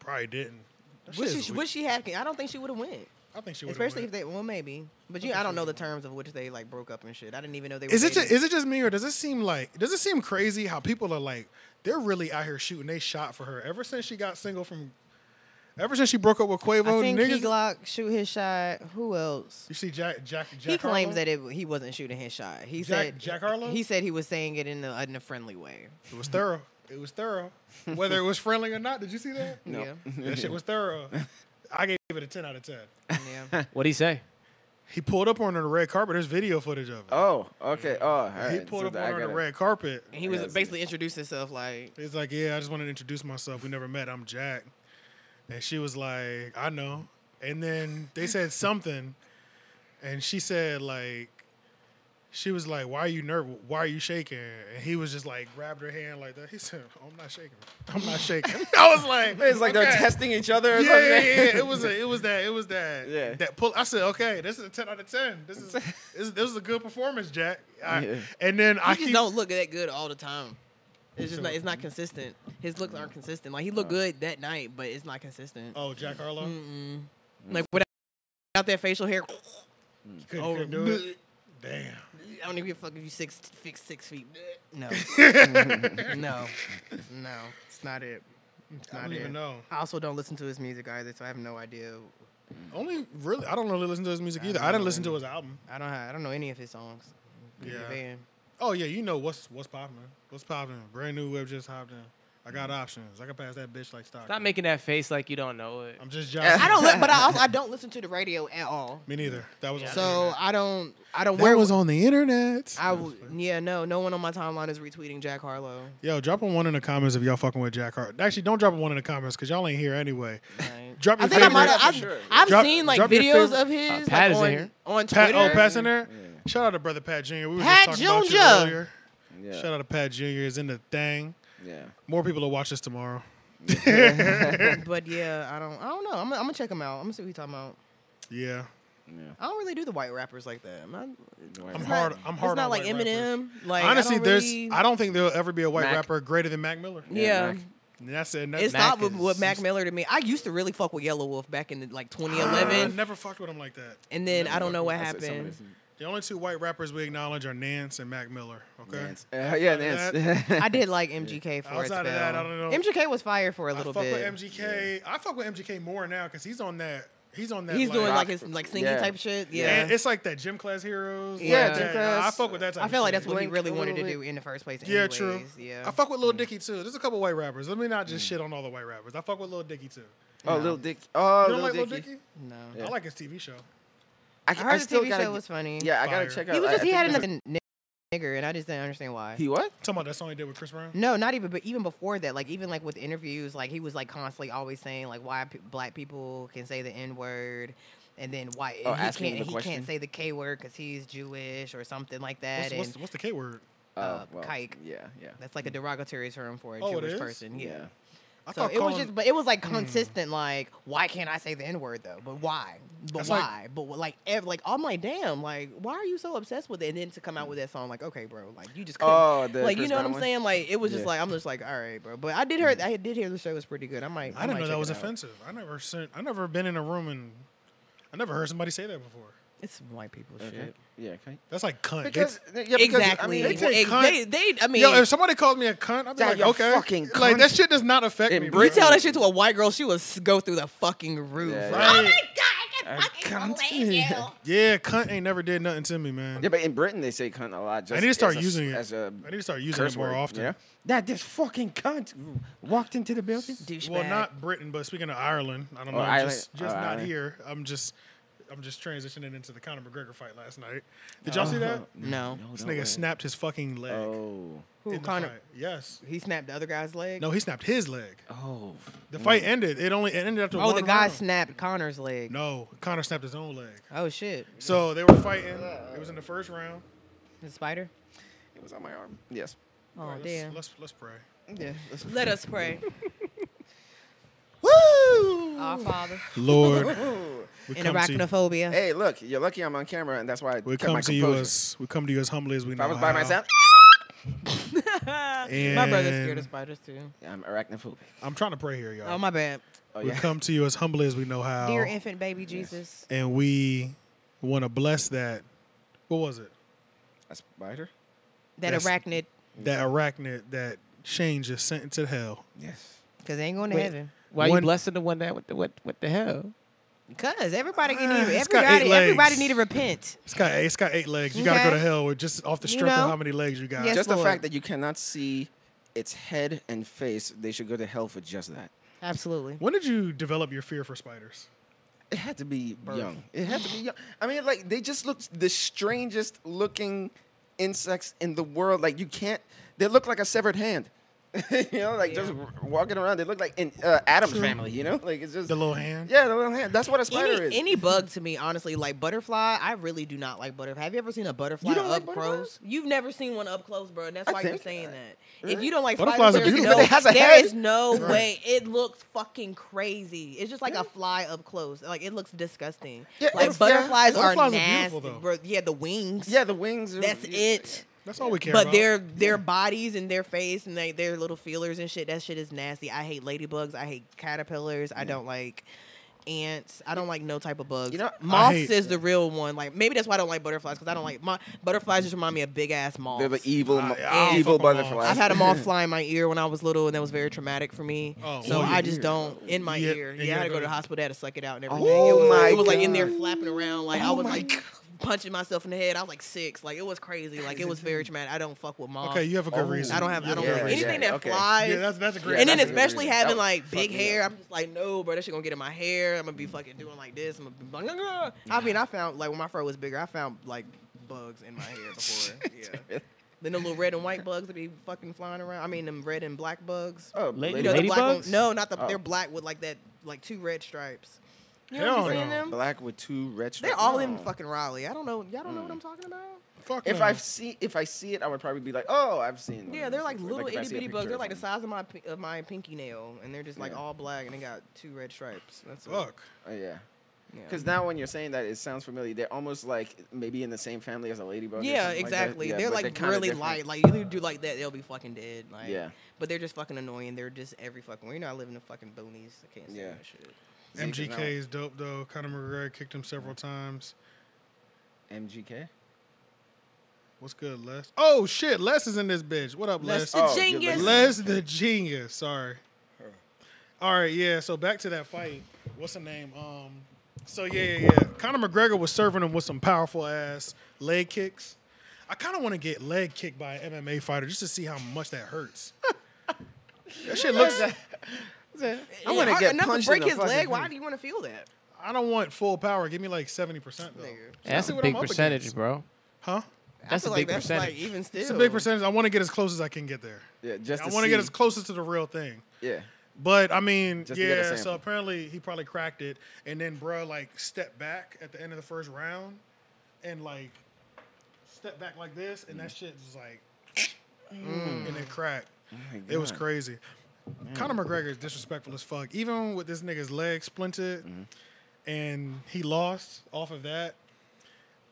Speaker 3: Probably didn't. That
Speaker 5: Would
Speaker 3: shit is
Speaker 5: she,
Speaker 3: weak.
Speaker 5: would she have? I don't think she would have went.
Speaker 3: I think she would.
Speaker 5: Especially if they, well, maybe. But you, I don't know the terms of which they like broke up and shit. I didn't even know they. Were
Speaker 3: is it just,
Speaker 5: dating.
Speaker 3: is it just me or does it seem like does it seem crazy how people are like they're really out here shooting they shot for her ever since she got single from ever since she broke up with Quavo
Speaker 5: I think Key
Speaker 3: niggas
Speaker 5: Glock shoot his shot. Who else?
Speaker 3: you see Jack Jack Jack
Speaker 5: he claims
Speaker 3: Harlow?
Speaker 5: that it, he wasn't shooting his shot. He
Speaker 3: Jack-
Speaker 5: said
Speaker 3: Jack Harlow?
Speaker 5: He said he was saying it in a, in a friendly way.
Speaker 3: it was thorough it was thorough whether it was friendly or not did you see that
Speaker 5: No.
Speaker 3: that shit was thorough I gave it a ten out of ten
Speaker 5: Yeah. yeah.
Speaker 4: What'd he say?
Speaker 3: he pulled up on her on the red carpet there's video footage of it
Speaker 2: Oh, okay. Oh, all right.
Speaker 3: he pulled
Speaker 2: so
Speaker 3: up
Speaker 2: I
Speaker 3: on her on
Speaker 2: gotta-
Speaker 3: the red carpet
Speaker 5: And he was
Speaker 2: Yeah, I see.
Speaker 5: basically introduced himself like,
Speaker 3: He's like, yeah, I just want to introduce myself. We never met. I'm Jack. And she was like, I know. And then they said something, and she said like, She was like, "Why are you nervous? Why are you shaking?" And he was just like, grabbed her hand like that. He said, oh, "I'm not shaking. I'm not shaking." I was like,
Speaker 2: It's like they're
Speaker 3: "Okay."
Speaker 2: testing each other or
Speaker 3: Yeah, yeah,
Speaker 2: something.
Speaker 3: yeah. It was a, it was that it was that
Speaker 2: Yeah.
Speaker 3: that pull. I said, okay, this is a ten out of ten. This is this, this is a good performance, Jack. I,
Speaker 2: Yeah.
Speaker 3: And then I
Speaker 5: He just
Speaker 3: keep
Speaker 5: don't look that good all the time. It's just not, it's not consistent. His looks aren't consistent. Like he looked good that night, but it's not consistent.
Speaker 3: oh Jack Harlow
Speaker 2: Mm-hmm.
Speaker 5: Mm-mm. Like
Speaker 3: mm.
Speaker 5: without, without that facial hair,
Speaker 3: couldn't,
Speaker 5: over.
Speaker 3: couldn't do it. Damn.
Speaker 5: I don't even give a fuck if you six fix six feet. No, no, no. It's not it. It's
Speaker 3: I
Speaker 5: not
Speaker 3: don't
Speaker 5: it.
Speaker 3: even know.
Speaker 5: I also don't listen to his music either, so I have no idea.
Speaker 3: Only really, I don't really listen to his music either. I didn't listen to his album.
Speaker 5: I don't. Have, I don't know any of his songs.
Speaker 3: Yeah.
Speaker 5: Man.
Speaker 3: Oh yeah, you know what's what's popping? What's popping? Brand new web just hopped in. I got
Speaker 5: Mm.
Speaker 3: options. I can pass that bitch like stock.
Speaker 4: Stop making that face like you don't know it.
Speaker 3: I'm just joking.
Speaker 5: I don't. Li- but I also I don't listen to the radio at all.
Speaker 3: Me neither. That was on the
Speaker 5: So
Speaker 3: internet.
Speaker 5: I don't. I don't.
Speaker 3: that
Speaker 5: Where
Speaker 3: was on the internet.
Speaker 5: I w- yeah, no, no one on my timeline is retweeting Jack Harlow.
Speaker 3: Yo, drop a one in the comments if y'all fucking with Jack Hart. Actually, don't drop a one in the comments because y'all ain't here anyway.
Speaker 5: Right.
Speaker 3: Drop your
Speaker 5: I think I
Speaker 3: favorite.
Speaker 5: might have. I've,
Speaker 2: Sure.
Speaker 5: I've
Speaker 3: Drop-
Speaker 5: seen like
Speaker 3: drop your
Speaker 5: videos
Speaker 3: favorite- Uh,
Speaker 5: of his like,
Speaker 4: Pat is in
Speaker 5: on,
Speaker 4: here.
Speaker 5: on Twitter.
Speaker 3: Pat, oh, Pat's in there.
Speaker 2: Yeah.
Speaker 3: Shout out to brother Pat Jr. We were
Speaker 5: Pat
Speaker 3: just talking about
Speaker 5: Jr.
Speaker 3: you earlier.
Speaker 2: Yeah.
Speaker 3: Shout out to Pat Jr. is in the thing.
Speaker 2: Yeah.
Speaker 3: More people will watch this tomorrow.
Speaker 5: But yeah, I don't. I don't know. I'm, gonna- I'm gonna check him out. I'm gonna see what he's talking about.
Speaker 3: Yeah,
Speaker 2: Yeah.
Speaker 5: I don't really do the white rappers like that. I'm, not,
Speaker 3: I'm
Speaker 5: it's
Speaker 3: hard.
Speaker 5: Not,
Speaker 3: I'm hard.
Speaker 5: It's not
Speaker 3: on
Speaker 5: like
Speaker 3: white rappers.
Speaker 5: Eminem. Like
Speaker 3: Honestly,
Speaker 5: I don't
Speaker 3: there's.
Speaker 5: really-
Speaker 3: I don't think there'll ever be a white
Speaker 2: Mac.
Speaker 3: rapper greater than Mac Miller.
Speaker 5: yeah.
Speaker 2: Mac.
Speaker 3: And that's it. and that's-
Speaker 5: It's not
Speaker 4: Mac
Speaker 5: with,
Speaker 4: is-
Speaker 5: with Mac Miller to me. I used to really fuck with Yellow Wolf back in like
Speaker 3: I
Speaker 5: 2011,
Speaker 3: never fucked with him like that.
Speaker 5: and then I don't know what
Speaker 2: I said some of
Speaker 5: happened.
Speaker 2: this-
Speaker 3: The only two white rappers we acknowledge are Nance and Mac Miller. Okay.
Speaker 2: Nance. Uh, yeah,
Speaker 3: Outside of
Speaker 2: Nance.
Speaker 5: I did like MGK for a
Speaker 3: Outside
Speaker 5: spell.
Speaker 3: of that, I don't know.
Speaker 5: MGK was fired for a
Speaker 3: I
Speaker 5: little
Speaker 3: fuck
Speaker 5: bit.
Speaker 3: with MGK. I fuck with MGK more now because he's on that. He's on that.
Speaker 5: He's doing
Speaker 2: Rock-
Speaker 5: like his like singing
Speaker 2: yeah.
Speaker 5: type shit.
Speaker 3: Yeah,
Speaker 5: Yeah.
Speaker 3: it's like that gym class heroes. like
Speaker 5: Yeah,
Speaker 3: that.
Speaker 5: Gym
Speaker 3: I
Speaker 2: Class.
Speaker 3: fuck with that type.
Speaker 5: I
Speaker 3: of
Speaker 5: feel like
Speaker 3: shit.
Speaker 5: that's what he
Speaker 2: Blink
Speaker 5: really
Speaker 2: a
Speaker 5: wanted to
Speaker 2: little
Speaker 5: do in the first place.
Speaker 3: Yeah,
Speaker 5: Anyways.
Speaker 3: true.
Speaker 5: Yeah.
Speaker 3: I fuck with Lil Dicky too. There's a couple white rappers. Let me not
Speaker 5: Mm.
Speaker 3: just shit on all the white rappers. I fuck with Lil Dicky too.
Speaker 2: oh,
Speaker 5: No.
Speaker 2: Lil Dick. Oh,
Speaker 3: You don't
Speaker 2: Lil
Speaker 3: like Lil
Speaker 2: Dicky.
Speaker 3: Dicky?
Speaker 5: no.
Speaker 2: Yeah.
Speaker 3: I like his TV show.
Speaker 2: I,
Speaker 5: I heard
Speaker 2: I
Speaker 5: the
Speaker 2: still
Speaker 5: TV
Speaker 2: gotta,
Speaker 5: show was funny.
Speaker 2: Yeah, I
Speaker 3: Fire.
Speaker 2: gotta check out.
Speaker 5: He was
Speaker 2: I-
Speaker 5: just
Speaker 2: I
Speaker 5: he
Speaker 2: think
Speaker 5: had
Speaker 2: there's a-
Speaker 5: another n- nigger, and I just didn't understand why.
Speaker 2: He what?
Speaker 3: Talking about that song he did with Chris Brown.
Speaker 5: no, not even. But even before that, like even like with interviews, like he was like constantly always saying like why pe- black people can say the n word, and then why
Speaker 2: Oh,
Speaker 5: he
Speaker 2: asking
Speaker 5: can't
Speaker 2: the
Speaker 5: he
Speaker 2: question?
Speaker 5: can't say the k word because he's Jewish or something like that.
Speaker 3: What's,
Speaker 5: and
Speaker 3: what's, what's the K word?
Speaker 2: Oh,
Speaker 5: uh, kike.
Speaker 2: Yeah, yeah.
Speaker 5: that's like a derogatory term for a
Speaker 3: Oh, it
Speaker 5: Jewish
Speaker 3: is?
Speaker 5: person. yeah.
Speaker 3: I
Speaker 5: So
Speaker 3: thought
Speaker 5: it was
Speaker 3: calling- Hmm.
Speaker 5: just, but it was like consistent. Like, why can't I say the N word though? But why? But
Speaker 3: That's like-
Speaker 5: why? but what- like, ev- like I'm like, damn, like, why are you so obsessed with it? And then to come out with that song, like, okay, bro, like you just couldn't.
Speaker 2: Oh, the
Speaker 5: like you
Speaker 2: Chris
Speaker 5: know what
Speaker 2: Brown
Speaker 5: I'm
Speaker 2: one?
Speaker 5: saying? Like it was just
Speaker 2: Yeah.
Speaker 5: like I'm just like, all right, bro. But I did hear, I did hear the show was pretty good. I might.
Speaker 3: Hmm. I didn't
Speaker 5: might
Speaker 3: know that
Speaker 5: check
Speaker 3: was
Speaker 5: it out.
Speaker 3: offensive. I never seen, I never been in a room and I never heard somebody say that before.
Speaker 5: It's some white people
Speaker 2: Okay.
Speaker 5: shit.
Speaker 2: Yeah, okay.
Speaker 3: That's like cunt. They-
Speaker 2: Because yeah, because I
Speaker 5: exactly.
Speaker 2: mean,
Speaker 3: they
Speaker 2: it-
Speaker 3: take
Speaker 5: Ex-
Speaker 3: cunt-
Speaker 5: they, they, I mean,
Speaker 3: Yo, if somebody calls me a cunt, I'd be
Speaker 2: Yeah,
Speaker 3: like,
Speaker 2: you
Speaker 3: okay,
Speaker 2: fucking
Speaker 3: like
Speaker 2: cunt.
Speaker 3: that shit does not affect
Speaker 2: In
Speaker 3: me.
Speaker 5: you
Speaker 3: bro.
Speaker 2: Britain-
Speaker 5: tell that shit to a white girl, she would s- go through the fucking roof.
Speaker 2: Yeah,
Speaker 5: Like,
Speaker 2: yeah.
Speaker 5: "Oh my
Speaker 3: Right.
Speaker 2: I can't- yeah.
Speaker 3: Yeah, cunt ain't never did nothing to me, man.
Speaker 2: Yeah, but in Britain they say cunt a lot. Just
Speaker 3: need to start
Speaker 2: as a-
Speaker 3: using it.
Speaker 2: as a
Speaker 3: I need to start using
Speaker 2: curse
Speaker 3: it more
Speaker 2: word,
Speaker 3: often.
Speaker 2: Yeah. That this fucking cunt walked into the building.
Speaker 5: douchebag."
Speaker 3: Well, not Britain, but speaking of Ireland, I don't
Speaker 2: Oh,
Speaker 3: know,
Speaker 2: Ireland.
Speaker 3: just,
Speaker 2: Oh,
Speaker 3: just not
Speaker 2: Ireland.
Speaker 3: here. I'm just, I'm just transitioning into the Conor McGregor fight last night. Did y'all see that?
Speaker 5: No.
Speaker 3: This
Speaker 2: don't
Speaker 3: nigga
Speaker 2: worry.
Speaker 3: snapped his fucking leg.
Speaker 2: Oh.
Speaker 5: Who,
Speaker 3: in the
Speaker 5: Conor-
Speaker 3: fight. Yes.
Speaker 5: He snapped the other guy's leg.
Speaker 3: No, he snapped his leg.
Speaker 2: Oh.
Speaker 3: The fight ended. It only it ended after
Speaker 5: Oh,
Speaker 3: one
Speaker 5: the guy
Speaker 3: round.
Speaker 5: snapped Connor's leg.
Speaker 3: No, Conor snapped his own leg.
Speaker 5: Oh shit,
Speaker 3: So they were fighting. It was in the first round.
Speaker 5: the spider.
Speaker 2: It was on my arm. Yes.
Speaker 5: Oh
Speaker 3: Let's-
Speaker 5: damn.
Speaker 3: Let's let's pray.
Speaker 2: Yeah.
Speaker 5: Let us pray.
Speaker 2: Woo!
Speaker 5: Our Father.
Speaker 3: Lord, we
Speaker 5: In
Speaker 3: come to you.
Speaker 5: arachnophobia.
Speaker 2: Hey, look, you're lucky I'm on camera, and that's why I
Speaker 3: We
Speaker 2: kept my
Speaker 3: come to you
Speaker 2: composure.
Speaker 3: as we come to you as humbly as we
Speaker 2: if
Speaker 3: know
Speaker 2: I was by
Speaker 3: how.
Speaker 2: myself,
Speaker 5: my brother's scared
Speaker 3: And-
Speaker 5: of spiders too.
Speaker 2: I'm arachnophobic.
Speaker 3: I'm trying to pray here, y'all.
Speaker 5: Oh my bad.
Speaker 2: Oh
Speaker 3: we
Speaker 2: yeah.
Speaker 3: come to you as humbly as we know how.
Speaker 5: Dear infant baby Jesus.
Speaker 3: and we want to bless that. What was it?
Speaker 2: A spider?
Speaker 5: That
Speaker 3: That's-
Speaker 5: arachnid,
Speaker 3: That arachnid that Shane just sent into hell.
Speaker 2: Yes.
Speaker 5: because they ain't going to
Speaker 4: Wait.
Speaker 5: heaven.
Speaker 4: Why you
Speaker 3: One-
Speaker 4: blessing the one that what the what, what the hell?
Speaker 5: Because everybody can
Speaker 3: Ah,
Speaker 5: need,
Speaker 3: it's got eight
Speaker 5: everybody, everybody
Speaker 3: legs.
Speaker 5: need to repent.
Speaker 3: It's got it's got eight legs. You gotta go
Speaker 5: Okay.
Speaker 3: to hell with just off the
Speaker 5: You
Speaker 3: strip
Speaker 5: know?
Speaker 3: of how many legs you got.
Speaker 5: Yes.
Speaker 2: just the
Speaker 5: Lord.
Speaker 2: fact that you cannot see its head and face, they should go to hell for just that.
Speaker 5: Absolutely.
Speaker 3: When did you develop your fear for spiders?
Speaker 2: It had to be young. It had to be young. I mean, like they just looked the strangest looking insects in the world. Like you can't. They look like a severed hand. you know, like
Speaker 5: Yeah.
Speaker 2: just w- walking around. They look like in uh, Adam's family. You know, like it's just
Speaker 3: The little hand.
Speaker 2: yeah, the little hand. That's what a spider is.
Speaker 5: Any, any bug to me, honestly, like butterfly, I really do not like butterfly. Have you ever seen a butterfly
Speaker 2: You don't like
Speaker 5: up close? You've never seen one up close, bro, and that's
Speaker 2: I
Speaker 5: why you're
Speaker 2: think-
Speaker 5: saying that. If
Speaker 2: Really?
Speaker 5: you don't like
Speaker 3: Butterflies are
Speaker 5: spiders, there's
Speaker 2: beautiful.
Speaker 5: no-
Speaker 2: It has a
Speaker 5: there
Speaker 2: head.
Speaker 5: is no
Speaker 3: Right.
Speaker 5: way. It looks fucking crazy. It's just like a fly up close. Like it looks disgusting.
Speaker 2: Yeah,
Speaker 5: like
Speaker 2: it's-
Speaker 5: butterflies,
Speaker 3: yeah.
Speaker 5: are,
Speaker 3: Butterflies are
Speaker 5: nasty,
Speaker 3: beautiful, though.
Speaker 5: bro. Yeah, the wings.
Speaker 2: yeah, the wings. Are,
Speaker 5: that's
Speaker 2: yeah,
Speaker 5: it.
Speaker 3: That's all we care
Speaker 5: But
Speaker 3: about.
Speaker 5: their their bodies and their face and they, their little feelers and shit. That shit is nasty. I hate ladybugs. I hate caterpillars. I don't like ants. I don't like no type of bugs.
Speaker 2: You know, I
Speaker 5: moths
Speaker 3: hate-
Speaker 5: is the real one. Like maybe that's why I don't like butterflies because I don't like my butterflies. Just remind me of big ass moths.
Speaker 2: They're the evil, mo-
Speaker 3: I
Speaker 5: don't
Speaker 2: evil
Speaker 3: fuck with moths.
Speaker 2: butterflies.
Speaker 5: I've had a moth fly in my ear when I was little, and that was very traumatic for me.
Speaker 3: Oh,
Speaker 5: so
Speaker 3: well,
Speaker 5: I
Speaker 3: your
Speaker 5: just
Speaker 2: ear.
Speaker 5: don't in my
Speaker 3: Yeah,
Speaker 5: ear.
Speaker 3: and
Speaker 5: Yeah,
Speaker 3: you
Speaker 5: I had
Speaker 3: gotta
Speaker 5: to go
Speaker 3: go
Speaker 5: to the
Speaker 3: to-
Speaker 5: hospital. They had to suck it out and everything.
Speaker 2: Oh
Speaker 5: it was,
Speaker 2: my
Speaker 5: it was like in there
Speaker 2: God.
Speaker 5: flapping around. Like I
Speaker 2: Oh
Speaker 5: was
Speaker 2: my
Speaker 5: like
Speaker 2: God.
Speaker 5: punching myself in the head. I was like six. Like it was crazy. Like it was very traumatic. I don't fuck with moths.
Speaker 3: Okay, you have a good
Speaker 2: Oh.
Speaker 3: reason.
Speaker 5: I don't have.
Speaker 3: You
Speaker 5: I don't
Speaker 2: Yeah,
Speaker 5: have
Speaker 2: yeah,
Speaker 5: anything
Speaker 2: yeah,
Speaker 5: that
Speaker 2: okay.
Speaker 5: flies.
Speaker 3: Yeah, that's that's a great.
Speaker 5: and then
Speaker 2: that's a good
Speaker 5: especially
Speaker 2: reason.
Speaker 5: having
Speaker 2: That
Speaker 5: like
Speaker 2: would
Speaker 5: big
Speaker 2: fuck me
Speaker 5: hair,
Speaker 2: up.
Speaker 5: I'm just like, no, bro, that shit gonna get in my hair. I'm gonna be fucking doing like this. I'm gonna be like, "Ugh." I mean, I found like when my fur was bigger, I found like bugs in my hair before. Yeah. Then the little red and white bugs that be fucking flying around. I mean, them red and black bugs.
Speaker 2: Oh,
Speaker 4: Lady-
Speaker 5: You
Speaker 2: lady,
Speaker 5: know, the black one-
Speaker 4: ladybugs?
Speaker 5: No, not the.
Speaker 2: Oh.
Speaker 5: They're black with like that, like two red stripes. You
Speaker 3: Hell
Speaker 5: know what I'm saying?
Speaker 3: no.
Speaker 5: Them?
Speaker 2: black with two red stripes.
Speaker 5: They're all in
Speaker 2: No.
Speaker 5: fucking Raleigh. I don't know. Y'all don't know what I'm talking about?
Speaker 3: Fuck
Speaker 2: If
Speaker 3: no.
Speaker 2: I see if I see it, I would probably be like, oh, I've seen. one
Speaker 5: Yeah,
Speaker 2: of
Speaker 5: they're
Speaker 2: those
Speaker 5: like
Speaker 2: before.
Speaker 5: little
Speaker 2: if I
Speaker 5: itty
Speaker 2: see a
Speaker 5: bitty bugs.
Speaker 2: picture
Speaker 5: They're
Speaker 2: of
Speaker 5: like the
Speaker 2: one.
Speaker 5: size of my pi- of my pinky nail, and they're just like
Speaker 2: Yeah.
Speaker 5: all black, and they got two red stripes. That's it.
Speaker 3: fuck.
Speaker 2: Oh, yeah.
Speaker 5: Yeah.
Speaker 2: Because now when you're saying that, it sounds familiar. They're almost like maybe in the same family as a ladybug. or
Speaker 5: Yeah,
Speaker 2: something like that.
Speaker 5: exactly.
Speaker 2: Yeah,
Speaker 5: they're
Speaker 2: but
Speaker 5: like
Speaker 2: kinda
Speaker 5: really
Speaker 2: different.
Speaker 5: light. Like you do like that, they'll be fucking dead. Like,
Speaker 2: Yeah.
Speaker 5: But they're just fucking annoying. They're just every fucking. Where you know I live in the fucking boonies. I can't stand
Speaker 2: Yeah.
Speaker 5: that shit.
Speaker 2: See, 'cause
Speaker 3: MGK is dope though. Conor McGregor kicked him several times.
Speaker 2: now- MGK.
Speaker 3: What's good, Les? Oh shit, Les is in this bitch. What up, Les?
Speaker 5: That's
Speaker 2: Oh,
Speaker 5: the
Speaker 2: good
Speaker 5: genius.
Speaker 2: lord.
Speaker 3: Les the genius. Sorry. All right, yeah. So back to that fight. What's the name? Um. So yeah, yeah, yeah. Conor McGregor was serving him with some powerful ass leg kicks. I kind of want to get leg kicked by an MMA fighter just to see how much that hurts. that shit looks.
Speaker 2: I want to
Speaker 5: Hard
Speaker 2: get
Speaker 5: enough
Speaker 2: punched
Speaker 5: to break
Speaker 2: in the
Speaker 5: his leg.
Speaker 2: fucking-
Speaker 5: Why do you want to feel that?
Speaker 3: I don't want full power. Give me like seventy percent
Speaker 2: Oh.
Speaker 3: though.
Speaker 5: Nigga.
Speaker 4: that's
Speaker 3: see
Speaker 4: a
Speaker 3: what
Speaker 4: big
Speaker 3: I'm up
Speaker 4: percentage,
Speaker 3: against.
Speaker 4: bro.
Speaker 3: Huh?
Speaker 5: I
Speaker 4: That's
Speaker 5: feel
Speaker 4: a
Speaker 5: like
Speaker 4: big
Speaker 5: that's
Speaker 4: percentage.
Speaker 5: like even still.
Speaker 3: It's a big percentage. I want to get as close as I can get there.
Speaker 2: Yeah, just
Speaker 3: I
Speaker 2: to
Speaker 3: want to get
Speaker 2: see.
Speaker 3: as closest to the real thing.
Speaker 2: Yeah.
Speaker 3: But I mean,
Speaker 2: Just to get a
Speaker 3: yeah. So
Speaker 2: sample.
Speaker 3: apparently he probably cracked it, and then bruh like stepped back at the end of the first round, and like stepped back like this, and that shit was like, and it cracked. It was
Speaker 2: God.
Speaker 3: crazy. Conor McGregor is disrespectful as fuck. Even with this nigga's leg splinted,
Speaker 2: Mm-hmm.
Speaker 3: and he lost off of that.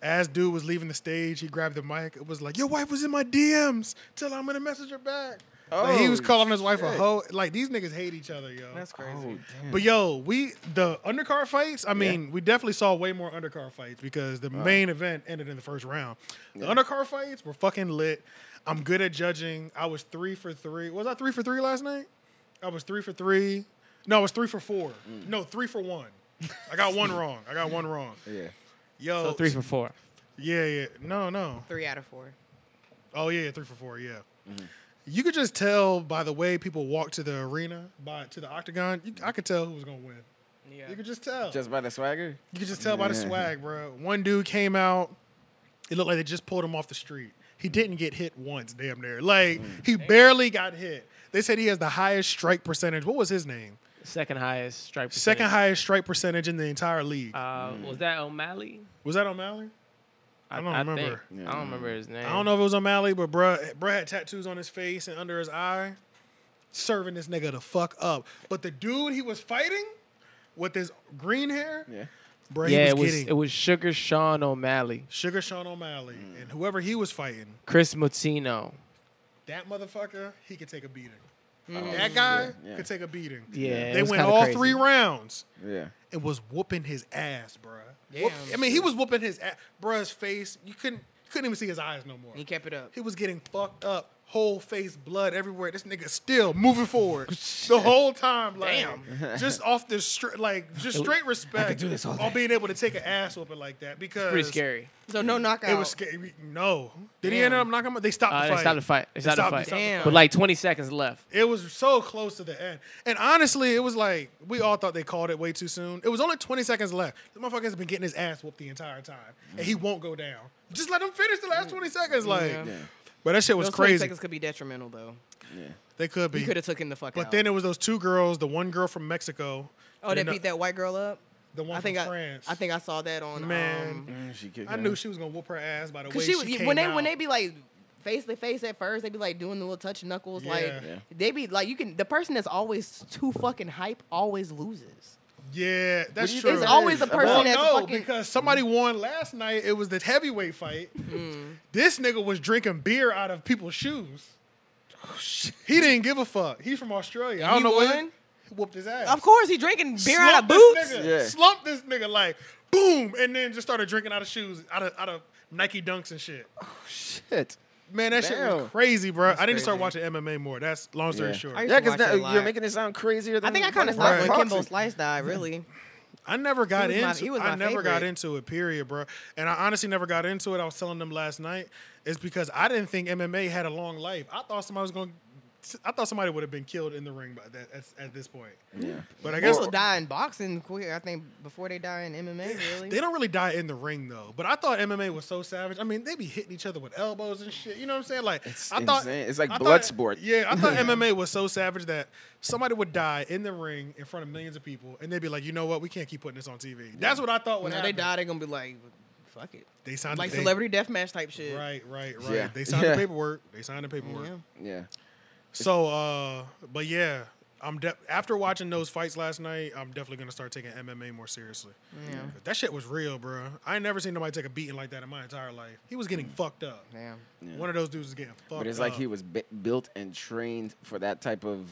Speaker 3: As dude was leaving the stage, he grabbed the mic. It was like, "Your wife was in my DMs. Tell her I'm gonna message her back." Like, he was
Speaker 2: Oh,
Speaker 3: calling his wife a
Speaker 2: shit.
Speaker 3: hoe. Like these niggas hate each other, yo.
Speaker 5: That's crazy.
Speaker 2: Oh,
Speaker 4: Mm.
Speaker 2: damn.
Speaker 3: But yo, we the undercard fights. I mean, we definitely saw way more undercard fights because the main event ended in the first round. The undercard fights were fucking lit. I'm good at judging. I was three for three. Was I three for three last night? I was three for three. No, I was three for four.
Speaker 4: Mm.
Speaker 3: No, three for one. I got one wrong. I got one wrong.
Speaker 2: yeah.
Speaker 3: Yo,
Speaker 4: So three for four.
Speaker 3: Yeah, yeah. No, no.
Speaker 5: Three out of four.
Speaker 3: Oh yeah, yeah, three for four. Yeah.
Speaker 4: Mm-hmm.
Speaker 3: You could just tell by the way people walked to the arena, by to the octagon. You, I could tell who was gonna win.
Speaker 5: Yeah.
Speaker 3: You could just tell.
Speaker 2: Just by the swagger.
Speaker 3: You could just tell by the
Speaker 2: Yeah.
Speaker 3: swag, bro. One dude came out. It looked like they just pulled him off the street. He didn't get hit once, damn near. Like he barely got hit. They said he has the highest strike percentage. What was his name?
Speaker 4: Second highest strike. Percentage.
Speaker 3: Second Mm. highest strike percentage in the entire league.
Speaker 4: Uh, Was that O'Malley?
Speaker 3: was that O'Malley? I don't remember.
Speaker 4: think.
Speaker 2: Yeah.
Speaker 4: I don't remember his name.
Speaker 3: I don't know if it was O'Malley, but bro, bro had tattoos on his face and under his eye, serving this nigga the fuck up. But the dude he was fighting with his green hair,
Speaker 2: Yeah.
Speaker 3: bro,
Speaker 4: Yeah,
Speaker 3: he
Speaker 4: it
Speaker 3: was,
Speaker 4: was
Speaker 3: getting
Speaker 4: it was Sugar Sean O'Malley,
Speaker 3: Sugar Sean O'Malley
Speaker 2: Mm.
Speaker 3: and whoever he was fighting.
Speaker 4: Chris Mutino.
Speaker 3: that motherfucker, he could take a beating.
Speaker 5: Oh,
Speaker 3: That guy
Speaker 2: yeah, yeah.
Speaker 3: could take a beating.
Speaker 4: Yeah, it
Speaker 3: they
Speaker 4: was
Speaker 3: went
Speaker 4: kinda
Speaker 3: all
Speaker 4: crazy.
Speaker 3: three rounds
Speaker 2: Yeah.
Speaker 3: and was whooping his ass, bruh.
Speaker 5: Damn.
Speaker 3: Whoop- I mean, he was whooping his ass, bruh's face. You couldn't, you couldn't even see his eyes no more.
Speaker 5: He kept it up.
Speaker 3: He was getting fucked up, whole face, blood everywhere. This nigga still moving forward the whole time. Like,
Speaker 5: Damn.
Speaker 3: just off this straight, like just straight respect
Speaker 2: do this all
Speaker 3: on
Speaker 2: day.
Speaker 3: being able to take an ass whooping like that because
Speaker 4: Pretty scary.
Speaker 5: So no knockout.
Speaker 3: It was scary. No, did he
Speaker 5: Damn.
Speaker 3: end up knocking? him out? They stopped
Speaker 4: Uh,
Speaker 3: the
Speaker 4: they
Speaker 3: fight.
Speaker 4: stopped the fight. They stopped the
Speaker 3: stopped- they
Speaker 4: fight.
Speaker 3: stopped
Speaker 5: the Damn. fight.
Speaker 4: With like 20 seconds left.
Speaker 3: It was so close to the end. And honestly, it was like we all thought they called it way too soon. It was only 20 seconds left. The motherfucker has been getting his ass whooped the entire time. And he won't go down. Just let him finish the last 20 seconds. Like,
Speaker 5: Yeah.
Speaker 3: but that shit was
Speaker 5: Those 20
Speaker 3: crazy.
Speaker 5: seconds could be detrimental though.
Speaker 3: They could be.
Speaker 5: You could have took him the fuck
Speaker 3: But
Speaker 5: out.
Speaker 3: then it uh, was those two girls, the one girl from Mexico.
Speaker 5: oh, they
Speaker 3: and the-
Speaker 5: beat that white girl up.
Speaker 3: The one
Speaker 5: I think
Speaker 3: from
Speaker 5: I,
Speaker 3: France.
Speaker 5: I think I saw that on
Speaker 3: Man.
Speaker 5: um,
Speaker 2: Mm, she kicked
Speaker 3: I
Speaker 2: her
Speaker 3: knew
Speaker 2: ass.
Speaker 3: she was gonna whoop her ass by the way
Speaker 5: Cause
Speaker 3: she,
Speaker 5: she was
Speaker 3: came
Speaker 5: when they
Speaker 3: out.
Speaker 5: when they be like face to face at first, they be like doing the little touch knuckles. Like
Speaker 3: Yeah.
Speaker 2: Yeah.
Speaker 5: they be like you can the person that's always too fucking hype always loses.
Speaker 3: yeah, that's
Speaker 2: do you
Speaker 3: true.
Speaker 2: think
Speaker 5: It's
Speaker 2: Sure.
Speaker 5: always the
Speaker 2: Well,
Speaker 5: person
Speaker 3: well,
Speaker 5: that's
Speaker 3: no,
Speaker 5: fucking.
Speaker 3: because somebody won last night. It was the heavyweight fight.
Speaker 5: Mm.
Speaker 3: This nigga was drinking beer out of people's shoes. He didn't give a fuck. He's from Australia. I don't
Speaker 5: Oh, he
Speaker 3: know what.
Speaker 5: won?
Speaker 3: He whooped his ass.
Speaker 5: of course, he drinking beer out
Speaker 3: Slumped
Speaker 5: of
Speaker 3: this
Speaker 5: boots.
Speaker 3: Nigga,
Speaker 2: Yeah.
Speaker 3: Slumped this nigga like boom, and then just started drinking out of shoes, out of out of Nike dunks and shit.
Speaker 2: Shit.
Speaker 3: Man, that shit
Speaker 2: Damn.
Speaker 3: was crazy, bro. I need to start
Speaker 5: crazy.
Speaker 3: watching MMA more. That's long story
Speaker 2: Yeah,
Speaker 3: short.
Speaker 5: I-
Speaker 3: I,
Speaker 5: used
Speaker 2: yeah,
Speaker 5: to watch it a
Speaker 2: because
Speaker 5: lot.
Speaker 2: you're making it sound crazier than
Speaker 5: I think I kind of
Speaker 2: fucking
Speaker 5: stopped when
Speaker 2: boxing.
Speaker 5: Kimbo Slice died. Really,
Speaker 3: never got
Speaker 5: was
Speaker 3: into.
Speaker 5: my- he was
Speaker 3: I
Speaker 5: my
Speaker 3: never got
Speaker 5: favorite.
Speaker 3: into it. Period, bro. And I honestly never got into it. I was telling them last night. It's because I didn't think MMA had a long life. I thought somebody was going. to I thought somebody would have been killed in the ring by that at, at this point.
Speaker 2: Yeah.
Speaker 3: But I guess
Speaker 5: people die in boxing quicker. I think before they die in MMA. Really,
Speaker 3: They don't really die in the ring though. But I thought MMA was so savage. I mean, they be hitting each other with elbows and shit. You know what I'm saying? Like
Speaker 2: It's
Speaker 3: I thought
Speaker 2: insane. It's like
Speaker 3: I
Speaker 2: blood
Speaker 3: thought-
Speaker 2: sport.
Speaker 3: Yeah, I thought MMA was so savage that somebody would die in the ring in front of millions of people, and they'd be like, you know what? We can't keep putting this on TV. That's what I thought
Speaker 5: when
Speaker 3: would
Speaker 5: they
Speaker 3: happen.
Speaker 5: die, they gonna be like, fuck it,
Speaker 3: They signed
Speaker 5: like
Speaker 3: they,
Speaker 5: celebrity death match type shit.
Speaker 3: Right, right, right.
Speaker 2: Yeah.
Speaker 3: They signed
Speaker 2: Yeah.
Speaker 3: the paperwork. They signed the paperwork.
Speaker 5: Yeah.
Speaker 2: Yeah.
Speaker 3: So, uh, but yeah, I'm de- after watching those fights last night, I'm definitely gonna start taking MMA more seriously. Yeah, that shit was real, bro. I ain't never seen nobody take a beating like that in my entire life. He was getting fucked up.
Speaker 5: Damn.
Speaker 2: Yeah.
Speaker 3: One of those dudes is getting fucked.
Speaker 2: But it's like
Speaker 3: up.
Speaker 2: he was b- built and trained for that type of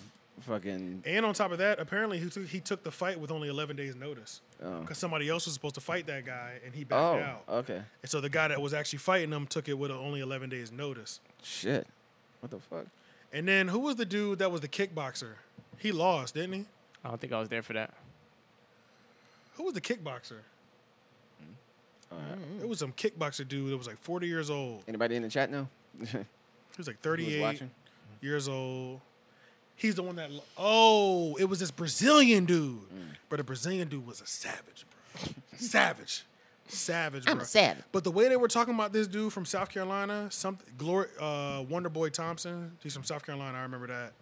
Speaker 2: fucking.
Speaker 3: And on top of that, apparently he took, he took the fight with only 11 days notice
Speaker 2: Oh.
Speaker 3: because somebody else was supposed to fight that guy and he backed
Speaker 2: Oh,
Speaker 3: out.
Speaker 2: okay.
Speaker 3: And so the guy that was actually fighting him took it with only 11 days notice.
Speaker 2: Shit. What the fuck?
Speaker 3: And then who was the dude that was the kickboxer? He lost, didn't he?
Speaker 4: I don't think I was there for that.
Speaker 3: Who was the kickboxer? It was some kickboxer dude that was like 40 years old. He
Speaker 2: Anybody in the chat know?
Speaker 3: was like
Speaker 2: Who's
Speaker 3: 38
Speaker 2: watching?
Speaker 3: years old. He's the one that. lo- Oh, it was this Brazilian dude. But the Brazilian dude was a savage, bro. savage. Savage, bro.
Speaker 5: I'm a savage.
Speaker 3: But the way they were talking about this dude from South Carolina, something Glory uh Wonder Boy Thompson, he's from South Carolina, I remember that.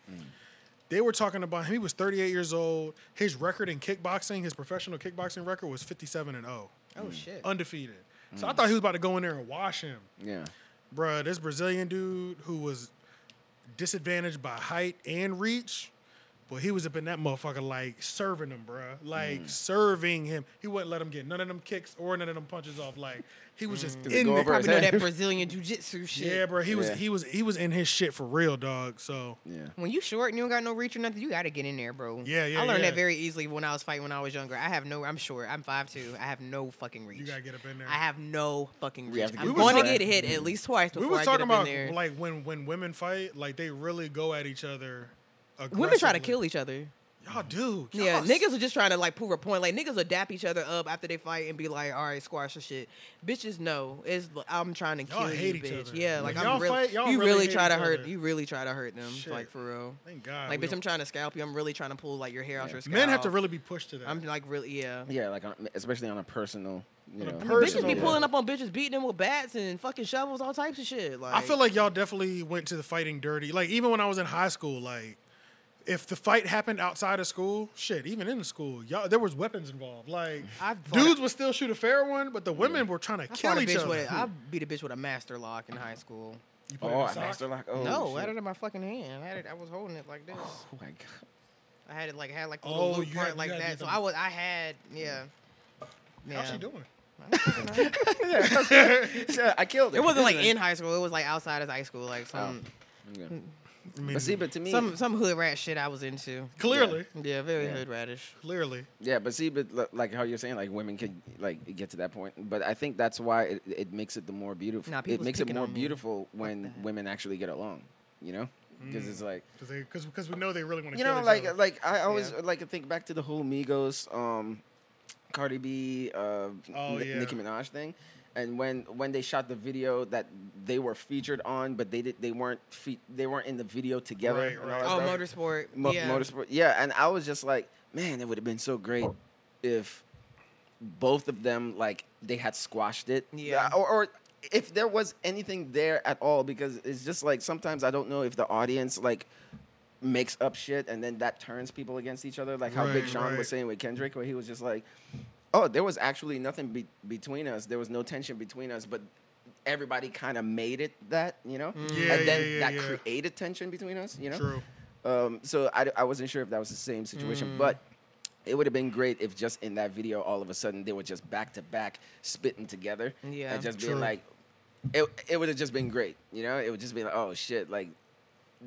Speaker 3: They were talking about him. He was 38 years old. His record in kickboxing, his professional kickboxing record was 57 and 0,
Speaker 5: Oh shit.
Speaker 3: undefeated. So I thought he was about to go in there and wash him.
Speaker 2: Yeah.
Speaker 3: Bruh, this Brazilian dude who was disadvantaged by height and reach, but he was up in that motherfucker like serving him, bruh. Like
Speaker 2: Mm.
Speaker 3: serving him. He wouldn't let him get none of them kicks or none of them punches off. Like he was just
Speaker 2: it
Speaker 3: in
Speaker 2: Mm. go
Speaker 3: there.
Speaker 2: over
Speaker 5: Probably know
Speaker 2: Exactly.
Speaker 5: that Brazilian jiu-jitsu shit.
Speaker 3: Yeah, bruh. He was
Speaker 2: Yeah.
Speaker 3: he was he was in his shit for real, dog. So
Speaker 2: Yeah.
Speaker 5: When you short and you don't got no reach or nothing, you got to get in there, bro.
Speaker 3: Yeah, yeah,
Speaker 5: I learned
Speaker 3: yeah.
Speaker 5: that very easily when I was fighting when I was younger. I have no. I'm short. I'm five two. I have no fucking reach.
Speaker 3: you gotta get up in there.
Speaker 5: I have no fucking reach.
Speaker 2: have to get
Speaker 5: I'm
Speaker 3: up
Speaker 5: going to
Speaker 3: in there.
Speaker 5: get hit at least twice
Speaker 3: we
Speaker 5: before
Speaker 3: was
Speaker 5: I
Speaker 3: talking
Speaker 5: get up
Speaker 3: about
Speaker 5: in there.
Speaker 3: like when when women fight, like they really go at each other.
Speaker 5: Women try to
Speaker 3: aggressively.
Speaker 5: kill each other.
Speaker 3: Y'all do.
Speaker 5: Yeah,
Speaker 3: Y'all
Speaker 5: niggas are just trying to like prove a point. Like niggas will dap each other up after they fight and be like, "All right, squash the shit." Bitches, no, it's I'm trying to
Speaker 3: Y'all
Speaker 5: kill
Speaker 3: hate
Speaker 5: you,
Speaker 3: each
Speaker 5: bitch.
Speaker 3: other.
Speaker 5: Yeah,
Speaker 3: Like,
Speaker 5: like
Speaker 3: y'all
Speaker 5: I'm really,
Speaker 3: fight, y'all
Speaker 5: you
Speaker 3: really
Speaker 5: really
Speaker 3: hate
Speaker 5: try to
Speaker 3: each
Speaker 5: hurt,
Speaker 3: other.
Speaker 5: you really try to hurt them,
Speaker 3: Shit.
Speaker 5: like for real.
Speaker 3: Thank God.
Speaker 5: Like,
Speaker 3: we
Speaker 5: bitch,
Speaker 3: don't-
Speaker 5: I'm trying to scalp you. I'm really trying to pull like your hair out your scalp.
Speaker 3: Men have to really be pushed to that.
Speaker 5: I'm like really, yeah.
Speaker 2: Yeah, like on, especially on a personal, you
Speaker 3: On a
Speaker 2: know.
Speaker 3: personal
Speaker 5: Bitches be
Speaker 3: Yeah.
Speaker 5: pulling up on bitches, beating them with bats and fucking shovels, all types of shit. Like
Speaker 3: I feel like y'all definitely went to the fighting dirty. Like even when I was in high school, like if the fight happened outside of school, shit, even in the school, y'all there was weapons involved. Like
Speaker 5: I fought
Speaker 3: dudes
Speaker 5: a-
Speaker 3: would still shoot a fair one, but the women were trying to
Speaker 5: I
Speaker 3: kill
Speaker 5: fought a
Speaker 3: each
Speaker 5: bitch
Speaker 3: other.
Speaker 5: with a, I beat a bitch with a master lock in high school.
Speaker 3: You put it in
Speaker 2: Oh,
Speaker 3: the
Speaker 2: I
Speaker 3: sock?
Speaker 2: master lock. Oh,
Speaker 5: no, I
Speaker 2: shit.
Speaker 5: had it in my fucking hand. I had it. I was holding it like this.
Speaker 2: Oh my god.
Speaker 5: I had it like had like the
Speaker 3: Oh,
Speaker 5: little loop
Speaker 3: you
Speaker 5: part
Speaker 3: had- you
Speaker 5: like
Speaker 3: had
Speaker 5: that. So
Speaker 3: the-
Speaker 5: I was I had yeah.
Speaker 3: How's
Speaker 5: Yeah.
Speaker 3: she doing?
Speaker 2: Yeah, I killed it.
Speaker 5: It wasn't like in high school. It was like outside of high school, like
Speaker 2: Oh.
Speaker 5: some
Speaker 2: Yeah.
Speaker 3: I mean,
Speaker 2: But see, but to me,
Speaker 5: some some hood rat shit I was into.
Speaker 3: clearly,
Speaker 5: Yeah, very
Speaker 2: Yeah.
Speaker 5: hood radish.
Speaker 3: clearly,
Speaker 2: yeah, but see, but li- like how you're saying, like women can like get to that point. But I think that's why it, it makes it the more beautiful.
Speaker 5: Nah,
Speaker 2: it
Speaker 5: people's
Speaker 2: makes it
Speaker 5: picking
Speaker 2: more
Speaker 5: on me.
Speaker 2: beautiful when
Speaker 5: that.
Speaker 2: women actually get along. You know,
Speaker 3: Mm.
Speaker 2: because it's like
Speaker 3: because because we know they really want to.
Speaker 2: you
Speaker 3: kill
Speaker 2: know,
Speaker 3: each
Speaker 2: like
Speaker 3: other.
Speaker 2: like I always
Speaker 5: Yeah.
Speaker 2: like to think back to the whole Migos, um, Cardi B, uh,
Speaker 3: Oh,
Speaker 2: Ni-
Speaker 3: yeah.
Speaker 2: Nicki Minaj thing, and when when they shot the video that they were featured on, but they did they weren't fe- they weren't in the video together.
Speaker 3: Right,
Speaker 2: and all
Speaker 3: right.
Speaker 2: that
Speaker 5: Oh,
Speaker 2: stuff.
Speaker 5: motorsport.
Speaker 2: Mo-
Speaker 5: yeah.
Speaker 2: motorsport. Yeah, and I was just like, man, it would have been so great if both of them like they had squashed it.
Speaker 5: Yeah.
Speaker 2: Or, or if there was anything there at all, because it's just like sometimes I don't know if the audience like makes up shit and then that turns people against each other, like how Big
Speaker 3: Right,
Speaker 2: Sean
Speaker 3: right.
Speaker 2: was saying with Kendrick, where he was just like, "Oh, there was actually nothing be- between us. There was no tension between us, but." Everybody kind of made it that, you know,
Speaker 3: Mm. Yeah,
Speaker 2: and then
Speaker 3: yeah, yeah,
Speaker 2: that
Speaker 3: yeah.
Speaker 2: created tension between us, you know.
Speaker 3: True.
Speaker 2: Um, so I, I wasn't sure if that was the same
Speaker 5: Mm.
Speaker 2: situation, but it would have been great if just in that video, all of a sudden they were just back to back spitting together,
Speaker 5: Yeah.
Speaker 2: and just being
Speaker 3: True.
Speaker 2: like, it it would have just been great, you know? It would just be like, oh shit, like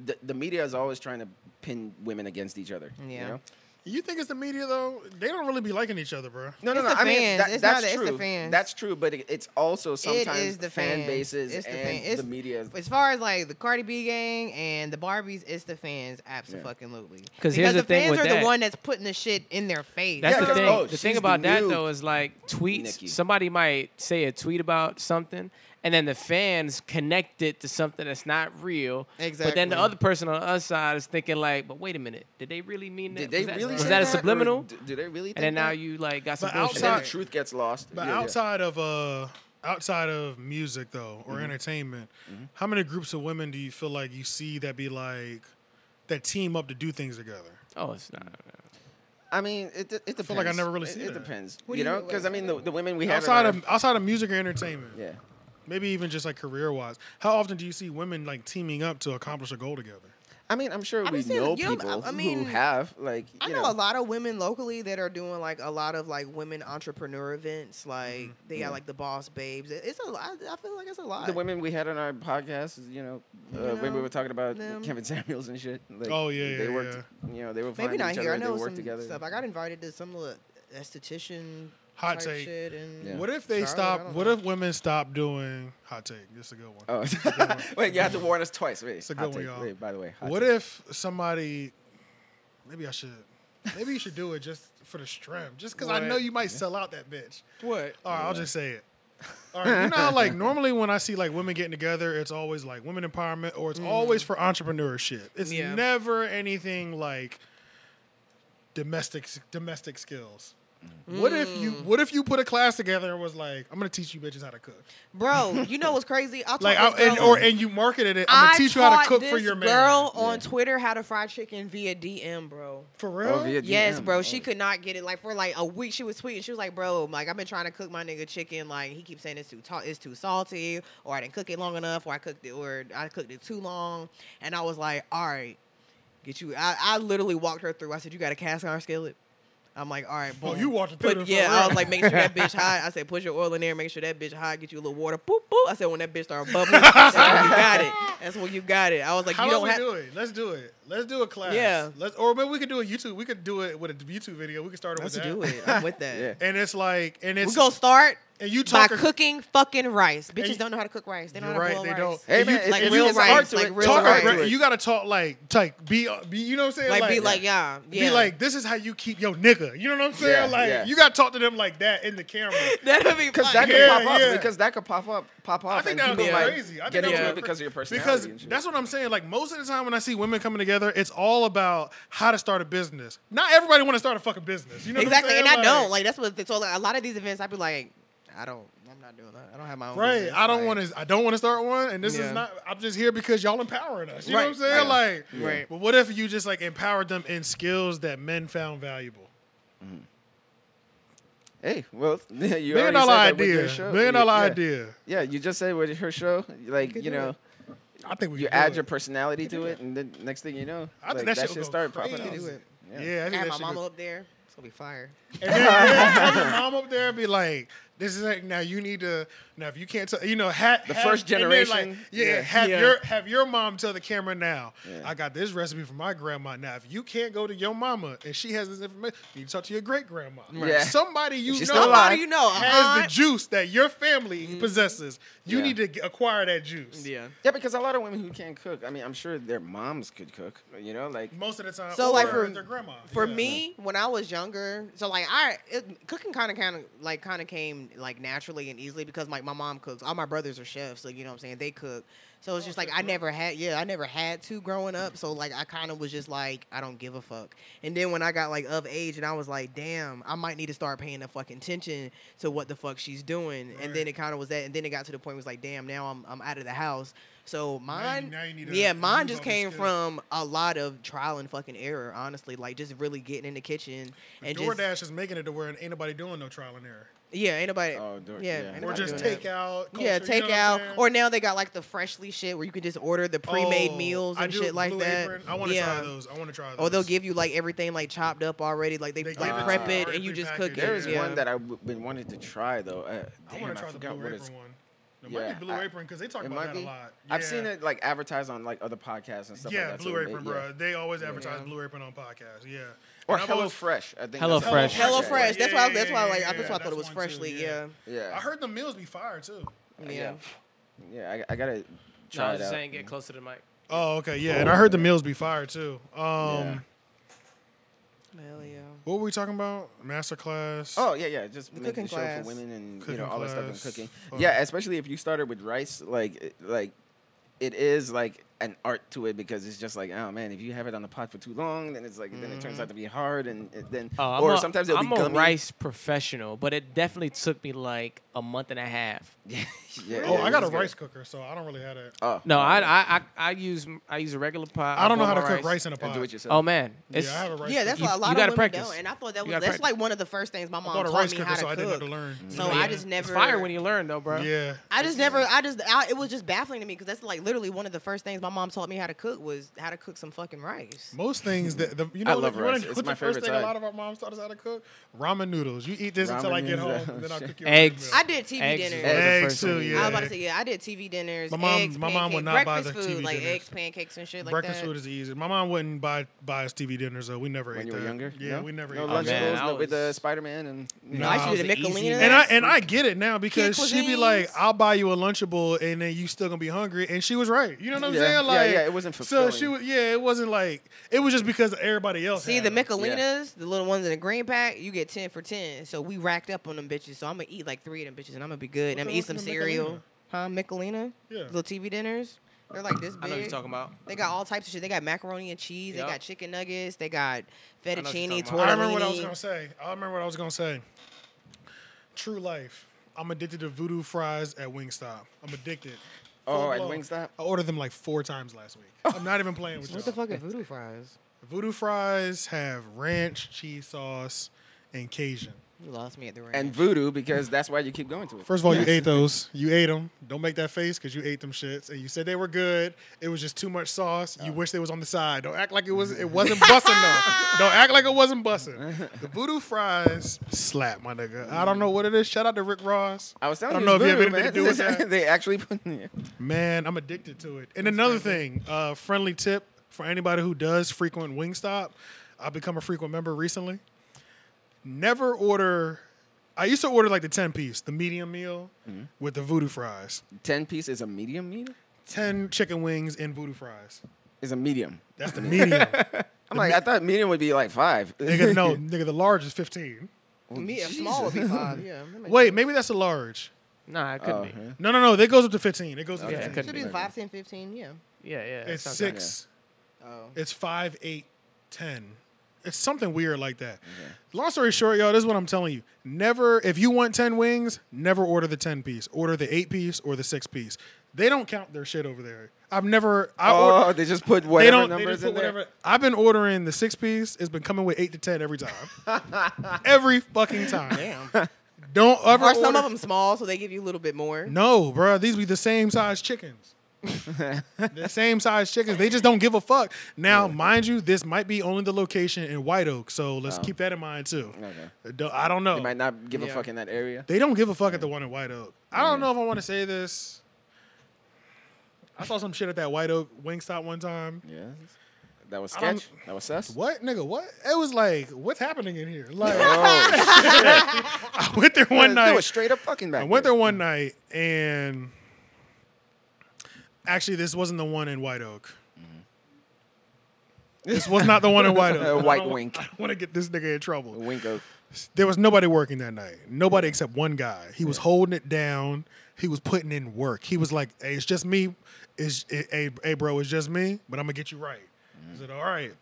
Speaker 2: the the media is always trying to pin women against each other,
Speaker 5: Yeah.
Speaker 2: you know?
Speaker 3: You think it's the media though? They don't really be liking each other, bro.
Speaker 2: No,
Speaker 5: It's
Speaker 2: no, no.
Speaker 5: the
Speaker 2: I mean,
Speaker 5: fans.
Speaker 2: that,
Speaker 5: It's
Speaker 2: that's
Speaker 5: not- it's
Speaker 2: true.
Speaker 5: the fans.
Speaker 2: That's true, but it, it's also sometimes
Speaker 5: it is the
Speaker 2: fan
Speaker 5: fans.
Speaker 2: bases
Speaker 5: It's the fan-
Speaker 2: and
Speaker 5: it's-
Speaker 2: the media.
Speaker 5: As far as like the Cardi B gang and the Barbies, it's the fans, absolutely.
Speaker 4: Because here's the
Speaker 5: the
Speaker 4: thing
Speaker 5: fans
Speaker 4: with
Speaker 5: are
Speaker 4: that.
Speaker 5: the one that's putting the shit in their face.
Speaker 4: That's
Speaker 2: Yeah,
Speaker 4: the
Speaker 2: 'cause,
Speaker 4: thing.
Speaker 2: oh,
Speaker 4: the
Speaker 2: she's
Speaker 4: thing
Speaker 2: the
Speaker 4: about that
Speaker 2: new
Speaker 4: though is like tweets.
Speaker 2: Nicki.
Speaker 4: Somebody might say a tweet about something, and then the fans connect it to something that's not real. But then
Speaker 5: Exactly.
Speaker 4: the other person on the other side is thinking like, "But wait a minute, did they really mean that?
Speaker 2: Did they
Speaker 4: was that,
Speaker 2: really?
Speaker 4: was
Speaker 2: say
Speaker 4: that a
Speaker 2: or
Speaker 4: subliminal?"
Speaker 2: d- Do they really? Think
Speaker 4: and then now
Speaker 2: that?
Speaker 4: you like got some
Speaker 3: But
Speaker 4: bullshit.
Speaker 2: And then the
Speaker 3: outside-
Speaker 2: truth gets lost.
Speaker 3: But
Speaker 2: Yeah, yeah.
Speaker 3: outside of uh outside of music though
Speaker 2: Mm-hmm.
Speaker 3: or entertainment, how many groups of women do you feel like you see that be like that team up to do things together?
Speaker 4: Oh, it's not.
Speaker 2: I mean, it, it depends.
Speaker 3: feel like I never really
Speaker 2: it,
Speaker 3: see that.
Speaker 2: it depends.
Speaker 5: What
Speaker 2: you
Speaker 5: do you-
Speaker 2: know, because I mean, the, the women we have
Speaker 3: Outside
Speaker 2: in
Speaker 3: of outside of music or entertainment.
Speaker 2: our- yeah,
Speaker 3: Maybe even just like career wise. How often do you see women like teaming up to accomplish a goal together?
Speaker 2: I mean, I'm sure
Speaker 5: I'm
Speaker 2: we
Speaker 5: just saying,
Speaker 2: know
Speaker 5: you know,
Speaker 2: people
Speaker 5: I- I mean,
Speaker 2: who have like you
Speaker 5: I know, a lot of women locally that are doing like a lot of like women entrepreneur events. Like
Speaker 4: Mm-hmm.
Speaker 5: they got like the Boss Babes. It- It's a lot. I feel like it's a lot.
Speaker 2: The women we had on our podcast, you know, uh,
Speaker 5: You
Speaker 2: when we
Speaker 5: know,
Speaker 2: were talking about
Speaker 5: them.
Speaker 2: Kevin Samuels and shit. Like,
Speaker 3: Oh, yeah,
Speaker 2: they
Speaker 3: yeah,
Speaker 2: worked. You know, they were
Speaker 5: Maybe
Speaker 2: finding
Speaker 5: not
Speaker 2: each
Speaker 5: here. I
Speaker 2: other.
Speaker 5: know
Speaker 2: they
Speaker 5: some
Speaker 2: worked together.
Speaker 5: stuff. I got invited to some little esthetician
Speaker 3: Hot
Speaker 5: type
Speaker 3: take.
Speaker 5: shit. And
Speaker 2: Yeah.
Speaker 3: What if they
Speaker 5: Charlotte, I
Speaker 3: stop?
Speaker 5: don't
Speaker 3: What
Speaker 5: know.
Speaker 3: if women stop doing hot take? This is a good one.
Speaker 2: Oh, wait! You have to warn us twice. Wait,
Speaker 3: a
Speaker 2: hot
Speaker 3: good one,
Speaker 2: take.
Speaker 3: y'all.
Speaker 2: Wait, by the way, hot
Speaker 3: What
Speaker 2: take.
Speaker 3: if somebody? Maybe I should. Maybe you should do it just for the strim, just because I know
Speaker 4: What?
Speaker 3: you might sell out that bitch.
Speaker 4: What?
Speaker 3: All right, I'll just say it. All right, you know, how, like normally when I see like women getting together, it's always like women empowerment, or it's
Speaker 5: Mm-hmm.
Speaker 3: always for entrepreneurship. It's
Speaker 4: Yeah.
Speaker 3: never anything like domestic domestic skills.
Speaker 5: Mm.
Speaker 3: What if you What if you put a class together and was like, I'm gonna teach you bitches how to cook,
Speaker 5: bro, you know what's crazy? I
Speaker 3: like, I,
Speaker 5: taught this
Speaker 3: and,
Speaker 5: girl-
Speaker 3: or and you marketed it. I'm gonna
Speaker 5: I
Speaker 3: teach you how
Speaker 5: taught
Speaker 3: to cook for
Speaker 5: this
Speaker 3: your man.
Speaker 5: girl on Twitter how to fry chicken via DM, bro.
Speaker 3: for real.
Speaker 2: Oh, via
Speaker 5: Yes,
Speaker 2: DM.
Speaker 5: bro.
Speaker 2: Oh.
Speaker 5: She could not get it. Like for like a week, she was tweeting. She was like, "Bro, like I've been trying to cook my nigga chicken. Like he keeps saying it's too ta- it's too salty, or I didn't cook it long enough, or I cooked it, or I cooked it too long." And I was like, "All right, get you." I, I literally walked her through. I said, "You got a cast iron skillet." I'm like, "All right, boom."
Speaker 3: Oh, you walked through
Speaker 5: Put,
Speaker 3: it.
Speaker 5: yeah, I was like, make sure that bitch hot. I said, put your oil in there, make sure that bitch hot, get you a little water. Boop, boop. I said, when that bitch started bubbling, that's when you got it. That's when you got it. I was like,
Speaker 3: How
Speaker 5: you
Speaker 3: about
Speaker 5: don't
Speaker 3: we
Speaker 5: have.
Speaker 3: do it? Let's do it. Let's do a class.
Speaker 5: Yeah.
Speaker 3: Let's or maybe we could do a YouTube. We could do it with a YouTube video. We could start it
Speaker 5: Let's
Speaker 3: with that.
Speaker 5: do it. I'm with that.
Speaker 2: Yeah.
Speaker 3: And it's like, and
Speaker 5: We're
Speaker 3: it's
Speaker 5: going to start
Speaker 3: and you
Speaker 5: by
Speaker 3: talk a-
Speaker 5: cooking fucking rice. Bitches
Speaker 3: you-
Speaker 5: don't know how to cook rice. They don't know
Speaker 3: You're
Speaker 5: how to
Speaker 3: right.
Speaker 5: boil
Speaker 3: They
Speaker 5: rice.
Speaker 3: don't.
Speaker 2: Hey
Speaker 3: and
Speaker 2: man,
Speaker 3: you,
Speaker 2: like
Speaker 5: like
Speaker 2: it's,
Speaker 5: real
Speaker 2: it's
Speaker 5: rights,
Speaker 2: art to
Speaker 5: like
Speaker 2: it.
Speaker 5: real
Speaker 2: Talk
Speaker 3: talk
Speaker 5: rights.
Speaker 2: art
Speaker 3: like,
Speaker 2: to
Speaker 3: re-
Speaker 2: it.
Speaker 3: you gotta talk like, like be, be, you know what I'm saying?
Speaker 5: Like, be like, yeah, yeah.
Speaker 3: Be like, this is how you keep your nigga. You know what I'm saying?
Speaker 2: Yeah,
Speaker 3: like,
Speaker 2: yeah.
Speaker 3: you gotta talk to them like that in the camera.
Speaker 5: that would be
Speaker 2: Because
Speaker 5: fun.
Speaker 2: that could
Speaker 3: Yeah,
Speaker 2: pop up.
Speaker 3: yeah.
Speaker 2: Because that could pop up, pop off.
Speaker 3: I think
Speaker 2: and
Speaker 3: that would
Speaker 2: people
Speaker 3: be
Speaker 2: might
Speaker 3: crazy. I think
Speaker 2: get
Speaker 3: that
Speaker 2: into
Speaker 3: would
Speaker 2: it
Speaker 3: be
Speaker 2: because of your personality.
Speaker 3: Because
Speaker 2: and shit.
Speaker 3: that's what I'm saying. Like most of the time when I see women coming together, it's all about how to start a business. Not everybody want to start a fucking business. You know what I'm
Speaker 5: exactly.
Speaker 3: saying?
Speaker 5: And I don't. Like, that's what they told. Like, a lot of these events, I'd be like, I don't, I'm not doing that. I don't have my own.
Speaker 3: Right.
Speaker 5: business.
Speaker 3: I don't
Speaker 5: Like,
Speaker 3: want to. I don't want to start one. And this
Speaker 5: Yeah.
Speaker 3: is not. I'm just here because y'all empowering us. You know what I'm
Speaker 5: Right,
Speaker 3: saying?
Speaker 2: right,
Speaker 3: Like,
Speaker 5: right.
Speaker 3: But what if you just like empowered them in skills that men found valuable?
Speaker 2: Hey, well, you already
Speaker 3: Million
Speaker 2: said
Speaker 3: dollar
Speaker 2: that with your
Speaker 3: idea.
Speaker 2: show.
Speaker 3: Million
Speaker 2: You-
Speaker 3: dollar
Speaker 2: yeah.
Speaker 3: idea.
Speaker 2: Yeah, you just said with her show, like you,
Speaker 5: do
Speaker 2: know,
Speaker 5: it.
Speaker 3: I think we.
Speaker 2: you
Speaker 3: can do
Speaker 2: add
Speaker 3: it.
Speaker 2: your personality to it, and then next thing you know,
Speaker 3: I think that,
Speaker 2: like, that
Speaker 3: shit will
Speaker 2: shit
Speaker 3: go
Speaker 2: started
Speaker 3: crazy.
Speaker 2: popping out.
Speaker 3: Yeah.
Speaker 2: Yeah.
Speaker 3: I
Speaker 5: I
Speaker 3: think
Speaker 5: had
Speaker 3: that
Speaker 5: my
Speaker 3: shit go-
Speaker 5: mama up there. It's going to be fire.
Speaker 3: And then, yeah, have your mom up there and be like, "This is like now you need to now if you can't tell you know hat
Speaker 2: The first
Speaker 3: like,
Speaker 2: generation.
Speaker 3: yeah,
Speaker 2: Yeah.
Speaker 3: have
Speaker 4: Yeah.
Speaker 3: your have your mom tell the camera now.
Speaker 2: Yeah.
Speaker 3: I got this recipe from my grandma. Now if you can't go to your mama and she has this information, you need to talk to your great grandma.
Speaker 2: Yeah.
Speaker 3: somebody you know
Speaker 2: she's still
Speaker 5: How
Speaker 2: alive. Mm.
Speaker 5: do you know?
Speaker 3: has
Speaker 5: Uh-huh.
Speaker 3: the juice that your family possesses. You
Speaker 2: Yeah.
Speaker 3: need to g- acquire that juice.
Speaker 4: Yeah.
Speaker 2: Yeah, because a lot of women who can't cook, I mean, I'm sure their moms could cook. You know, like
Speaker 3: most of the time.
Speaker 5: So,
Speaker 3: or
Speaker 5: like, for-
Speaker 3: their grandma
Speaker 5: For
Speaker 3: Yeah.
Speaker 5: me, when I was younger, so like I it, cooking kind of kind of like kind of came like naturally and easily because like my mom cooks. All my brothers are chefs, so you know what I'm saying. They cook, So it's just like I never had, yeah, I never had to growing up. So like I kind of was just like I don't give a fuck. And then when I got like of age, and I was like, damn, I might need to start paying the fucking attention to what the fuck she's doing. And then it kind of was that. And then it got to the point where it was like, damn, now I'm I'm out of the house. So mine,
Speaker 3: now you need to
Speaker 5: yeah,
Speaker 3: use all
Speaker 5: mine just
Speaker 3: the
Speaker 5: came
Speaker 3: skills.
Speaker 5: from um, a lot of trial and fucking error, honestly. Like just really getting in the kitchen and
Speaker 3: DoorDash
Speaker 5: just
Speaker 3: is making it to where ain't nobody doing no trial and error.
Speaker 5: yeah, ain't nobody.
Speaker 2: Oh, Door-
Speaker 5: yeah,
Speaker 2: yeah.
Speaker 5: ain't
Speaker 2: Or
Speaker 3: Or
Speaker 5: nobody
Speaker 3: just
Speaker 5: doing that.
Speaker 3: take out.
Speaker 5: Yeah, take out. Or now they got like the freshly shit where you can just order the pre-made
Speaker 3: Oh,
Speaker 5: meals and shit like that.
Speaker 3: I want to
Speaker 5: yeah.
Speaker 3: try those. I want to try those.
Speaker 5: Or they'll give you like everything like chopped up already, like they,
Speaker 3: They
Speaker 5: like
Speaker 3: give
Speaker 2: it
Speaker 5: prep
Speaker 2: to you
Speaker 5: it and
Speaker 3: already
Speaker 5: you just cook
Speaker 3: prepackaged,
Speaker 5: it.
Speaker 2: There is
Speaker 5: yeah.
Speaker 2: one that I've been wanting to try though. Uh,
Speaker 3: I
Speaker 2: damn,
Speaker 3: want
Speaker 2: I
Speaker 3: to try the
Speaker 2: forgot
Speaker 3: Blue
Speaker 2: what
Speaker 3: Apron
Speaker 2: it's.
Speaker 3: one. It might
Speaker 2: Yeah,
Speaker 3: be Blue
Speaker 2: I-
Speaker 3: Apron because they talk
Speaker 2: It
Speaker 3: about
Speaker 2: might
Speaker 3: that
Speaker 2: be.
Speaker 3: a lot.
Speaker 2: I've seen
Speaker 3: Yeah.
Speaker 2: it like advertised on like other podcasts and stuff. like
Speaker 3: Yeah,
Speaker 2: that,
Speaker 3: Blue
Speaker 2: so they-
Speaker 3: Apron,
Speaker 2: yeah.
Speaker 3: bro. They always advertise
Speaker 5: Yeah.
Speaker 3: Blue Apron on podcasts. Yeah.
Speaker 2: Or
Speaker 3: And I've always-
Speaker 2: HelloFresh. I think.
Speaker 4: Hello
Speaker 2: that's-
Speaker 4: Fresh.
Speaker 5: Hello
Speaker 3: Yeah,
Speaker 5: Fresh. That's why. I,
Speaker 3: yeah,
Speaker 5: that's why.
Speaker 3: yeah,
Speaker 5: Like
Speaker 3: yeah,
Speaker 5: that's why I
Speaker 3: that's
Speaker 5: thought it was
Speaker 3: one too,
Speaker 5: freshly.
Speaker 3: yeah.
Speaker 5: yeah.
Speaker 2: Yeah.
Speaker 3: I heard the meals be fire too.
Speaker 5: yeah,
Speaker 2: Yeah, I, I gotta
Speaker 4: No,
Speaker 2: try
Speaker 4: I
Speaker 2: it
Speaker 4: was just
Speaker 2: out.
Speaker 4: saying, get closer to the mic.
Speaker 3: Oh, okay. Yeah, and I heard the meals be fire too. Um,
Speaker 2: Yeah.
Speaker 5: Hell yeah.
Speaker 3: what were we talking about? Masterclass.
Speaker 2: Oh yeah, yeah. Just making
Speaker 5: cooking
Speaker 2: sure
Speaker 5: class.
Speaker 2: for women and
Speaker 3: Cooking
Speaker 2: you know all that stuff and
Speaker 3: class.
Speaker 2: cooking.
Speaker 3: Fuck.
Speaker 2: Yeah, especially if you started with rice, like it- like it is like an art to it because it's just like oh man, if you have it on the pot for too long, then it's like then it
Speaker 3: Mm-hmm.
Speaker 2: turns out to be hard and it, then
Speaker 4: Oh, I'm
Speaker 2: or
Speaker 4: a,
Speaker 2: sometimes it'll
Speaker 4: I'm
Speaker 2: be
Speaker 4: a
Speaker 2: gummy.
Speaker 4: rice professional, but it definitely took me like a month and a half.
Speaker 2: yeah, yeah,
Speaker 3: Oh,
Speaker 2: yeah,
Speaker 3: I got a
Speaker 2: it's good.
Speaker 3: rice cooker, so I don't really have that.
Speaker 2: Oh
Speaker 4: No,
Speaker 2: oh,
Speaker 4: I,
Speaker 2: yeah.
Speaker 4: I I I use I use a regular pot.
Speaker 3: I don't know
Speaker 4: boil
Speaker 3: how to
Speaker 4: my
Speaker 3: cook rice in a
Speaker 2: And
Speaker 3: pot.
Speaker 2: do it yourself.
Speaker 4: Oh man, it's,
Speaker 3: Yeah, I have a rice.
Speaker 5: Yeah, that's
Speaker 3: cooker.
Speaker 5: what a
Speaker 4: You- you
Speaker 5: lot of
Speaker 4: gotta
Speaker 5: women
Speaker 4: practice.
Speaker 5: don't. And I thought
Speaker 4: You
Speaker 5: that was
Speaker 4: gotta
Speaker 5: that's
Speaker 4: practice.
Speaker 5: like one of the first things my
Speaker 3: I
Speaker 5: mom
Speaker 3: bought a
Speaker 5: taught
Speaker 3: rice
Speaker 5: me
Speaker 3: cooker,
Speaker 5: how to
Speaker 3: so I
Speaker 5: cook.
Speaker 3: didn't have to learn.
Speaker 5: So
Speaker 3: Yeah.
Speaker 5: I just never.
Speaker 4: it's fire when you learn though, bro.
Speaker 3: Yeah.
Speaker 5: I just never. I just. I, it was just baffling to me because that's like literally one of the first things my mom taught me how to cook was how to cook some fucking rice.
Speaker 3: Most things that the, you know,
Speaker 2: love
Speaker 3: what, you wanna
Speaker 2: rice.
Speaker 3: know
Speaker 2: It's
Speaker 3: what's
Speaker 2: my
Speaker 3: the first
Speaker 2: favorite
Speaker 3: thing
Speaker 2: side.
Speaker 3: a lot of our moms taught us how to cook? Ramen noodles. You eat this
Speaker 2: Ramen
Speaker 3: until I get
Speaker 2: noodles.
Speaker 3: home, and then I'll cook you
Speaker 4: Eggs.
Speaker 5: I did TV
Speaker 4: Eggs
Speaker 5: dinners.
Speaker 4: were the
Speaker 3: Eggs
Speaker 4: first thing
Speaker 3: too,
Speaker 4: we
Speaker 3: yeah.
Speaker 4: did.
Speaker 5: I was about to say yeah, I did TV dinners.
Speaker 3: My mom-
Speaker 5: eggs,
Speaker 3: my mom would
Speaker 5: pancakes,
Speaker 3: not buy
Speaker 5: breakfast
Speaker 3: the
Speaker 5: food,
Speaker 3: TV
Speaker 5: like
Speaker 3: dinners.
Speaker 5: eggs, pancakes, and shit like
Speaker 3: Breakfast
Speaker 5: that.
Speaker 3: food is easy. My mom wouldn't buy buy us TV dinners though. We never
Speaker 2: when
Speaker 3: ate
Speaker 2: you were
Speaker 3: that.
Speaker 2: younger,
Speaker 3: Yeah,
Speaker 2: no?
Speaker 3: we never
Speaker 2: no
Speaker 3: ate
Speaker 2: lunchables
Speaker 3: that.
Speaker 4: Oh, man, I
Speaker 2: no, with the
Speaker 4: was-
Speaker 2: Spider Man and you
Speaker 5: No, I
Speaker 4: Nah,
Speaker 5: used to do
Speaker 4: it
Speaker 5: the
Speaker 4: was an easy
Speaker 5: Michelinas.
Speaker 4: meal.
Speaker 3: And I and I get it now because
Speaker 5: Kid
Speaker 3: she'd be like,
Speaker 5: cuisines.
Speaker 3: "I'll buy you a lunchable," and then you still gonna be hungry. And she was right. You know what I'm
Speaker 2: Yeah.
Speaker 3: saying?
Speaker 2: Yeah,
Speaker 3: Like,
Speaker 2: yeah, it wasn't
Speaker 3: So she
Speaker 2: fulfilling.
Speaker 3: was, yeah, it wasn't like it was just because everybody else.
Speaker 5: See
Speaker 3: had
Speaker 5: the
Speaker 3: it.
Speaker 5: Michelinas, the little ones in the green pack, you get ten for ten. So we racked up on them bitches. So I'm gonna eat like three of them bitches, and I'm gonna be good. And
Speaker 3: What the-
Speaker 5: I'm gonna eat
Speaker 3: what's
Speaker 5: some
Speaker 3: the
Speaker 5: cereal, huh? Michelina,
Speaker 3: Yeah.
Speaker 5: little TV dinners. They're like this big.
Speaker 4: I know what you're talking about.
Speaker 5: They got all types of shit. They got macaroni and cheese.
Speaker 4: Yup.
Speaker 5: They got chicken nuggets. They got
Speaker 4: know what you're
Speaker 5: fettuccine,
Speaker 4: talking
Speaker 5: tortellini.
Speaker 4: about.
Speaker 3: I remember what I was gonna say. I remember what I was gonna say. True life. I'm addicted to voodoo fries at Wingstop. I'm addicted.
Speaker 2: Oh, at
Speaker 3: Full-blown.
Speaker 2: Wingstop?
Speaker 3: I ordered them like four times last week. I'm not even playing with
Speaker 5: What
Speaker 3: y'all.
Speaker 5: the fuck is voodoo fries?
Speaker 3: Voodoo fries have ranch, cheese sauce, and Cajun.
Speaker 5: You lost me at the ring.
Speaker 2: and voodoo because that's why you keep going to it.
Speaker 3: First of all, you ate those. You ate them. Don't make that face because you ate them shits, and you said they were good. It was just too much sauce. You wish they was on the side. Don't act like it was. It wasn't busting though. Don't act like it wasn't busting. The voodoo fries slap, my nigga. I don't know what it is. Shout out to Rick Ross.
Speaker 2: I was telling
Speaker 3: I don't
Speaker 2: you,
Speaker 3: know if
Speaker 2: it's
Speaker 3: you have
Speaker 2: voodoo,
Speaker 3: anything to do with
Speaker 2: man.
Speaker 3: that.
Speaker 2: they actually put. Yeah.
Speaker 3: Man, I'm addicted to it. And another thing, uh, friendly tip for anybody who does frequent Wingstop. I've become a frequent member recently. Never order. I used to order like the ten piece, the medium meal with the voodoo fries.
Speaker 2: 10 piece is a medium meat?
Speaker 3: 10 chicken wings and voodoo fries.
Speaker 2: Is a medium.
Speaker 3: That's the medium.
Speaker 2: I'm like, I thought medium would be like five.
Speaker 3: nigga, no, nigga, the large is 15.
Speaker 5: me, a small would be five. Yeah. that makes
Speaker 3: Wait, maybe that's a large.
Speaker 4: Nah, it could
Speaker 2: Oh,
Speaker 4: be.
Speaker 2: huh.
Speaker 3: No, no, no, that goes up to 15. It goes up
Speaker 4: Yeah,
Speaker 3: to
Speaker 4: it
Speaker 3: 15.
Speaker 4: could
Speaker 5: sense. Should be five, ten, fifteen. Yeah.
Speaker 4: Yeah, yeah.
Speaker 3: It's
Speaker 4: sounds good.
Speaker 3: six.
Speaker 5: Oh.
Speaker 3: It's five, eight, ten. It's something weird like that. Long story short, y'all, this is what I'm telling you. Never, if you want 10 wings, never order the 10 piece. Order the 8 piece or the 6 piece. They don't count their shit over there. I've never, I order,
Speaker 2: Oh, they just put whatever
Speaker 3: they don't. They
Speaker 2: numbers
Speaker 3: just put
Speaker 2: in there.
Speaker 3: whatever. I've been ordering the six piece. It's been coming with eight to ten every time. every fucking time. Damn. Don't ever.
Speaker 5: Are some
Speaker 3: order-
Speaker 5: of them small, so they give you a little bit more?
Speaker 3: No, bro. These be the same size chickens. the same size chickens. They just don't give a fuck. Now, mind you, this might be only the location in White Oak, so let's keep that in mind too.
Speaker 2: Oh. Okay.
Speaker 3: Don't- I don't know.
Speaker 2: They might not give a
Speaker 5: Yeah.
Speaker 2: fuck in that area.
Speaker 3: They don't give a fuck at the one in White Oak. I don't know if I want to say this. I saw some shit at that White Oak Wingstop one time.
Speaker 2: Yeah. That was
Speaker 3: don't-
Speaker 2: sketch. That was sus.
Speaker 3: What nigga? What? It was like, what's happening in here? Like,
Speaker 2: Oh,
Speaker 3: I went there one
Speaker 2: They
Speaker 3: night.
Speaker 2: were straight up fucking back.
Speaker 3: I went there
Speaker 2: there.
Speaker 3: one night, and actually, this wasn't the one in White Oak. This was not the one in White
Speaker 2: Mm-hmm. A
Speaker 3: Oak.
Speaker 2: white wink.
Speaker 3: I want to get this nigga in trouble.
Speaker 2: Wink of
Speaker 3: There was nobody working that night. Nobody except one guy. He was holding it down. He was putting in work. He was like, "Hey, it's just me. Is it, hey, hey, bro, it's just me. But I'm gonna get you right."
Speaker 2: Mm-hmm.
Speaker 3: I said, "All right."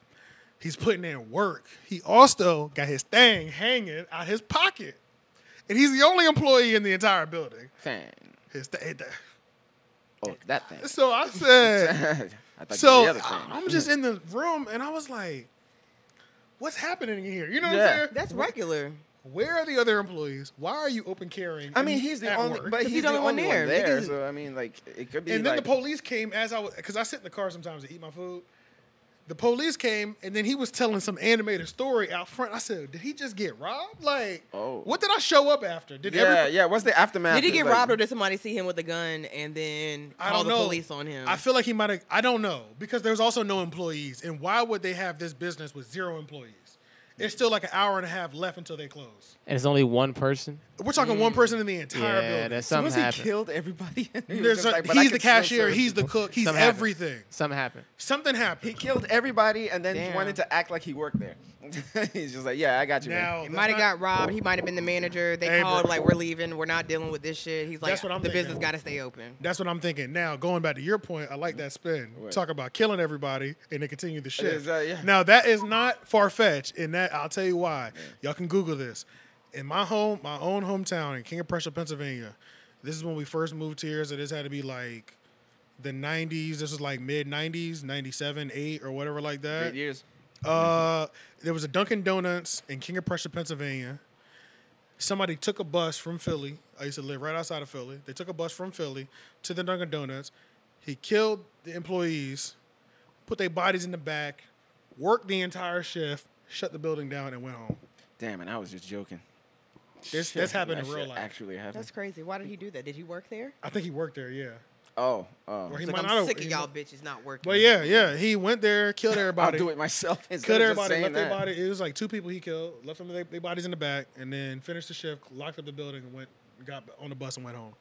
Speaker 3: He's putting in work. He also got his thing hanging out his pocket, and he's the only employee in the entire building.
Speaker 2: fan.
Speaker 3: His th-
Speaker 2: Oh, that thing.
Speaker 3: so I said.
Speaker 2: I thought
Speaker 3: so
Speaker 2: you meant the
Speaker 3: I-
Speaker 2: other thing.
Speaker 3: I'm just in the room and I was like, what's happening here? You know what
Speaker 2: Yeah.
Speaker 3: I'm saying?
Speaker 5: That's regular.
Speaker 3: Where are the other employees? Why are you open carrying?
Speaker 2: I mean, he's the
Speaker 3: at
Speaker 2: only,
Speaker 3: work?
Speaker 2: but
Speaker 5: If
Speaker 2: he's the only one there.
Speaker 5: niggas-
Speaker 2: so I mean, like, it could be.
Speaker 3: and then
Speaker 2: like,
Speaker 3: the police came as I was, because I sit in the car sometimes to eat my food. The police came and then he was telling some animated story out front. I said, did he just get robbed? Like,
Speaker 2: Oh.
Speaker 3: what did I show up after? Did
Speaker 2: Yeah,
Speaker 3: every,
Speaker 2: yeah. What's the aftermath?
Speaker 5: Did he
Speaker 2: It's
Speaker 5: get
Speaker 2: like-
Speaker 5: robbed or did somebody see him with a gun and then
Speaker 3: I
Speaker 5: call
Speaker 3: don't
Speaker 5: the
Speaker 3: know.
Speaker 5: police on him?
Speaker 3: I feel like he might have. I don't know because there's also no employees, and why would they have this business with zero employees? It's still like an hour and a half left until they close.
Speaker 4: And it's only one person.
Speaker 3: We're talking
Speaker 5: Mm.
Speaker 3: one person in the entire
Speaker 4: Yeah,
Speaker 3: building.
Speaker 4: that's
Speaker 2: So once
Speaker 4: something
Speaker 2: he
Speaker 4: happened.
Speaker 2: killed everybody, He was
Speaker 3: There's
Speaker 2: just
Speaker 3: a-
Speaker 2: like, "But I
Speaker 3: he's the
Speaker 2: can still
Speaker 3: cashier.
Speaker 2: serve
Speaker 3: He's the
Speaker 2: people."
Speaker 3: cook. He's
Speaker 4: Something happened.
Speaker 3: everything.
Speaker 4: Something happened.
Speaker 3: Something
Speaker 2: He
Speaker 3: happened.
Speaker 2: killed everybody and then
Speaker 5: Damn.
Speaker 2: wanted to act like he worked there. he's just like, yeah, I got you. man."
Speaker 3: Now
Speaker 5: He might have
Speaker 3: that's not-
Speaker 5: got robbed. He might have been the manager. They
Speaker 3: Hey, bro.
Speaker 5: called like we're leaving. We're not dealing with this shit. He's like
Speaker 3: That's what I'm
Speaker 5: the
Speaker 3: thinking.
Speaker 5: business got to stay open.
Speaker 3: That's what I'm thinking. Now going back to your point, I like that spin.
Speaker 2: Right.
Speaker 3: Talk about killing everybody and then continue the shit.
Speaker 2: is, uh, yeah.
Speaker 3: Now that is not far fetched. And that I'll tell you why. Y'all can Google this. In my home, my own hometown in King of Prussia, Pennsylvania. This is when we first moved here, so this had to be like the 90s. This was like mid 90s, 97, 8 or whatever like that.
Speaker 2: Eight years.
Speaker 3: Uh, there was a Dunkin' Donuts in King of Prussia, Pennsylvania. Somebody took a bus from Philly. I used to live right outside of Philly. They took a bus from Philly to the Dunkin' Donuts. He killed the employees, put their bodies in the back, worked the entire shift, shut the building down, and went home.
Speaker 2: Damn, and I was just joking.
Speaker 3: This,
Speaker 2: Shit,
Speaker 3: this happened in
Speaker 2: that
Speaker 3: real
Speaker 2: shit
Speaker 3: life.
Speaker 2: Actually happened.
Speaker 5: That's crazy. Why did he do that? Did he work there?
Speaker 3: I think he worked there, yeah.
Speaker 2: oh, oh.
Speaker 3: Or he
Speaker 5: He's
Speaker 3: might
Speaker 5: like,
Speaker 3: not
Speaker 5: I'm
Speaker 3: have-
Speaker 5: sick of
Speaker 3: he
Speaker 5: y'all
Speaker 3: might-
Speaker 5: bitches not working.
Speaker 3: But yeah, yeah, he went there, killed
Speaker 2: I'll
Speaker 3: everybody.
Speaker 2: do it myself. Instead
Speaker 3: Killed
Speaker 2: of just
Speaker 3: everybody,
Speaker 2: saying
Speaker 3: left their
Speaker 2: that.
Speaker 3: body. It was like two people he killed, left them their, their bodies in the back, and then finished the shift, locked up the building, and went got on the bus and went home.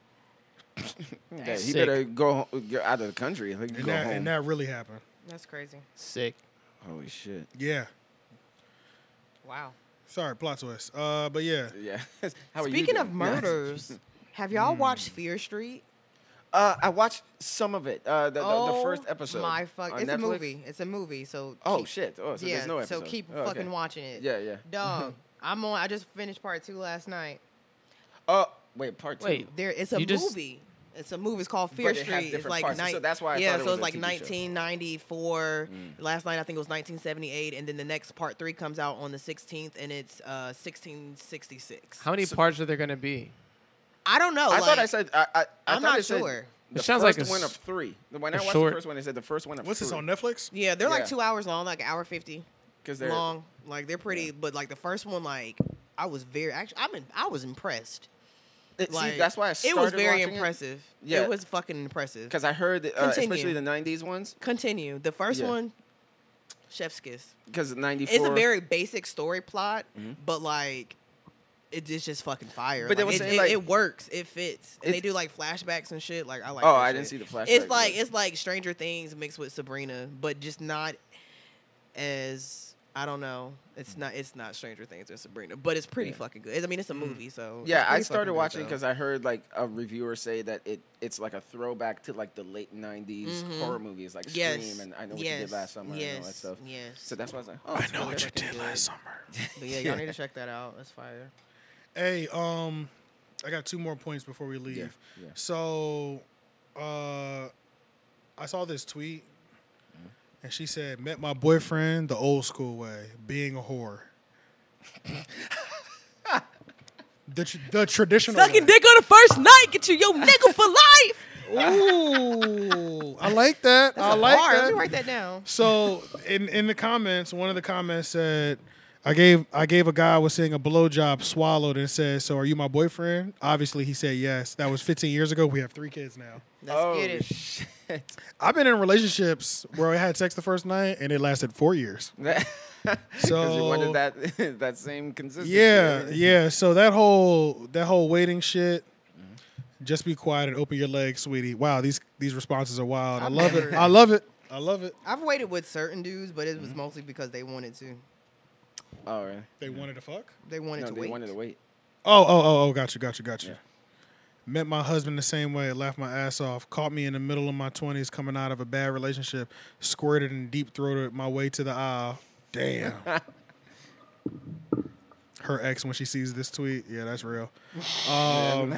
Speaker 2: Yeah, he
Speaker 4: Sick.
Speaker 2: better go ho- get out of the country. Like,
Speaker 3: And
Speaker 2: go
Speaker 3: that
Speaker 2: home.
Speaker 3: and that really happened.
Speaker 5: That's crazy.
Speaker 4: Sick.
Speaker 2: Holy shit.
Speaker 3: Yeah.
Speaker 5: Wow.
Speaker 3: Sorry, plot twist. Uh, but yeah,
Speaker 2: Yeah. How are you
Speaker 5: Speaking of
Speaker 2: doing? Yeah.
Speaker 5: murders, have y'all watched Fear Street?
Speaker 2: Uh, I watched some of it. Uh, the, the, the first episode.
Speaker 5: Oh My fuck,
Speaker 2: on
Speaker 5: it's a
Speaker 2: Netflix.
Speaker 5: movie. It's a movie. So
Speaker 2: Oh
Speaker 5: keep-
Speaker 2: shit! Oh, so
Speaker 5: yeah.
Speaker 2: there's no
Speaker 5: so
Speaker 2: episode.
Speaker 5: keep
Speaker 2: Oh, okay.
Speaker 5: fucking watching it.
Speaker 2: Yeah, yeah.
Speaker 5: Dog, I'm on. I just finished part two last night.
Speaker 2: Oh, wait, part two.
Speaker 4: Wait,
Speaker 5: There, it's a
Speaker 4: You just-
Speaker 5: movie. It's a movie. It's called Fear
Speaker 2: it has
Speaker 5: Street. It's
Speaker 2: different
Speaker 5: like
Speaker 2: parts, so
Speaker 5: night.
Speaker 2: that's why I
Speaker 5: yeah.
Speaker 2: thought
Speaker 5: so
Speaker 2: it was
Speaker 5: it's
Speaker 2: a
Speaker 5: like
Speaker 2: TV show. Mm.
Speaker 5: 1994. Last night I think it was 1978, and then the next part three comes out on the 16th, and it's uh 1666.
Speaker 4: How many parts are there gonna be?
Speaker 5: I don't know.
Speaker 2: I
Speaker 5: like,
Speaker 2: thought I said. I, I, I
Speaker 5: I'm
Speaker 2: thought
Speaker 5: not
Speaker 2: it said
Speaker 5: sure.
Speaker 2: The
Speaker 4: It sounds like
Speaker 2: first
Speaker 4: a
Speaker 2: one
Speaker 4: s-
Speaker 2: of three. When
Speaker 4: a
Speaker 2: I watched
Speaker 4: short-
Speaker 2: the first one, it said the first one of
Speaker 3: what's
Speaker 2: three.
Speaker 3: this on Netflix?
Speaker 5: Yeah, they're like
Speaker 2: Yeah.
Speaker 5: two hours long, like an hour fifty.
Speaker 2: Because they're
Speaker 5: long. Like they're pretty, but like the first one, like I was very actually, I'm in, I was impressed.
Speaker 2: It,
Speaker 5: Like
Speaker 2: see, that's why I
Speaker 5: it
Speaker 2: started
Speaker 5: was very
Speaker 2: watching
Speaker 5: impressive.
Speaker 2: Yeah.
Speaker 5: it was fucking impressive.
Speaker 2: Because I heard, that, uh,
Speaker 5: Continue.
Speaker 2: especially the '90s ones,
Speaker 5: Continue the first
Speaker 2: Yeah.
Speaker 5: one, Chef's Kiss.
Speaker 2: because '94.
Speaker 5: It's a very basic story plot, but like. It is just fucking fire.
Speaker 2: Mm-hmm. But they
Speaker 5: Like,
Speaker 2: were
Speaker 5: it,
Speaker 2: saying,
Speaker 5: it-
Speaker 2: like-
Speaker 5: it works. It fits. And they
Speaker 2: It-
Speaker 5: do like flashbacks and shit. Like I like.
Speaker 2: Oh,
Speaker 5: that
Speaker 2: I didn't
Speaker 5: shit.
Speaker 2: see the flashback,
Speaker 5: It's like
Speaker 2: but-
Speaker 5: it's like Stranger Things mixed with Sabrina, but just not as I don't know. It's not it's not Stranger Things or Sabrina, but it's pretty
Speaker 2: Yeah. Mm.
Speaker 5: fucking good. I mean, it's a movie, so
Speaker 2: yeah, I started watching because I heard like a reviewer say that it it's like a throwback to like the late '90s horror movies, like
Speaker 5: Mm-hmm. yes,
Speaker 2: Scream and I know what you
Speaker 5: yes,
Speaker 2: did last summer
Speaker 5: Yes,
Speaker 2: and all that stuff.
Speaker 5: Yes,
Speaker 2: So that's why I was like, oh, I know what you did last summer.
Speaker 5: But yeah, y'all need to check that out. That's fire.
Speaker 3: Hey, um, I got two more points before we leave.
Speaker 2: yeah.
Speaker 3: So, uh, I saw this tweet, and she said, "Met my boyfriend the old school way, being a whore." the tr- the traditional
Speaker 5: Fucking
Speaker 3: way.
Speaker 5: dick on the first night, get you your nigga for life.
Speaker 3: Ooh, I like that. I like
Speaker 5: Hard.
Speaker 3: that.
Speaker 5: Let me write that down.
Speaker 3: So in in the comments, one of the comments said, "I gave I gave a guy I was seeing a blowjob swallowed and said, so are you my boyfriend?' Obviously, he said yes. That was 15 years ago. We have three kids now.
Speaker 5: Let's
Speaker 2: oh
Speaker 5: get it.
Speaker 2: shit!
Speaker 3: I've been in relationships where I had sex the first night and it lasted four years.
Speaker 2: Because you
Speaker 3: So-
Speaker 2: wanted that that same consistency.
Speaker 3: Yeah,
Speaker 2: right?
Speaker 3: yeah. So that whole that whole waiting shit." Just be quiet and open your legs, sweetie. Wow, these these responses are wild. I love it. I love it. I love it.
Speaker 5: I've waited with certain dudes, but
Speaker 3: Mm-hmm.
Speaker 5: it was mostly because they wanted to.
Speaker 2: Oh, really?
Speaker 3: They wanted to fuck.
Speaker 5: They wanted
Speaker 2: No,
Speaker 5: to
Speaker 2: they
Speaker 5: wait.
Speaker 2: wanted to wait.
Speaker 3: Oh, oh, oh, oh, got you, got you, got you.
Speaker 2: Yeah.
Speaker 3: Met my husband the same way, laughed my ass off, caught me in the middle of my 20s coming out of a bad relationship, squirted and deep throated my way to the aisle. Damn. Her ex, when she sees this tweet, yeah, that's real. Um,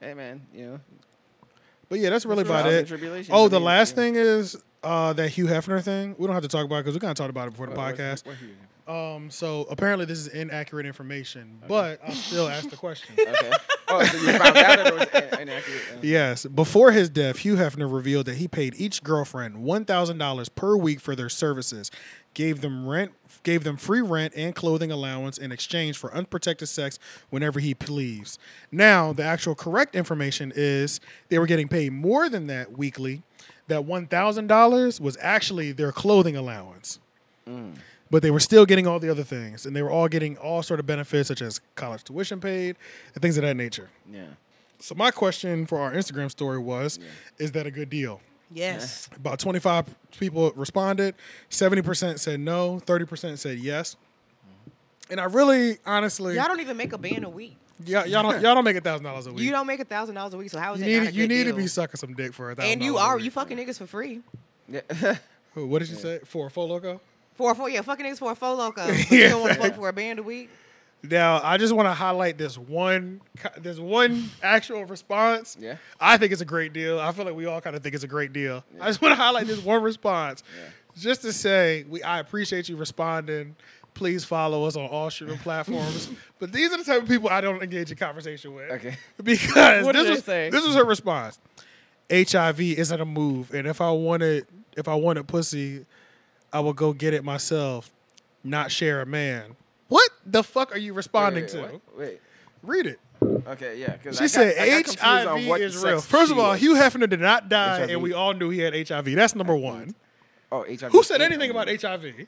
Speaker 2: Hey, man, you know.
Speaker 3: but yeah, that's really
Speaker 2: Trials
Speaker 3: about
Speaker 2: and
Speaker 3: it.
Speaker 2: tribulations,
Speaker 3: Oh,
Speaker 2: I
Speaker 3: the
Speaker 2: mean,
Speaker 3: last
Speaker 2: yeah.
Speaker 3: thing is uh, that Hugh Hefner thing. We don't have to talk about it because we kind of talked about it before the
Speaker 2: What- what-
Speaker 3: podcast.
Speaker 2: what he-
Speaker 3: Um, so apparently this is inaccurate information, but I'll still ask the question.
Speaker 2: Okay. Oh, so you found out it was in- inaccurate. uh,
Speaker 3: Yes. Before his death, Hugh Hefner revealed that he paid each girlfriend one thousand dollars per week for their services, gave them rent, gave them free rent and clothing allowance in exchange for unprotected sex whenever he pleased. Now, the actual correct information is they were getting paid more than that weekly. That one thousand dollars was actually their clothing allowance. But they were still getting all the other things, and they were all getting all sort of benefits such as college tuition paid and things of that nature.
Speaker 2: Yeah.
Speaker 3: So my question for our Instagram story was, is that a good deal?
Speaker 5: Yes.
Speaker 3: About 25 people responded, 70% said no, 30% said yes. And I really honestly
Speaker 5: Y'all don't even make a band a week.
Speaker 3: y'all, y'all don't y'all don't make a thousand dollars a week.
Speaker 5: You don't make a thousand dollars a week, so how is
Speaker 3: You
Speaker 5: it
Speaker 3: need
Speaker 5: not a
Speaker 3: you
Speaker 5: good
Speaker 3: need to
Speaker 5: deal?
Speaker 3: be sucking some dick for a thousand.
Speaker 5: And you are you fucking niggas for free.
Speaker 2: Yeah.
Speaker 3: What did you say for a full loco?
Speaker 5: For a four, yeah, fucking niggas for a four loco. But
Speaker 3: Yeah.
Speaker 5: You don't want to fuck for a band a week.
Speaker 3: Now I just want to highlight this one co- this one actual response.
Speaker 2: Yeah.
Speaker 3: I think it's a great deal. I feel like we all kind of think it's a great deal. I just want to highlight this one response, just to say we I appreciate you responding. Please follow us on all streaming platforms. but these are the type of people I don't engage in conversation with.
Speaker 2: Okay.
Speaker 3: Because
Speaker 4: What did
Speaker 3: this
Speaker 4: they
Speaker 3: was
Speaker 4: say?
Speaker 3: this was her response. HIV isn't a move, and if I wanted if I wanted pussy, I would go get it myself, not share a man. What the fuck are you responding
Speaker 2: Wait,
Speaker 3: to?
Speaker 2: wait, what? Wait.
Speaker 3: Read it.
Speaker 2: Okay, yeah. 'cause
Speaker 3: She
Speaker 2: I got-
Speaker 3: said
Speaker 2: I got confused on
Speaker 3: HIV
Speaker 2: what
Speaker 3: is
Speaker 2: sex
Speaker 3: real. First of
Speaker 2: she
Speaker 3: all,
Speaker 2: was.
Speaker 3: Hugh Hefner did not die,
Speaker 2: HIV.
Speaker 3: and we all knew he had HIV. That's number one.
Speaker 2: Oh, HIV.
Speaker 3: Who said anything about HIV?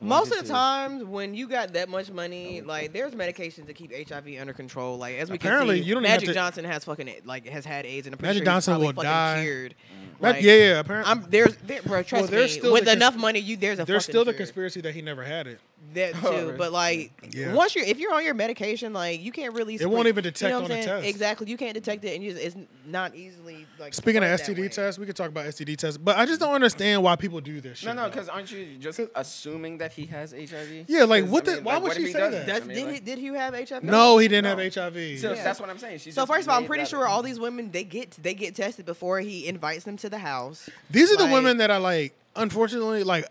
Speaker 5: Most of
Speaker 2: to.
Speaker 5: the times when you got that much money, like there's medications to keep HIV under control. Like as we
Speaker 3: Apparently,
Speaker 5: can see,
Speaker 3: you don't even have
Speaker 5: Magic
Speaker 3: to-
Speaker 5: Johnson has fucking like has had AIDS and I'm pretty
Speaker 3: Magic
Speaker 5: sure he's
Speaker 3: Johnson
Speaker 5: probably
Speaker 3: will
Speaker 5: fucking
Speaker 3: die.
Speaker 5: cured.
Speaker 3: That-
Speaker 5: Like,
Speaker 3: yeah, yeah. Apparently,
Speaker 5: I'm there's there, bro. Trust
Speaker 3: there's
Speaker 5: me,
Speaker 3: still
Speaker 5: with
Speaker 3: the cons-
Speaker 5: enough money, you there's a
Speaker 3: there's
Speaker 5: fucking
Speaker 3: still the
Speaker 5: cure.
Speaker 3: conspiracy that he never had it.
Speaker 5: That too,
Speaker 2: Oh,
Speaker 5: but like
Speaker 3: Yeah.
Speaker 5: once you're if you're on your medication, like you can't really.
Speaker 3: won't even detect
Speaker 5: what
Speaker 3: on
Speaker 5: I'm
Speaker 3: the
Speaker 5: saying?
Speaker 3: test.
Speaker 5: Exactly, you can't detect it, and you, it's not easily like.
Speaker 3: Speaking of
Speaker 5: spread that way.
Speaker 3: STD tests, we could talk about STD tests, but I just don't understand why people do this.
Speaker 2: No,
Speaker 3: Shit,
Speaker 2: no,
Speaker 3: though.
Speaker 2: because aren't you just assuming that he has HIV?
Speaker 3: Yeah, like,
Speaker 2: 'Cause,
Speaker 3: what the- why would
Speaker 2: what
Speaker 3: she
Speaker 2: if he
Speaker 3: say
Speaker 2: doesn't?
Speaker 3: that?
Speaker 5: Does,
Speaker 2: I mean,
Speaker 5: did
Speaker 2: like-
Speaker 5: he, did Hugh have HIV?
Speaker 3: no, he didn't
Speaker 2: No.
Speaker 3: have HIV.
Speaker 2: So
Speaker 5: Yeah.
Speaker 2: that's what I'm saying. She
Speaker 5: So
Speaker 2: just
Speaker 5: first of all, I'm
Speaker 2: made
Speaker 5: pretty
Speaker 2: that
Speaker 5: sure
Speaker 2: up.
Speaker 5: all these women they get they get tested before he invites them to the house.
Speaker 3: These are the
Speaker 5: Like-
Speaker 3: women that I like. Unfortunately, like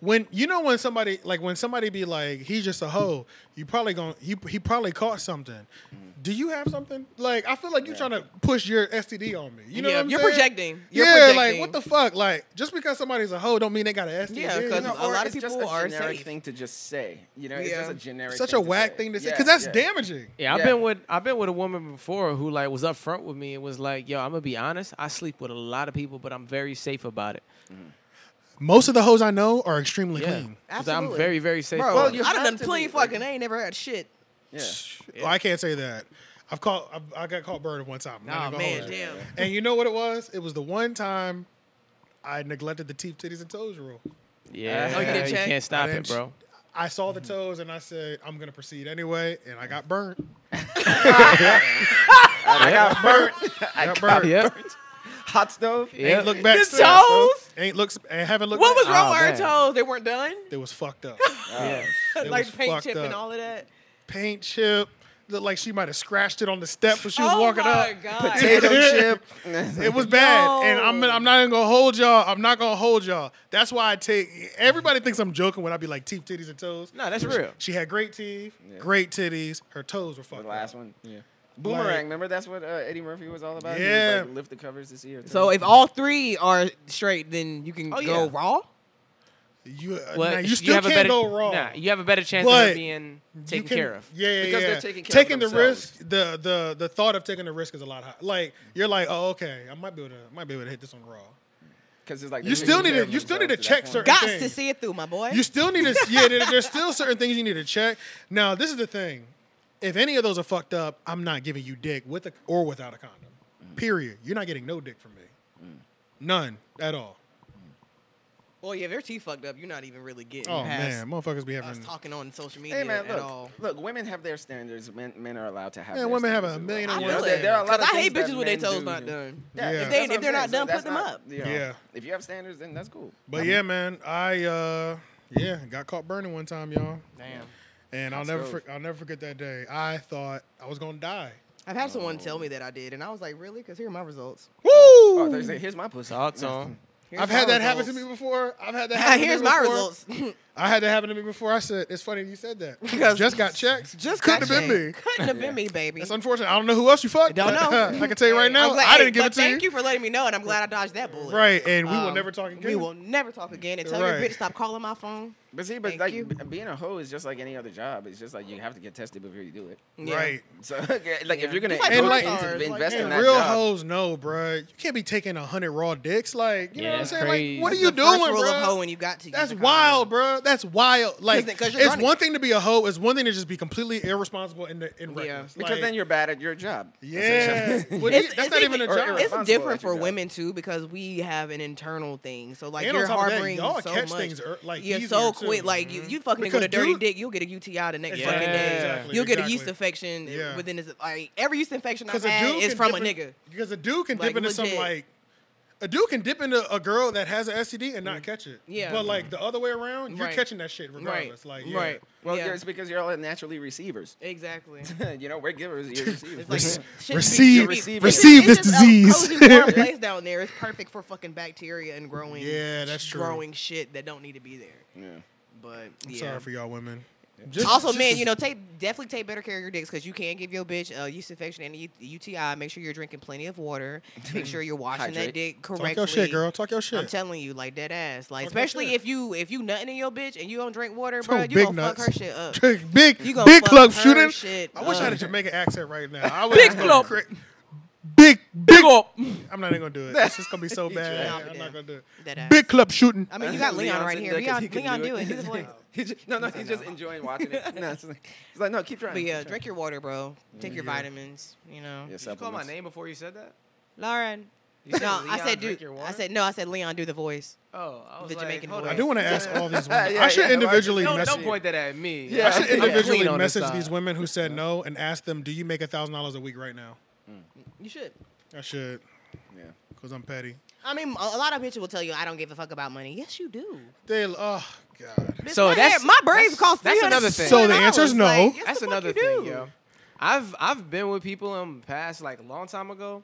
Speaker 3: when you know when somebody like when somebody be like he's just a hoe, you probably going he he probably caught something.
Speaker 5: Mm.
Speaker 3: Do you have something? Like I feel like you're trying to push your STD on me. You know
Speaker 5: Yeah,
Speaker 3: what I'm
Speaker 5: you're
Speaker 3: saying?
Speaker 5: projecting. You're
Speaker 3: yeah, like
Speaker 5: projecting.
Speaker 3: what the fuck? Like just because somebody's a hoe don't mean they got an STD.
Speaker 5: Yeah, 'cause
Speaker 3: You know,
Speaker 5: a
Speaker 2: or
Speaker 5: lot of
Speaker 2: it's just
Speaker 5: people
Speaker 2: a
Speaker 5: are
Speaker 2: generic
Speaker 5: safe.
Speaker 2: thing to just say. You know, it's
Speaker 5: Yeah.
Speaker 2: just a generic.
Speaker 3: such a
Speaker 2: to
Speaker 3: whack
Speaker 2: say.
Speaker 3: thing to say
Speaker 2: Yeah,
Speaker 3: because that's
Speaker 2: yeah.
Speaker 3: damaging.
Speaker 4: Yeah, I've
Speaker 2: Yeah.
Speaker 4: been with I've been with a woman before who like was up front with me and was like, "Yo, I'm gonna be honest. I sleep with a lot of people, but I'm very safe about it.
Speaker 3: Most of the hoes I know are extremely
Speaker 4: Yeah,
Speaker 3: clean.
Speaker 4: She's like, I'm
Speaker 5: Absolutely.
Speaker 4: very very safe.
Speaker 5: Bro,
Speaker 4: about
Speaker 2: Well,
Speaker 4: it."
Speaker 2: you
Speaker 5: I done
Speaker 2: have
Speaker 5: done
Speaker 2: to
Speaker 5: plenty
Speaker 2: be,
Speaker 5: of fucking.
Speaker 2: like-
Speaker 5: I ain't never had shit.
Speaker 2: Yeah.
Speaker 3: Well, Oh, I can't say that. I've caught I've, I got caught burning one time. I'm not
Speaker 5: Nah,
Speaker 3: even gonna hold
Speaker 5: man,
Speaker 3: you.
Speaker 5: damn.
Speaker 3: And you know what it was? It was the one time I neglected the teeth, titties, and toes rule.
Speaker 4: yeah,
Speaker 2: Oh, you didn't
Speaker 4: you
Speaker 5: check?
Speaker 4: can't
Speaker 3: I
Speaker 4: stop it,
Speaker 3: didn't-
Speaker 4: bro.
Speaker 3: I saw the toes and I said, I'm going to proceed anyway. And I got burnt.
Speaker 2: I got burnt.
Speaker 3: I got burnt.
Speaker 4: Yep.
Speaker 2: Hot stove.
Speaker 4: Yeah.
Speaker 3: Ain't look back.
Speaker 5: The
Speaker 3: since.
Speaker 5: toes?
Speaker 3: Ain't look. And haven't looked.
Speaker 5: What was
Speaker 3: back.
Speaker 5: wrong
Speaker 4: Oh,
Speaker 5: with her
Speaker 4: man.
Speaker 5: toes? They weren't done.
Speaker 3: It was fucked up.
Speaker 4: Yeah.
Speaker 3: It
Speaker 5: like
Speaker 3: was
Speaker 5: paint
Speaker 3: fucked
Speaker 5: chip and
Speaker 3: up.
Speaker 5: all of that.
Speaker 3: Paint chip. Looked like she might have scratched it on the step when she was
Speaker 5: oh
Speaker 3: walking
Speaker 5: my
Speaker 3: up.
Speaker 5: god.
Speaker 2: Potato chip.
Speaker 3: It was bad,
Speaker 5: Yo.
Speaker 3: and I'm I'm not even gonna hold y'all. I'm not gonna hold y'all. That's why I take. Everybody thinks I'm joking when I be like teeth, titties, and toes.
Speaker 4: No, that's real.
Speaker 3: She had great teeth,
Speaker 2: Yeah.
Speaker 3: great titties. Her toes were
Speaker 2: the
Speaker 3: fucked.
Speaker 2: last
Speaker 3: up.
Speaker 2: one. Yeah. Boomerang. remember that's what uh, Eddie Murphy was all about. He would,
Speaker 3: Yeah.
Speaker 2: like, lift the covers this year.
Speaker 5: So if all three are straight, then you can
Speaker 4: Oh,
Speaker 5: go
Speaker 4: yeah.
Speaker 5: raw.
Speaker 3: You, uh,
Speaker 4: Well,
Speaker 3: now, you
Speaker 4: you
Speaker 3: still
Speaker 4: have
Speaker 3: can't
Speaker 4: a better,
Speaker 3: go wrong.
Speaker 4: Nah, you have a better chance of
Speaker 3: But
Speaker 4: it being
Speaker 3: You
Speaker 4: taken
Speaker 3: can-
Speaker 4: care of.
Speaker 3: Yeah, yeah,
Speaker 2: Because
Speaker 3: yeah.
Speaker 2: they're taking care of
Speaker 3: taking the
Speaker 2: themselves.
Speaker 3: risk. The the the thought of taking the risk is a lot higher. Like you're like, oh okay, I might be able to, I might be able to hit this on raw.
Speaker 2: because it's like
Speaker 3: You
Speaker 2: they're
Speaker 3: still
Speaker 2: taking
Speaker 3: need
Speaker 2: care
Speaker 3: to-
Speaker 2: of
Speaker 3: you still need
Speaker 2: themselves
Speaker 3: to
Speaker 2: that
Speaker 3: check
Speaker 2: point.
Speaker 3: certain-
Speaker 5: Got
Speaker 3: thing.
Speaker 5: to see it through, my boy.
Speaker 3: You still need to, yeah. There, there's still certain things you need to check. Now, this is the thing: if any of those are fucked up, I'm not giving you dick with a, or without a condom. Period. You're not getting no dick from me. None at all.
Speaker 5: Well, yeah, if their teeth fucked up, you're not even really getting
Speaker 3: Oh man,
Speaker 5: past
Speaker 3: motherfuckers be
Speaker 5: us
Speaker 3: having.
Speaker 5: talking on social media
Speaker 2: Hey man,
Speaker 5: at all.
Speaker 2: look, look. Women have their standards. Men, men are allowed to have.
Speaker 3: Yeah,
Speaker 2: their
Speaker 3: women have a
Speaker 2: standards as
Speaker 3: million
Speaker 2: well.
Speaker 3: and
Speaker 2: You
Speaker 5: I
Speaker 2: know,
Speaker 5: feel
Speaker 2: there,
Speaker 5: it.
Speaker 2: there are a lot
Speaker 5: 'Cause
Speaker 2: of
Speaker 5: I hate
Speaker 2: things that
Speaker 5: bitches when they
Speaker 2: men
Speaker 5: toes
Speaker 2: do.
Speaker 5: not done.
Speaker 2: Yeah,
Speaker 3: If
Speaker 2: that's
Speaker 5: they-
Speaker 2: what
Speaker 5: if
Speaker 2: I'm
Speaker 5: they're not
Speaker 2: saying, so
Speaker 5: done, put
Speaker 2: that's
Speaker 5: them
Speaker 2: not-
Speaker 5: up.
Speaker 2: you know,
Speaker 3: Yeah.
Speaker 2: If you have standards, then that's cool.
Speaker 3: But
Speaker 2: I
Speaker 3: yeah,
Speaker 2: mean,
Speaker 3: man, I uh, yeah, got caught burning one time, y'all,
Speaker 5: Damn.
Speaker 3: and I'll
Speaker 2: That's
Speaker 3: never,
Speaker 2: dope.
Speaker 3: for, I'll never forget that day. I thought I was gonna die.
Speaker 5: I've had
Speaker 3: Oh.
Speaker 5: someone tell me that I did, and I was like, really? Because here are my results.
Speaker 3: Woo!
Speaker 2: Oh, they say, here's my pussy.
Speaker 4: Thoughts on?
Speaker 5: Here's
Speaker 3: I've
Speaker 5: my
Speaker 3: had that happen to
Speaker 5: results."
Speaker 3: me before. I've had that. Happen
Speaker 5: Here's
Speaker 3: to me
Speaker 5: my
Speaker 3: before.
Speaker 5: results.
Speaker 3: I had that happen to me before. I said, "It's funny you said that."
Speaker 5: Because-
Speaker 3: just got checks.
Speaker 5: Just
Speaker 3: couldn't
Speaker 5: got
Speaker 3: have been me.
Speaker 5: shanked. Couldn't have been me, baby.
Speaker 3: That's unfortunate. I don't know who else you fucked.
Speaker 5: Don't
Speaker 3: but
Speaker 5: know.
Speaker 3: I can tell you right
Speaker 5: I'm
Speaker 3: now,
Speaker 5: glad-
Speaker 3: I
Speaker 5: hey,
Speaker 3: didn't give
Speaker 5: but
Speaker 3: it to
Speaker 5: Thank you for letting me know, and I'm glad I dodged that bullet.
Speaker 3: Right, and we will
Speaker 5: Um,
Speaker 3: never talk again.
Speaker 5: We will never talk again. And tell your
Speaker 3: Right.
Speaker 5: bitch stop calling my phone.
Speaker 2: But see, but
Speaker 5: Thank
Speaker 2: like
Speaker 5: you.
Speaker 2: b- being a hoe is just like any other job. It's just like you have to get tested before you do it.
Speaker 5: Yeah.
Speaker 3: Right.
Speaker 2: So like if you're gonna
Speaker 5: Mm. It's like
Speaker 2: go
Speaker 3: porn
Speaker 2: into-
Speaker 5: stars, like,
Speaker 2: invest in
Speaker 3: And
Speaker 2: that
Speaker 3: real
Speaker 2: job,
Speaker 3: hoes know, bruh. You can't be taking a hundred raw dicks. Like, you know
Speaker 4: Yeah,
Speaker 3: what I'm
Speaker 4: that's
Speaker 3: saying?
Speaker 4: crazy.
Speaker 3: Like, what are
Speaker 4: That's
Speaker 3: you
Speaker 5: the
Speaker 3: doing,
Speaker 5: first rule of hoe
Speaker 3: bruh?
Speaker 5: when you got to.
Speaker 3: That's
Speaker 5: use a condom.
Speaker 3: wild, bruh. That's wild. Like,
Speaker 5: then- 'cause you're
Speaker 3: it's
Speaker 5: running.
Speaker 3: one thing to be a hoe. It's one thing to just be completely irresponsible and, and
Speaker 5: Yeah.
Speaker 3: reckless.
Speaker 2: because
Speaker 3: Like,
Speaker 2: then you're bad at your job.
Speaker 3: yeah,
Speaker 2: essentially.
Speaker 3: Well,
Speaker 5: It's-
Speaker 3: that's
Speaker 5: it's
Speaker 3: not even a
Speaker 5: even-
Speaker 3: job.
Speaker 2: or-
Speaker 5: It's
Speaker 2: responsible
Speaker 5: different
Speaker 2: at your
Speaker 5: for
Speaker 2: job.
Speaker 5: women too because we have an internal thing. So like
Speaker 3: And
Speaker 5: you're
Speaker 3: on top of that,
Speaker 5: harboring
Speaker 3: y'all
Speaker 5: so
Speaker 3: catch
Speaker 5: much.
Speaker 3: things er- like
Speaker 5: you're
Speaker 3: easier,
Speaker 5: so
Speaker 3: too. Mm-hmm.
Speaker 5: quick. Like you, you fucking
Speaker 3: Because
Speaker 5: with a dirty
Speaker 3: dude-
Speaker 5: dick, you'll get a UTI the next
Speaker 3: Exactly,
Speaker 5: fucking day.
Speaker 3: exactly,
Speaker 5: you'll get a yeast
Speaker 3: exactly.
Speaker 5: infection
Speaker 3: Yeah.
Speaker 5: within this. Like every yeast infection I've
Speaker 3: Because a
Speaker 5: had
Speaker 3: dude
Speaker 5: is
Speaker 3: can
Speaker 5: from a
Speaker 3: dip in-
Speaker 5: nigga.
Speaker 3: Because a dude can
Speaker 5: Like,
Speaker 3: dip into some
Speaker 5: legit.
Speaker 3: like a dude can dip into a girl that has an STD and not catch it.
Speaker 5: Mm. Yeah.
Speaker 3: but like the other way around, you're
Speaker 5: Right.
Speaker 3: catching that shit regardless.
Speaker 5: Right.
Speaker 3: Like, yeah.
Speaker 5: Right.
Speaker 2: Well,
Speaker 5: Yeah.
Speaker 2: it's because you're all naturally receivers.
Speaker 5: Exactly.
Speaker 2: you know, we're givers. You're receivers.
Speaker 5: It's like,
Speaker 3: Rece-
Speaker 5: shit be-
Speaker 3: receive-
Speaker 5: shit be- it's-
Speaker 2: receive it.
Speaker 5: it's
Speaker 3: receive
Speaker 5: just
Speaker 3: this
Speaker 5: a
Speaker 3: disease.
Speaker 5: cozy warm place down there. It's perfect for fucking bacteria and growing.
Speaker 3: Yeah, that's true.
Speaker 5: Growing shit that don't need to be there.
Speaker 2: yeah.
Speaker 5: But
Speaker 3: I'm
Speaker 5: yeah.
Speaker 3: sorry for y'all women. Just-
Speaker 5: also,
Speaker 3: just-
Speaker 5: man, you know, take definitely take better care of your dicks because you can give your bitch a yeast infection and a U- UTI. Make sure you're drinking plenty of water. Make sure you're washing that
Speaker 2: Hydrate.
Speaker 5: dick correctly.
Speaker 3: talk your shit, girl. Talk your shit.
Speaker 5: I'm telling you, like dead ass. Like
Speaker 3: Talk your
Speaker 5: especially
Speaker 3: shit.
Speaker 5: if you if you nutting in your bitch and you don't drink water,
Speaker 3: Talk
Speaker 5: bro, you
Speaker 3: big
Speaker 5: gonna fuck her
Speaker 3: nuts.
Speaker 5: shit up.
Speaker 3: big
Speaker 5: You gonna
Speaker 3: big
Speaker 5: fuck
Speaker 3: club
Speaker 5: her
Speaker 3: shooting.
Speaker 5: shit
Speaker 3: I wish I
Speaker 5: up.
Speaker 3: had a Jamaican accent right now. I was
Speaker 4: Big
Speaker 3: gonna
Speaker 4: club.
Speaker 3: cra- Big big.
Speaker 4: up.
Speaker 3: I'm not even gonna do it. It's just gonna be so bad.
Speaker 5: tried.
Speaker 3: I'm not gonna do it.
Speaker 5: Dead ass.
Speaker 3: Big club shooting.
Speaker 5: I mean, you got Leon
Speaker 2: Leon's
Speaker 5: right
Speaker 2: in
Speaker 5: here.
Speaker 2: there 'cause
Speaker 5: Leon,
Speaker 2: he can
Speaker 5: Leon, do it.
Speaker 2: He's
Speaker 5: He's like,
Speaker 2: just- no, no, he's just enjoying watching it. No, it's like, he's like, no, keep trying.
Speaker 5: But yeah,
Speaker 2: keep trying.
Speaker 5: drink your water, bro. Take your vitamins. You know,
Speaker 2: Yeah,
Speaker 4: Did you call my
Speaker 2: supplements.
Speaker 4: name before you said that?
Speaker 5: Lauren.
Speaker 4: You said
Speaker 5: no, I
Speaker 4: Leon,
Speaker 5: said,
Speaker 4: drink
Speaker 5: dude.
Speaker 4: your
Speaker 5: I
Speaker 4: water?
Speaker 5: said no. I said Leon, do the voice.
Speaker 4: Oh, I was
Speaker 5: The
Speaker 4: like,
Speaker 5: Jamaican
Speaker 4: hold
Speaker 5: boy.
Speaker 3: I
Speaker 4: up.
Speaker 3: do want to ask all these women.
Speaker 2: Yeah,
Speaker 3: I should
Speaker 2: yeah,
Speaker 3: individually
Speaker 2: no,
Speaker 4: Don't,
Speaker 3: message.
Speaker 4: don't point that at me.
Speaker 2: Yeah,
Speaker 4: I should
Speaker 2: I'm clean
Speaker 3: individually
Speaker 4: on this
Speaker 3: message
Speaker 4: side.
Speaker 3: these women who said no and ask them, "Do you make a thousand dollars a week right now?"
Speaker 5: You should.
Speaker 3: I should,
Speaker 2: Yeah.
Speaker 3: cause I'm petty.
Speaker 5: I mean, a a lot of bitches will tell you I don't give a fuck about money. Yes, you do.
Speaker 3: They, oh god.
Speaker 5: Bitch,
Speaker 4: So
Speaker 5: my
Speaker 4: that's-
Speaker 5: hair- my braids
Speaker 4: that's-
Speaker 5: cost.
Speaker 4: that's
Speaker 5: $300.
Speaker 4: another thing.
Speaker 3: So the answer is no.
Speaker 5: Like, yes,
Speaker 4: That's
Speaker 5: the fuck
Speaker 4: another
Speaker 5: you
Speaker 4: thing,
Speaker 5: do.
Speaker 4: yo. I've I've been with people in the past like a long time ago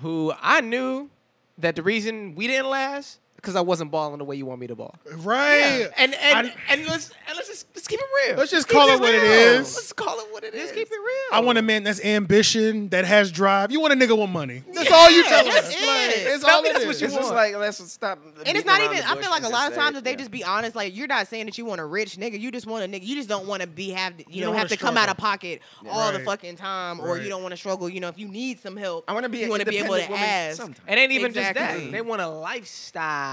Speaker 4: who I knew that the reason we didn't last because I wasn't balling the way you want me to ball.
Speaker 3: Right.
Speaker 4: And and
Speaker 3: I-
Speaker 4: and let's and let's just let's keep it real.
Speaker 3: Let's just
Speaker 4: Keep
Speaker 3: call it what it
Speaker 4: real.
Speaker 3: is.
Speaker 4: Let's call it what it is.
Speaker 5: Just keep it real.
Speaker 3: I want a man that's ambition, that has drive. You want a nigga with money. That's all you tell us.
Speaker 5: that's
Speaker 3: Like,
Speaker 5: it.
Speaker 3: it's
Speaker 4: Tell
Speaker 3: all
Speaker 4: me
Speaker 3: it
Speaker 4: that's what
Speaker 3: is.
Speaker 4: you
Speaker 2: It's
Speaker 4: want.
Speaker 2: just like let's stop.
Speaker 5: And it's not even. I feel like a lot of times if they just be honest, like you're not saying that you want a rich nigga, you just want a nigga. You just don't want to be have you,
Speaker 3: don't
Speaker 5: know
Speaker 3: wanna
Speaker 5: have to come out of pocket all the
Speaker 3: Right.
Speaker 5: fucking time, or
Speaker 3: Right.
Speaker 5: you don't want to struggle. You know, if you need some help,
Speaker 2: I want to be.
Speaker 5: you
Speaker 2: an
Speaker 5: wanna be able
Speaker 2: independent
Speaker 5: to
Speaker 2: woman
Speaker 5: ask.
Speaker 2: sometime.
Speaker 4: And ain't even just
Speaker 5: Exactly.
Speaker 4: that. They want a lifestyle.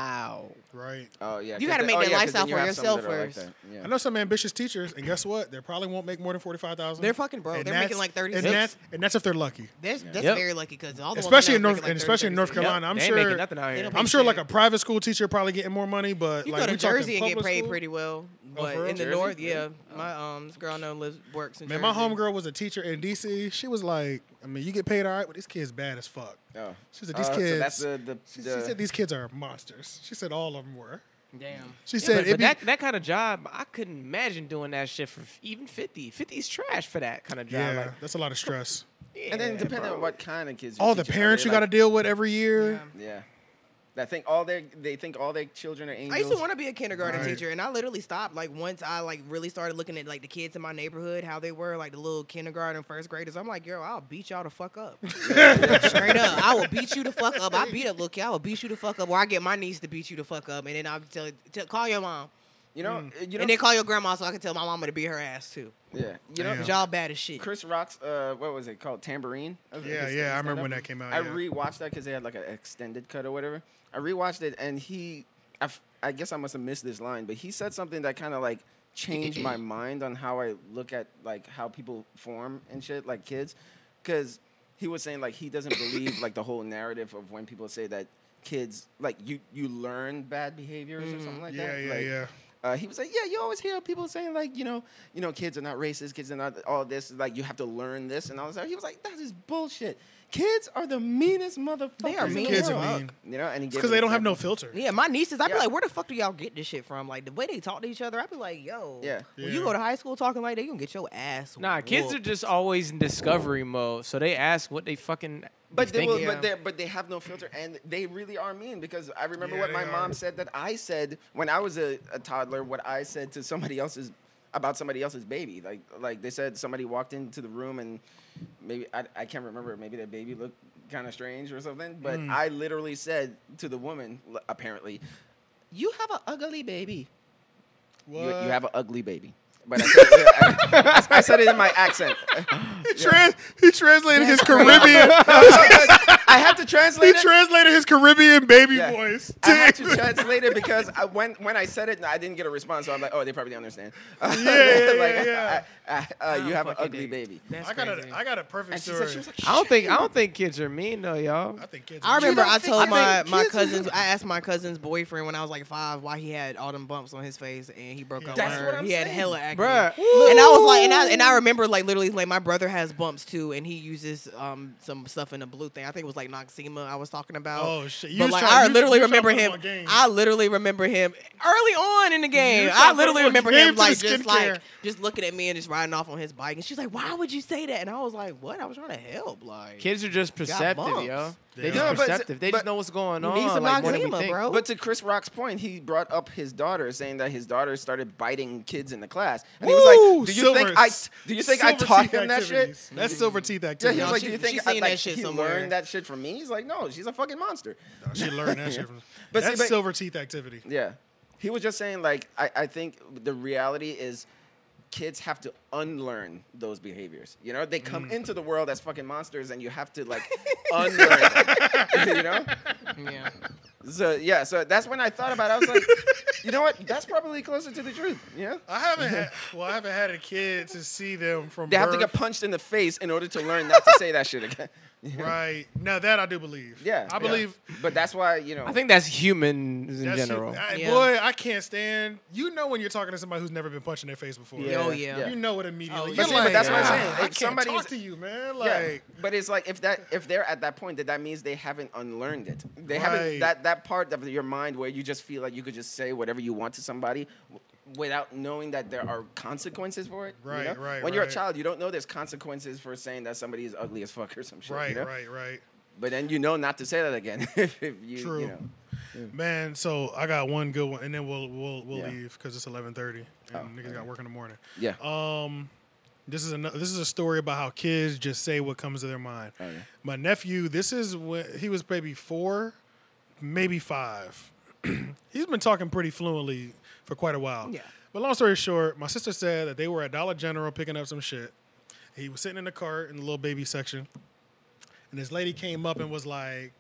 Speaker 3: Right.
Speaker 2: Oh yeah.
Speaker 5: You
Speaker 2: 'cause
Speaker 5: gotta
Speaker 2: they-
Speaker 5: make
Speaker 2: oh,
Speaker 5: that
Speaker 2: yeah, 'cause
Speaker 5: lifestyle
Speaker 2: then you
Speaker 5: for
Speaker 2: have some that
Speaker 5: yourself
Speaker 2: are like
Speaker 5: first.
Speaker 2: that, yeah.
Speaker 3: I know some ambitious teachers, and guess what? They probably won't make more than forty-five thousand.
Speaker 5: They're fucking broke. They're making like
Speaker 3: And
Speaker 5: 36.
Speaker 3: that's and that's if they're lucky.
Speaker 5: That's, that's
Speaker 4: Yep.
Speaker 5: very lucky because all the
Speaker 3: Especially in
Speaker 5: women I know
Speaker 3: North
Speaker 5: is making, like,
Speaker 3: and especially in
Speaker 5: 30,
Speaker 3: North
Speaker 5: 36.
Speaker 3: Carolina. I'm
Speaker 4: they ain't
Speaker 3: sure.
Speaker 4: making nothing out
Speaker 5: They
Speaker 4: here.
Speaker 5: don't
Speaker 3: I'm sure like a
Speaker 5: shit.
Speaker 3: private school teacher probably getting more money, but
Speaker 5: You
Speaker 3: like
Speaker 5: go
Speaker 3: we
Speaker 5: to
Speaker 3: talking
Speaker 5: Jersey and get
Speaker 3: public
Speaker 5: paid
Speaker 3: school?
Speaker 5: pretty well,
Speaker 3: Oh,
Speaker 5: but
Speaker 3: for
Speaker 5: in the
Speaker 2: real?
Speaker 5: North,
Speaker 2: Jersey?
Speaker 5: yeah, my um this girl I know lives works in
Speaker 3: Man,
Speaker 5: Jersey.
Speaker 3: my homegirl was a teacher in DC. She was like, I mean, you get paid all right, but these kids bad as fuck.
Speaker 2: Oh.
Speaker 3: She said these
Speaker 2: Oh,
Speaker 3: kids.
Speaker 2: So that's the
Speaker 3: she,
Speaker 2: the.
Speaker 3: she said
Speaker 2: the-
Speaker 3: these kids are monsters. She said all of them were.
Speaker 5: Damn.
Speaker 3: She
Speaker 4: Yeah,
Speaker 3: said
Speaker 4: but,
Speaker 3: it'd
Speaker 4: but
Speaker 3: be,
Speaker 4: that, that kind of job, I couldn't imagine doing that shit for f- even 50. 50 is trash for that kind of job.
Speaker 3: yeah,
Speaker 4: Like,
Speaker 3: that's a lot of stress.
Speaker 2: And then
Speaker 4: yeah,
Speaker 2: depending
Speaker 4: bro.
Speaker 2: on what kind of kids. you're
Speaker 3: All the
Speaker 2: teaching, are
Speaker 3: parents
Speaker 2: they
Speaker 3: you got to
Speaker 2: like-
Speaker 3: deal with every year.
Speaker 2: Yeah. That think all their they think all their children are angels.
Speaker 5: I used to want to be a kindergarten
Speaker 3: Right.
Speaker 5: teacher, and I literally stopped. Like once I like really started looking at like the kids in my neighborhood, how they were like the little kindergarten first graders. I'm like, yo, I'll beat y'all the fuck up. Straight up, I will beat you the fuck up. I beat up, look, I will beat you the fuck up, or I get my niece to beat you the fuck up, and then I'll tell, tell call your mom,
Speaker 2: You know. You know.
Speaker 5: Mm. and then call your grandma so I can tell my mama to beat her ass too.
Speaker 2: yeah. You know.
Speaker 3: Damn.
Speaker 5: Cause y'all bad as shit.
Speaker 2: Chris Rock's uh, what was it called? Tambourine. That was
Speaker 3: Yeah,
Speaker 2: his-
Speaker 3: yeah, I
Speaker 2: his
Speaker 3: remember when
Speaker 2: stand-up.
Speaker 3: that came out,
Speaker 2: I
Speaker 3: yeah.
Speaker 2: rewatched that because they had like an extended cut or whatever. I rewatched it and he, I, f- I guess I must have missed this line, but he said something that kind of like changed my mind on how I look at like how people form and shit, like kids, because he was saying like he doesn't believe like the whole narrative of when people say that kids like you you learn bad behaviors or something like
Speaker 3: Mm, Yeah,
Speaker 2: that.
Speaker 3: yeah,
Speaker 2: like,
Speaker 3: yeah.
Speaker 2: Uh, he was like, yeah, you always hear people saying like, you know, you know, kids are not racist, kids are not all this. Like, you have to learn this and all this. He was like, that is bullshit. Kids are the meanest motherfuckers.
Speaker 5: They are
Speaker 2: in the
Speaker 5: mean. Kids are
Speaker 2: world."
Speaker 3: mean.
Speaker 2: You know, and he
Speaker 3: It's
Speaker 2: gave
Speaker 3: because
Speaker 2: an
Speaker 3: they don't have
Speaker 2: example.
Speaker 3: no filter.
Speaker 5: Yeah, my nieces, I'd be
Speaker 2: Yeah.
Speaker 5: like, where the fuck do y'all get this shit from? Like the way they talk to each other, I'd be like, yo,
Speaker 2: Yeah.
Speaker 5: when you
Speaker 3: Yeah.
Speaker 5: go to high school talking like that, you gonna get your ass.
Speaker 4: Nah, kids are
Speaker 5: whooped.
Speaker 4: just always in discovery mode, so they ask what they fucking.
Speaker 2: But they, will,
Speaker 4: thinking.
Speaker 2: but they but they have no filter, and they really are mean. Because I remember
Speaker 3: Yeah,
Speaker 2: what
Speaker 3: they
Speaker 2: my mom
Speaker 3: are.
Speaker 2: said that I said when I was a, a toddler. What I said to somebody else's about somebody else's baby, like like they said somebody walked into the room and maybe I, I can't remember. Maybe their baby looked kind of strange or something. But
Speaker 3: Mm.
Speaker 2: I literally said to the woman, l- apparently, you have an ugly baby. You, you
Speaker 3: What?
Speaker 2: have an ugly baby. But I said, I, I said it in my accent.
Speaker 3: He, trans- he translated his Caribbean.
Speaker 2: I had to
Speaker 3: he
Speaker 2: translate it.
Speaker 3: translated his Caribbean baby
Speaker 2: Yeah.
Speaker 3: voice.
Speaker 2: I had to
Speaker 3: English.
Speaker 2: translate it because I, when when I said it, I didn't get a response. So I'm like, oh, they probably don't understand. Yeah,
Speaker 3: yeah, yeah.
Speaker 2: uh, you have an
Speaker 4: fucking
Speaker 2: ugly
Speaker 4: dig it.
Speaker 2: baby.
Speaker 5: That's
Speaker 3: I got
Speaker 5: crazy.
Speaker 3: a I got a perfect
Speaker 2: And she
Speaker 3: story.
Speaker 2: said she was like,
Speaker 4: I don't think I don't think kids are mean though, y'all.
Speaker 3: I think kids.
Speaker 5: I
Speaker 3: are-
Speaker 5: remember
Speaker 2: don't
Speaker 5: I
Speaker 2: think-
Speaker 5: told
Speaker 2: I
Speaker 5: my,
Speaker 2: think
Speaker 5: my
Speaker 2: kids-
Speaker 5: cousins I asked my cousin's boyfriend when I was like five why he had all them bumps on his face and he broke up
Speaker 2: That's
Speaker 5: with her.
Speaker 2: what I'm
Speaker 5: he had
Speaker 2: saying.
Speaker 5: hella acne.
Speaker 4: Bruh.
Speaker 5: And I was like and I and I remember like literally like my brother has bumps too and he uses um some stuff in the blue thing. I think it was like Noxema I was talking about.
Speaker 3: Oh, shit. You
Speaker 5: but
Speaker 3: was
Speaker 5: like
Speaker 3: trying-
Speaker 5: I
Speaker 3: you-
Speaker 5: literally
Speaker 3: you trying to
Speaker 5: remember
Speaker 3: put him
Speaker 5: him.
Speaker 3: on game.
Speaker 5: I literally remember him early on in the game.
Speaker 3: trying to put
Speaker 5: I
Speaker 3: him
Speaker 5: literally
Speaker 3: on
Speaker 5: remember
Speaker 3: game
Speaker 5: him
Speaker 3: to the
Speaker 5: like just
Speaker 3: skincare.
Speaker 5: like just looking at me and just riding off on his bike and she's like, "Why would you say that?" And I was like, "What? I was trying to help." Like
Speaker 4: Kids are just perceptive,
Speaker 5: bumps.
Speaker 4: yo.
Speaker 3: Yeah.
Speaker 4: They
Speaker 2: No,
Speaker 4: just
Speaker 2: but-
Speaker 4: perceptive. They
Speaker 2: but
Speaker 4: just know what's going
Speaker 5: you
Speaker 4: on.
Speaker 5: need some
Speaker 4: like, more than we
Speaker 5: Noxema,
Speaker 4: think.
Speaker 5: bro.
Speaker 2: But to Chris Rock's point, he brought up his daughter, saying that his daughter started biting kids in the class, and he was
Speaker 3: Woo,
Speaker 2: like, "Do you
Speaker 3: silver-
Speaker 2: think I do you think I
Speaker 3: silver
Speaker 2: taught
Speaker 3: teeth
Speaker 2: him that
Speaker 3: activities.
Speaker 2: shit?"
Speaker 3: That's silver teeth
Speaker 2: Yeah, he
Speaker 3: activity.
Speaker 2: was
Speaker 5: No,
Speaker 2: like,
Speaker 5: she-
Speaker 2: "Do you think
Speaker 5: she's
Speaker 2: I,
Speaker 5: seen
Speaker 2: like,
Speaker 5: that shit
Speaker 2: he
Speaker 5: somewhere."
Speaker 2: learned that shit from me?" He's like, "No, she's a fucking monster."
Speaker 3: she learned that shit. From, but
Speaker 2: But see,
Speaker 3: that's
Speaker 2: but-
Speaker 3: silver teeth activity.
Speaker 2: Yeah. He was just saying, like, I, I think the reality is kids have to unlearn those behaviors. You know, they come into the world as fucking monsters and you have to, like, unlearn them. you know?
Speaker 5: yeah.
Speaker 2: So, yeah, so that's when I thought about it. I was like, you know what? That's probably closer to the truth. Yeah.
Speaker 3: I haven't had well, I haven't had a kid to see them from
Speaker 2: They have to
Speaker 3: birth.
Speaker 2: get punched in the face in order to learn not to say that shit again.
Speaker 3: right. Now that I do believe.
Speaker 2: Yeah.
Speaker 3: I believe
Speaker 2: But that's why, you know.
Speaker 4: I think that's humans in
Speaker 3: that's
Speaker 4: general.
Speaker 3: I-
Speaker 5: Yeah.
Speaker 3: Boy, I can't stand. You know when you're talking to somebody who's never been punched in their face before.
Speaker 2: Yeah.
Speaker 5: Oh yeah.
Speaker 2: Yeah.
Speaker 3: You know it immediately.
Speaker 5: Oh,
Speaker 3: You're
Speaker 5: But see, but
Speaker 3: like,
Speaker 5: that's what I'm
Speaker 3: "Ah,
Speaker 2: saying.
Speaker 3: I
Speaker 2: If
Speaker 3: can't
Speaker 2: somebody's-
Speaker 3: talk to you, man.
Speaker 2: Yeah,
Speaker 3: Like,
Speaker 2: but it's like if that if they're at that point, that that means they haven't unlearned it. They haven't
Speaker 3: Right.
Speaker 2: that that part of your mind where you just feel like you could just say whatever you want to somebody w- without knowing that there are consequences for it. you
Speaker 3: Right,
Speaker 2: know?
Speaker 3: right,
Speaker 2: When you're a
Speaker 3: right.
Speaker 2: child, you don't know there's consequences for saying that somebody is ugly as fuck or some shit. you
Speaker 3: right,
Speaker 2: know?
Speaker 3: right, right.
Speaker 2: But then you know not to say that again. if if you,
Speaker 3: True.
Speaker 2: You know. Mm.
Speaker 3: Man, so I got one good one, and then we'll we'll we'll
Speaker 2: Yeah.
Speaker 3: 'cause leave because it's eleven thirty, and
Speaker 2: Oh,
Speaker 3: niggas got
Speaker 2: okay.
Speaker 3: work in the morning.
Speaker 2: Yeah.
Speaker 3: Um, This is another. This is a story about how kids just say what comes to their mind.
Speaker 2: Okay.
Speaker 3: My nephew, this is when he was maybe four, maybe five. He's been talking pretty fluently for quite a while.
Speaker 5: Yeah.
Speaker 3: But long story short, my sister said that they were at Dollar General picking up some shit. He was sitting in the cart in the little baby section, and this lady came up and was like,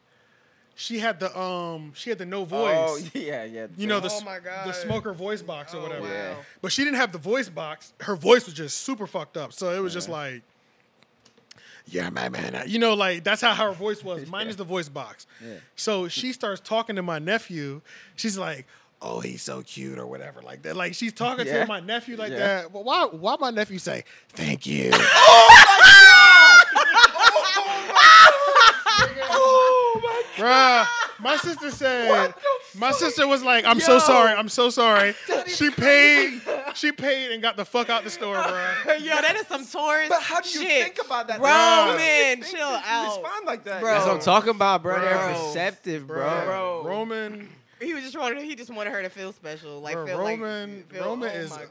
Speaker 3: she had the um, she had the no voice.
Speaker 2: oh yeah, yeah.
Speaker 3: You know the,
Speaker 5: Oh
Speaker 3: s-
Speaker 5: my God. Oh,
Speaker 3: the smoker voice box or whatever.
Speaker 5: wow.
Speaker 3: But she didn't have the voice box. Her voice was just super fucked up. So it was just like, "Yeah, my man." You know, like that's how her voice was, minus the voice box. So she starts talking to my nephew. She's like, "Oh, he's so cute," or whatever, like that. Like she's talking
Speaker 2: Yeah.
Speaker 3: to my nephew like
Speaker 2: Yeah.
Speaker 3: that. But why? Why my nephew say, "Thank you"? Bruh, my sister said. My sister was like, "I'm so sorry. I'm so sorry." She paid. She paid and got the fuck out the store, bruh.
Speaker 5: Yo, that is some tourist
Speaker 2: But how do you
Speaker 5: shit.
Speaker 2: think about that?
Speaker 5: Bro,
Speaker 2: How do you
Speaker 5: man,
Speaker 2: think
Speaker 5: chill
Speaker 2: to
Speaker 5: out.
Speaker 2: Respond like that,
Speaker 5: Bro.
Speaker 4: That's what I'm talking about, bro. They're
Speaker 5: Bro.
Speaker 4: perceptive, bro.
Speaker 5: Bro.
Speaker 3: Roman.
Speaker 5: He was just wanted. He just wanted her to feel special. Like
Speaker 3: Bro,
Speaker 5: feel
Speaker 3: Roman-
Speaker 5: Like, feel,
Speaker 3: Roman
Speaker 5: oh
Speaker 3: is-
Speaker 5: my-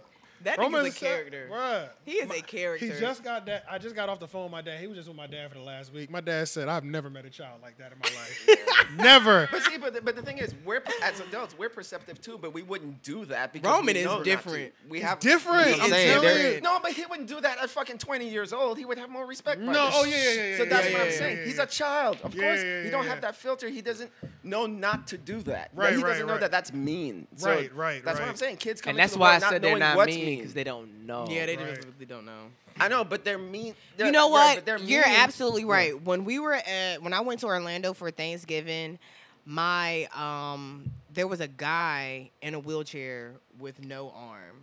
Speaker 5: that
Speaker 3: Roman
Speaker 5: nigga's a character.
Speaker 3: Bruh.
Speaker 5: he is a character.
Speaker 3: He just got that. I just got off the phone with my dad. He was just with my dad for the last week. My dad said, "I've never met a child like that in my life. never."
Speaker 2: But see, but the, but the thing is, we're as adults, we're perceptive too, but we wouldn't do that because
Speaker 5: Roman
Speaker 2: we
Speaker 5: is
Speaker 2: know not to.
Speaker 5: different.
Speaker 2: We have
Speaker 3: different.
Speaker 2: You know what
Speaker 5: I'm
Speaker 2: saying?
Speaker 5: telling
Speaker 2: There-
Speaker 5: you.
Speaker 2: No, but he wouldn't do that at fucking 20 years old. He would have more respect. by
Speaker 3: No,
Speaker 2: then.
Speaker 3: oh, yeah, yeah, yeah,
Speaker 2: So
Speaker 3: yeah,
Speaker 2: that's
Speaker 5: yeah,
Speaker 2: what I'm
Speaker 5: yeah,
Speaker 2: saying.
Speaker 3: yeah,
Speaker 2: He's
Speaker 3: yeah.
Speaker 2: a child. Of
Speaker 3: Yeah,
Speaker 2: course,
Speaker 3: yeah,
Speaker 2: he don't
Speaker 3: yeah,
Speaker 2: have
Speaker 3: yeah.
Speaker 2: that filter. He doesn't know not to do that.
Speaker 3: Right,
Speaker 2: He
Speaker 3: right,
Speaker 2: doesn't know
Speaker 3: right.
Speaker 2: that that's mean. So
Speaker 3: Right, right,
Speaker 2: That's what
Speaker 3: right.
Speaker 2: I'm saying. Kids come
Speaker 4: And
Speaker 2: into
Speaker 4: that's
Speaker 2: the
Speaker 4: why I
Speaker 2: world
Speaker 4: said they're
Speaker 2: knowing
Speaker 4: not
Speaker 2: what's
Speaker 4: mean because they don't know.
Speaker 5: yeah, they
Speaker 3: Oh, Right.
Speaker 5: definitely don't know.
Speaker 2: I know, but they're mean. They're,
Speaker 5: you know
Speaker 2: yeah,
Speaker 5: what?
Speaker 2: but they're
Speaker 5: You're
Speaker 2: mean.
Speaker 5: absolutely right. When we were at when I went to Orlando for Thanksgiving, my um there was a guy in a wheelchair with no arm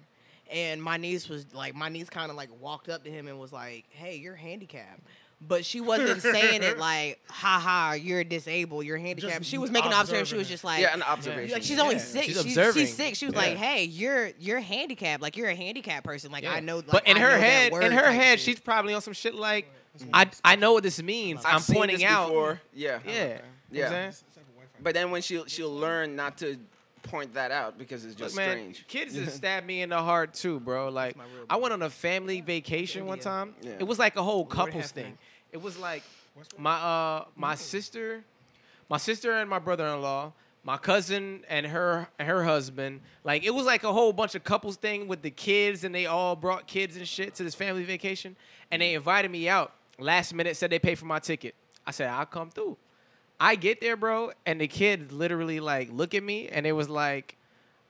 Speaker 5: and my niece was like my niece kind of like walked up to him and was like hey you're handicapped but she wasn't saying it like ha ha you're disabled you're handicapped she was making an observation she
Speaker 3: observing
Speaker 5: was
Speaker 3: it.
Speaker 5: just like
Speaker 2: yeah, an observation.
Speaker 5: like she's only
Speaker 4: Yeah.
Speaker 5: six.
Speaker 4: She's
Speaker 5: She's, she's,
Speaker 4: observing.
Speaker 5: six. She was
Speaker 2: Yeah.
Speaker 5: like, "Hey, you're you're handicapped. Like you're a handicapped person. Like I
Speaker 4: Yeah.
Speaker 5: know." Like,
Speaker 4: but in
Speaker 5: I
Speaker 4: her
Speaker 5: know that
Speaker 4: head,
Speaker 5: word
Speaker 4: in her
Speaker 5: type
Speaker 4: head,
Speaker 5: shit.
Speaker 4: she's probably on some shit like, I, I know what this means.
Speaker 2: I've
Speaker 4: I'm
Speaker 2: seen
Speaker 4: pointing
Speaker 2: this
Speaker 4: out.
Speaker 2: Before. Yeah.
Speaker 4: Yeah. You know what
Speaker 2: Yeah.
Speaker 4: I'm saying?
Speaker 2: But then when she'll she'll learn not to point that out because it's
Speaker 4: Look,
Speaker 2: just
Speaker 4: man,
Speaker 2: strange.
Speaker 4: kids just stabbed me in the heart too, bro. Like,
Speaker 5: my real
Speaker 4: I went on a family vacation one
Speaker 5: India.
Speaker 4: time.
Speaker 2: Yeah.
Speaker 4: It was like a whole couples
Speaker 5: have
Speaker 4: thing.
Speaker 5: none.
Speaker 4: It was like my uh my sister, my sister and my brother-in-law, my cousin and her and her husband. Like, it was like a whole bunch of couples thing with the kids, and they all brought kids and shit to this family vacation, and they invited me out last minute. Said they paid for my ticket. I said I'll come through. I get there, bro, and the kids literally like look at me, and it was like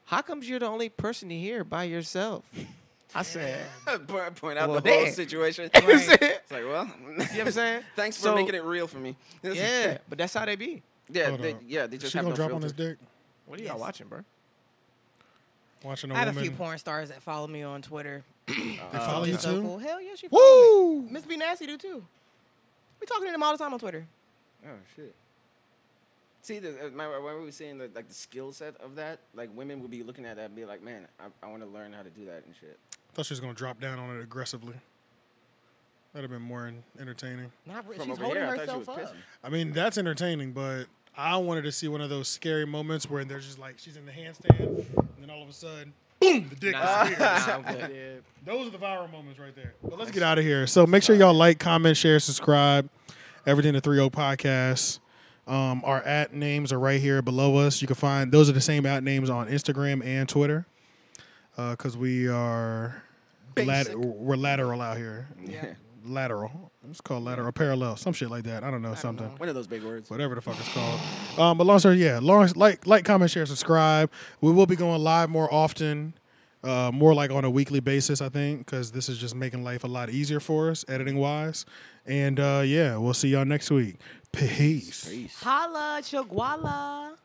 Speaker 4: how comes you're the only person here by yourself? I said,
Speaker 2: point, point out
Speaker 4: Well,
Speaker 2: the whole
Speaker 4: damn.
Speaker 2: situation.
Speaker 4: It's
Speaker 2: It's
Speaker 4: it.
Speaker 2: like, well,
Speaker 4: you know what I'm saying?
Speaker 2: thanks for
Speaker 4: So,
Speaker 2: making it real for me.
Speaker 4: Yeah, but that's how they be.
Speaker 2: yeah,
Speaker 3: Hold
Speaker 2: they,
Speaker 3: up.
Speaker 2: yeah. They just
Speaker 3: She
Speaker 2: have
Speaker 3: gonna
Speaker 2: no
Speaker 3: drop
Speaker 2: filter.
Speaker 3: on his dick.
Speaker 4: What are y'all
Speaker 5: Yes.
Speaker 4: watching, bro?
Speaker 3: Watching a
Speaker 5: I have
Speaker 3: woman.
Speaker 5: a few porn stars that follow me on Twitter.
Speaker 3: They follow
Speaker 2: Uh,
Speaker 3: you
Speaker 5: She's
Speaker 3: too.
Speaker 5: so cool. Hell yeah, she. Woo!
Speaker 3: Woo!
Speaker 5: Miss B Nasty do too. We talking to them all the time on Twitter.
Speaker 2: Oh shit. See, the, uh, my, when we were saying the, like the skill set of that, like women would be looking at that and be like, "Man, I, I want to learn how to do that and shit."
Speaker 3: Thought she was gonna drop down on it aggressively. That'd have been more en- entertaining.
Speaker 5: Not really.
Speaker 2: From
Speaker 5: She's
Speaker 2: over
Speaker 5: holding
Speaker 2: here, I thought
Speaker 5: herself
Speaker 2: she was
Speaker 5: up.
Speaker 2: pissing.
Speaker 3: I mean, that's entertaining, but I wanted to see one of those scary moments where they're just like she's in the handstand, and then all of a sudden, boom, the dick disappears. Those are the viral moments right there. But let's get out of here. So make sure y'all like, comment, share, subscribe. Everything the 30 podcast. Um, our at names are right here below us. You can find those are the same at names on Instagram and Twitter. Because we are lat- we're lateral out here.
Speaker 2: Yeah.
Speaker 3: Lateral. It's called lateral, parallel, some shit like that. I don't know something
Speaker 2: One of those big words.
Speaker 3: whatever the fuck it's called. Um, but long story, yeah, Lawrence, like, like, comment, share, subscribe. We will be going live more often, uh, more like on a weekly basis, I think, because this is just making life a lot easier for us, editing wise. And uh, yeah, we'll see y'all next week. Peace.
Speaker 2: Peace.
Speaker 5: Holla, Chagwala.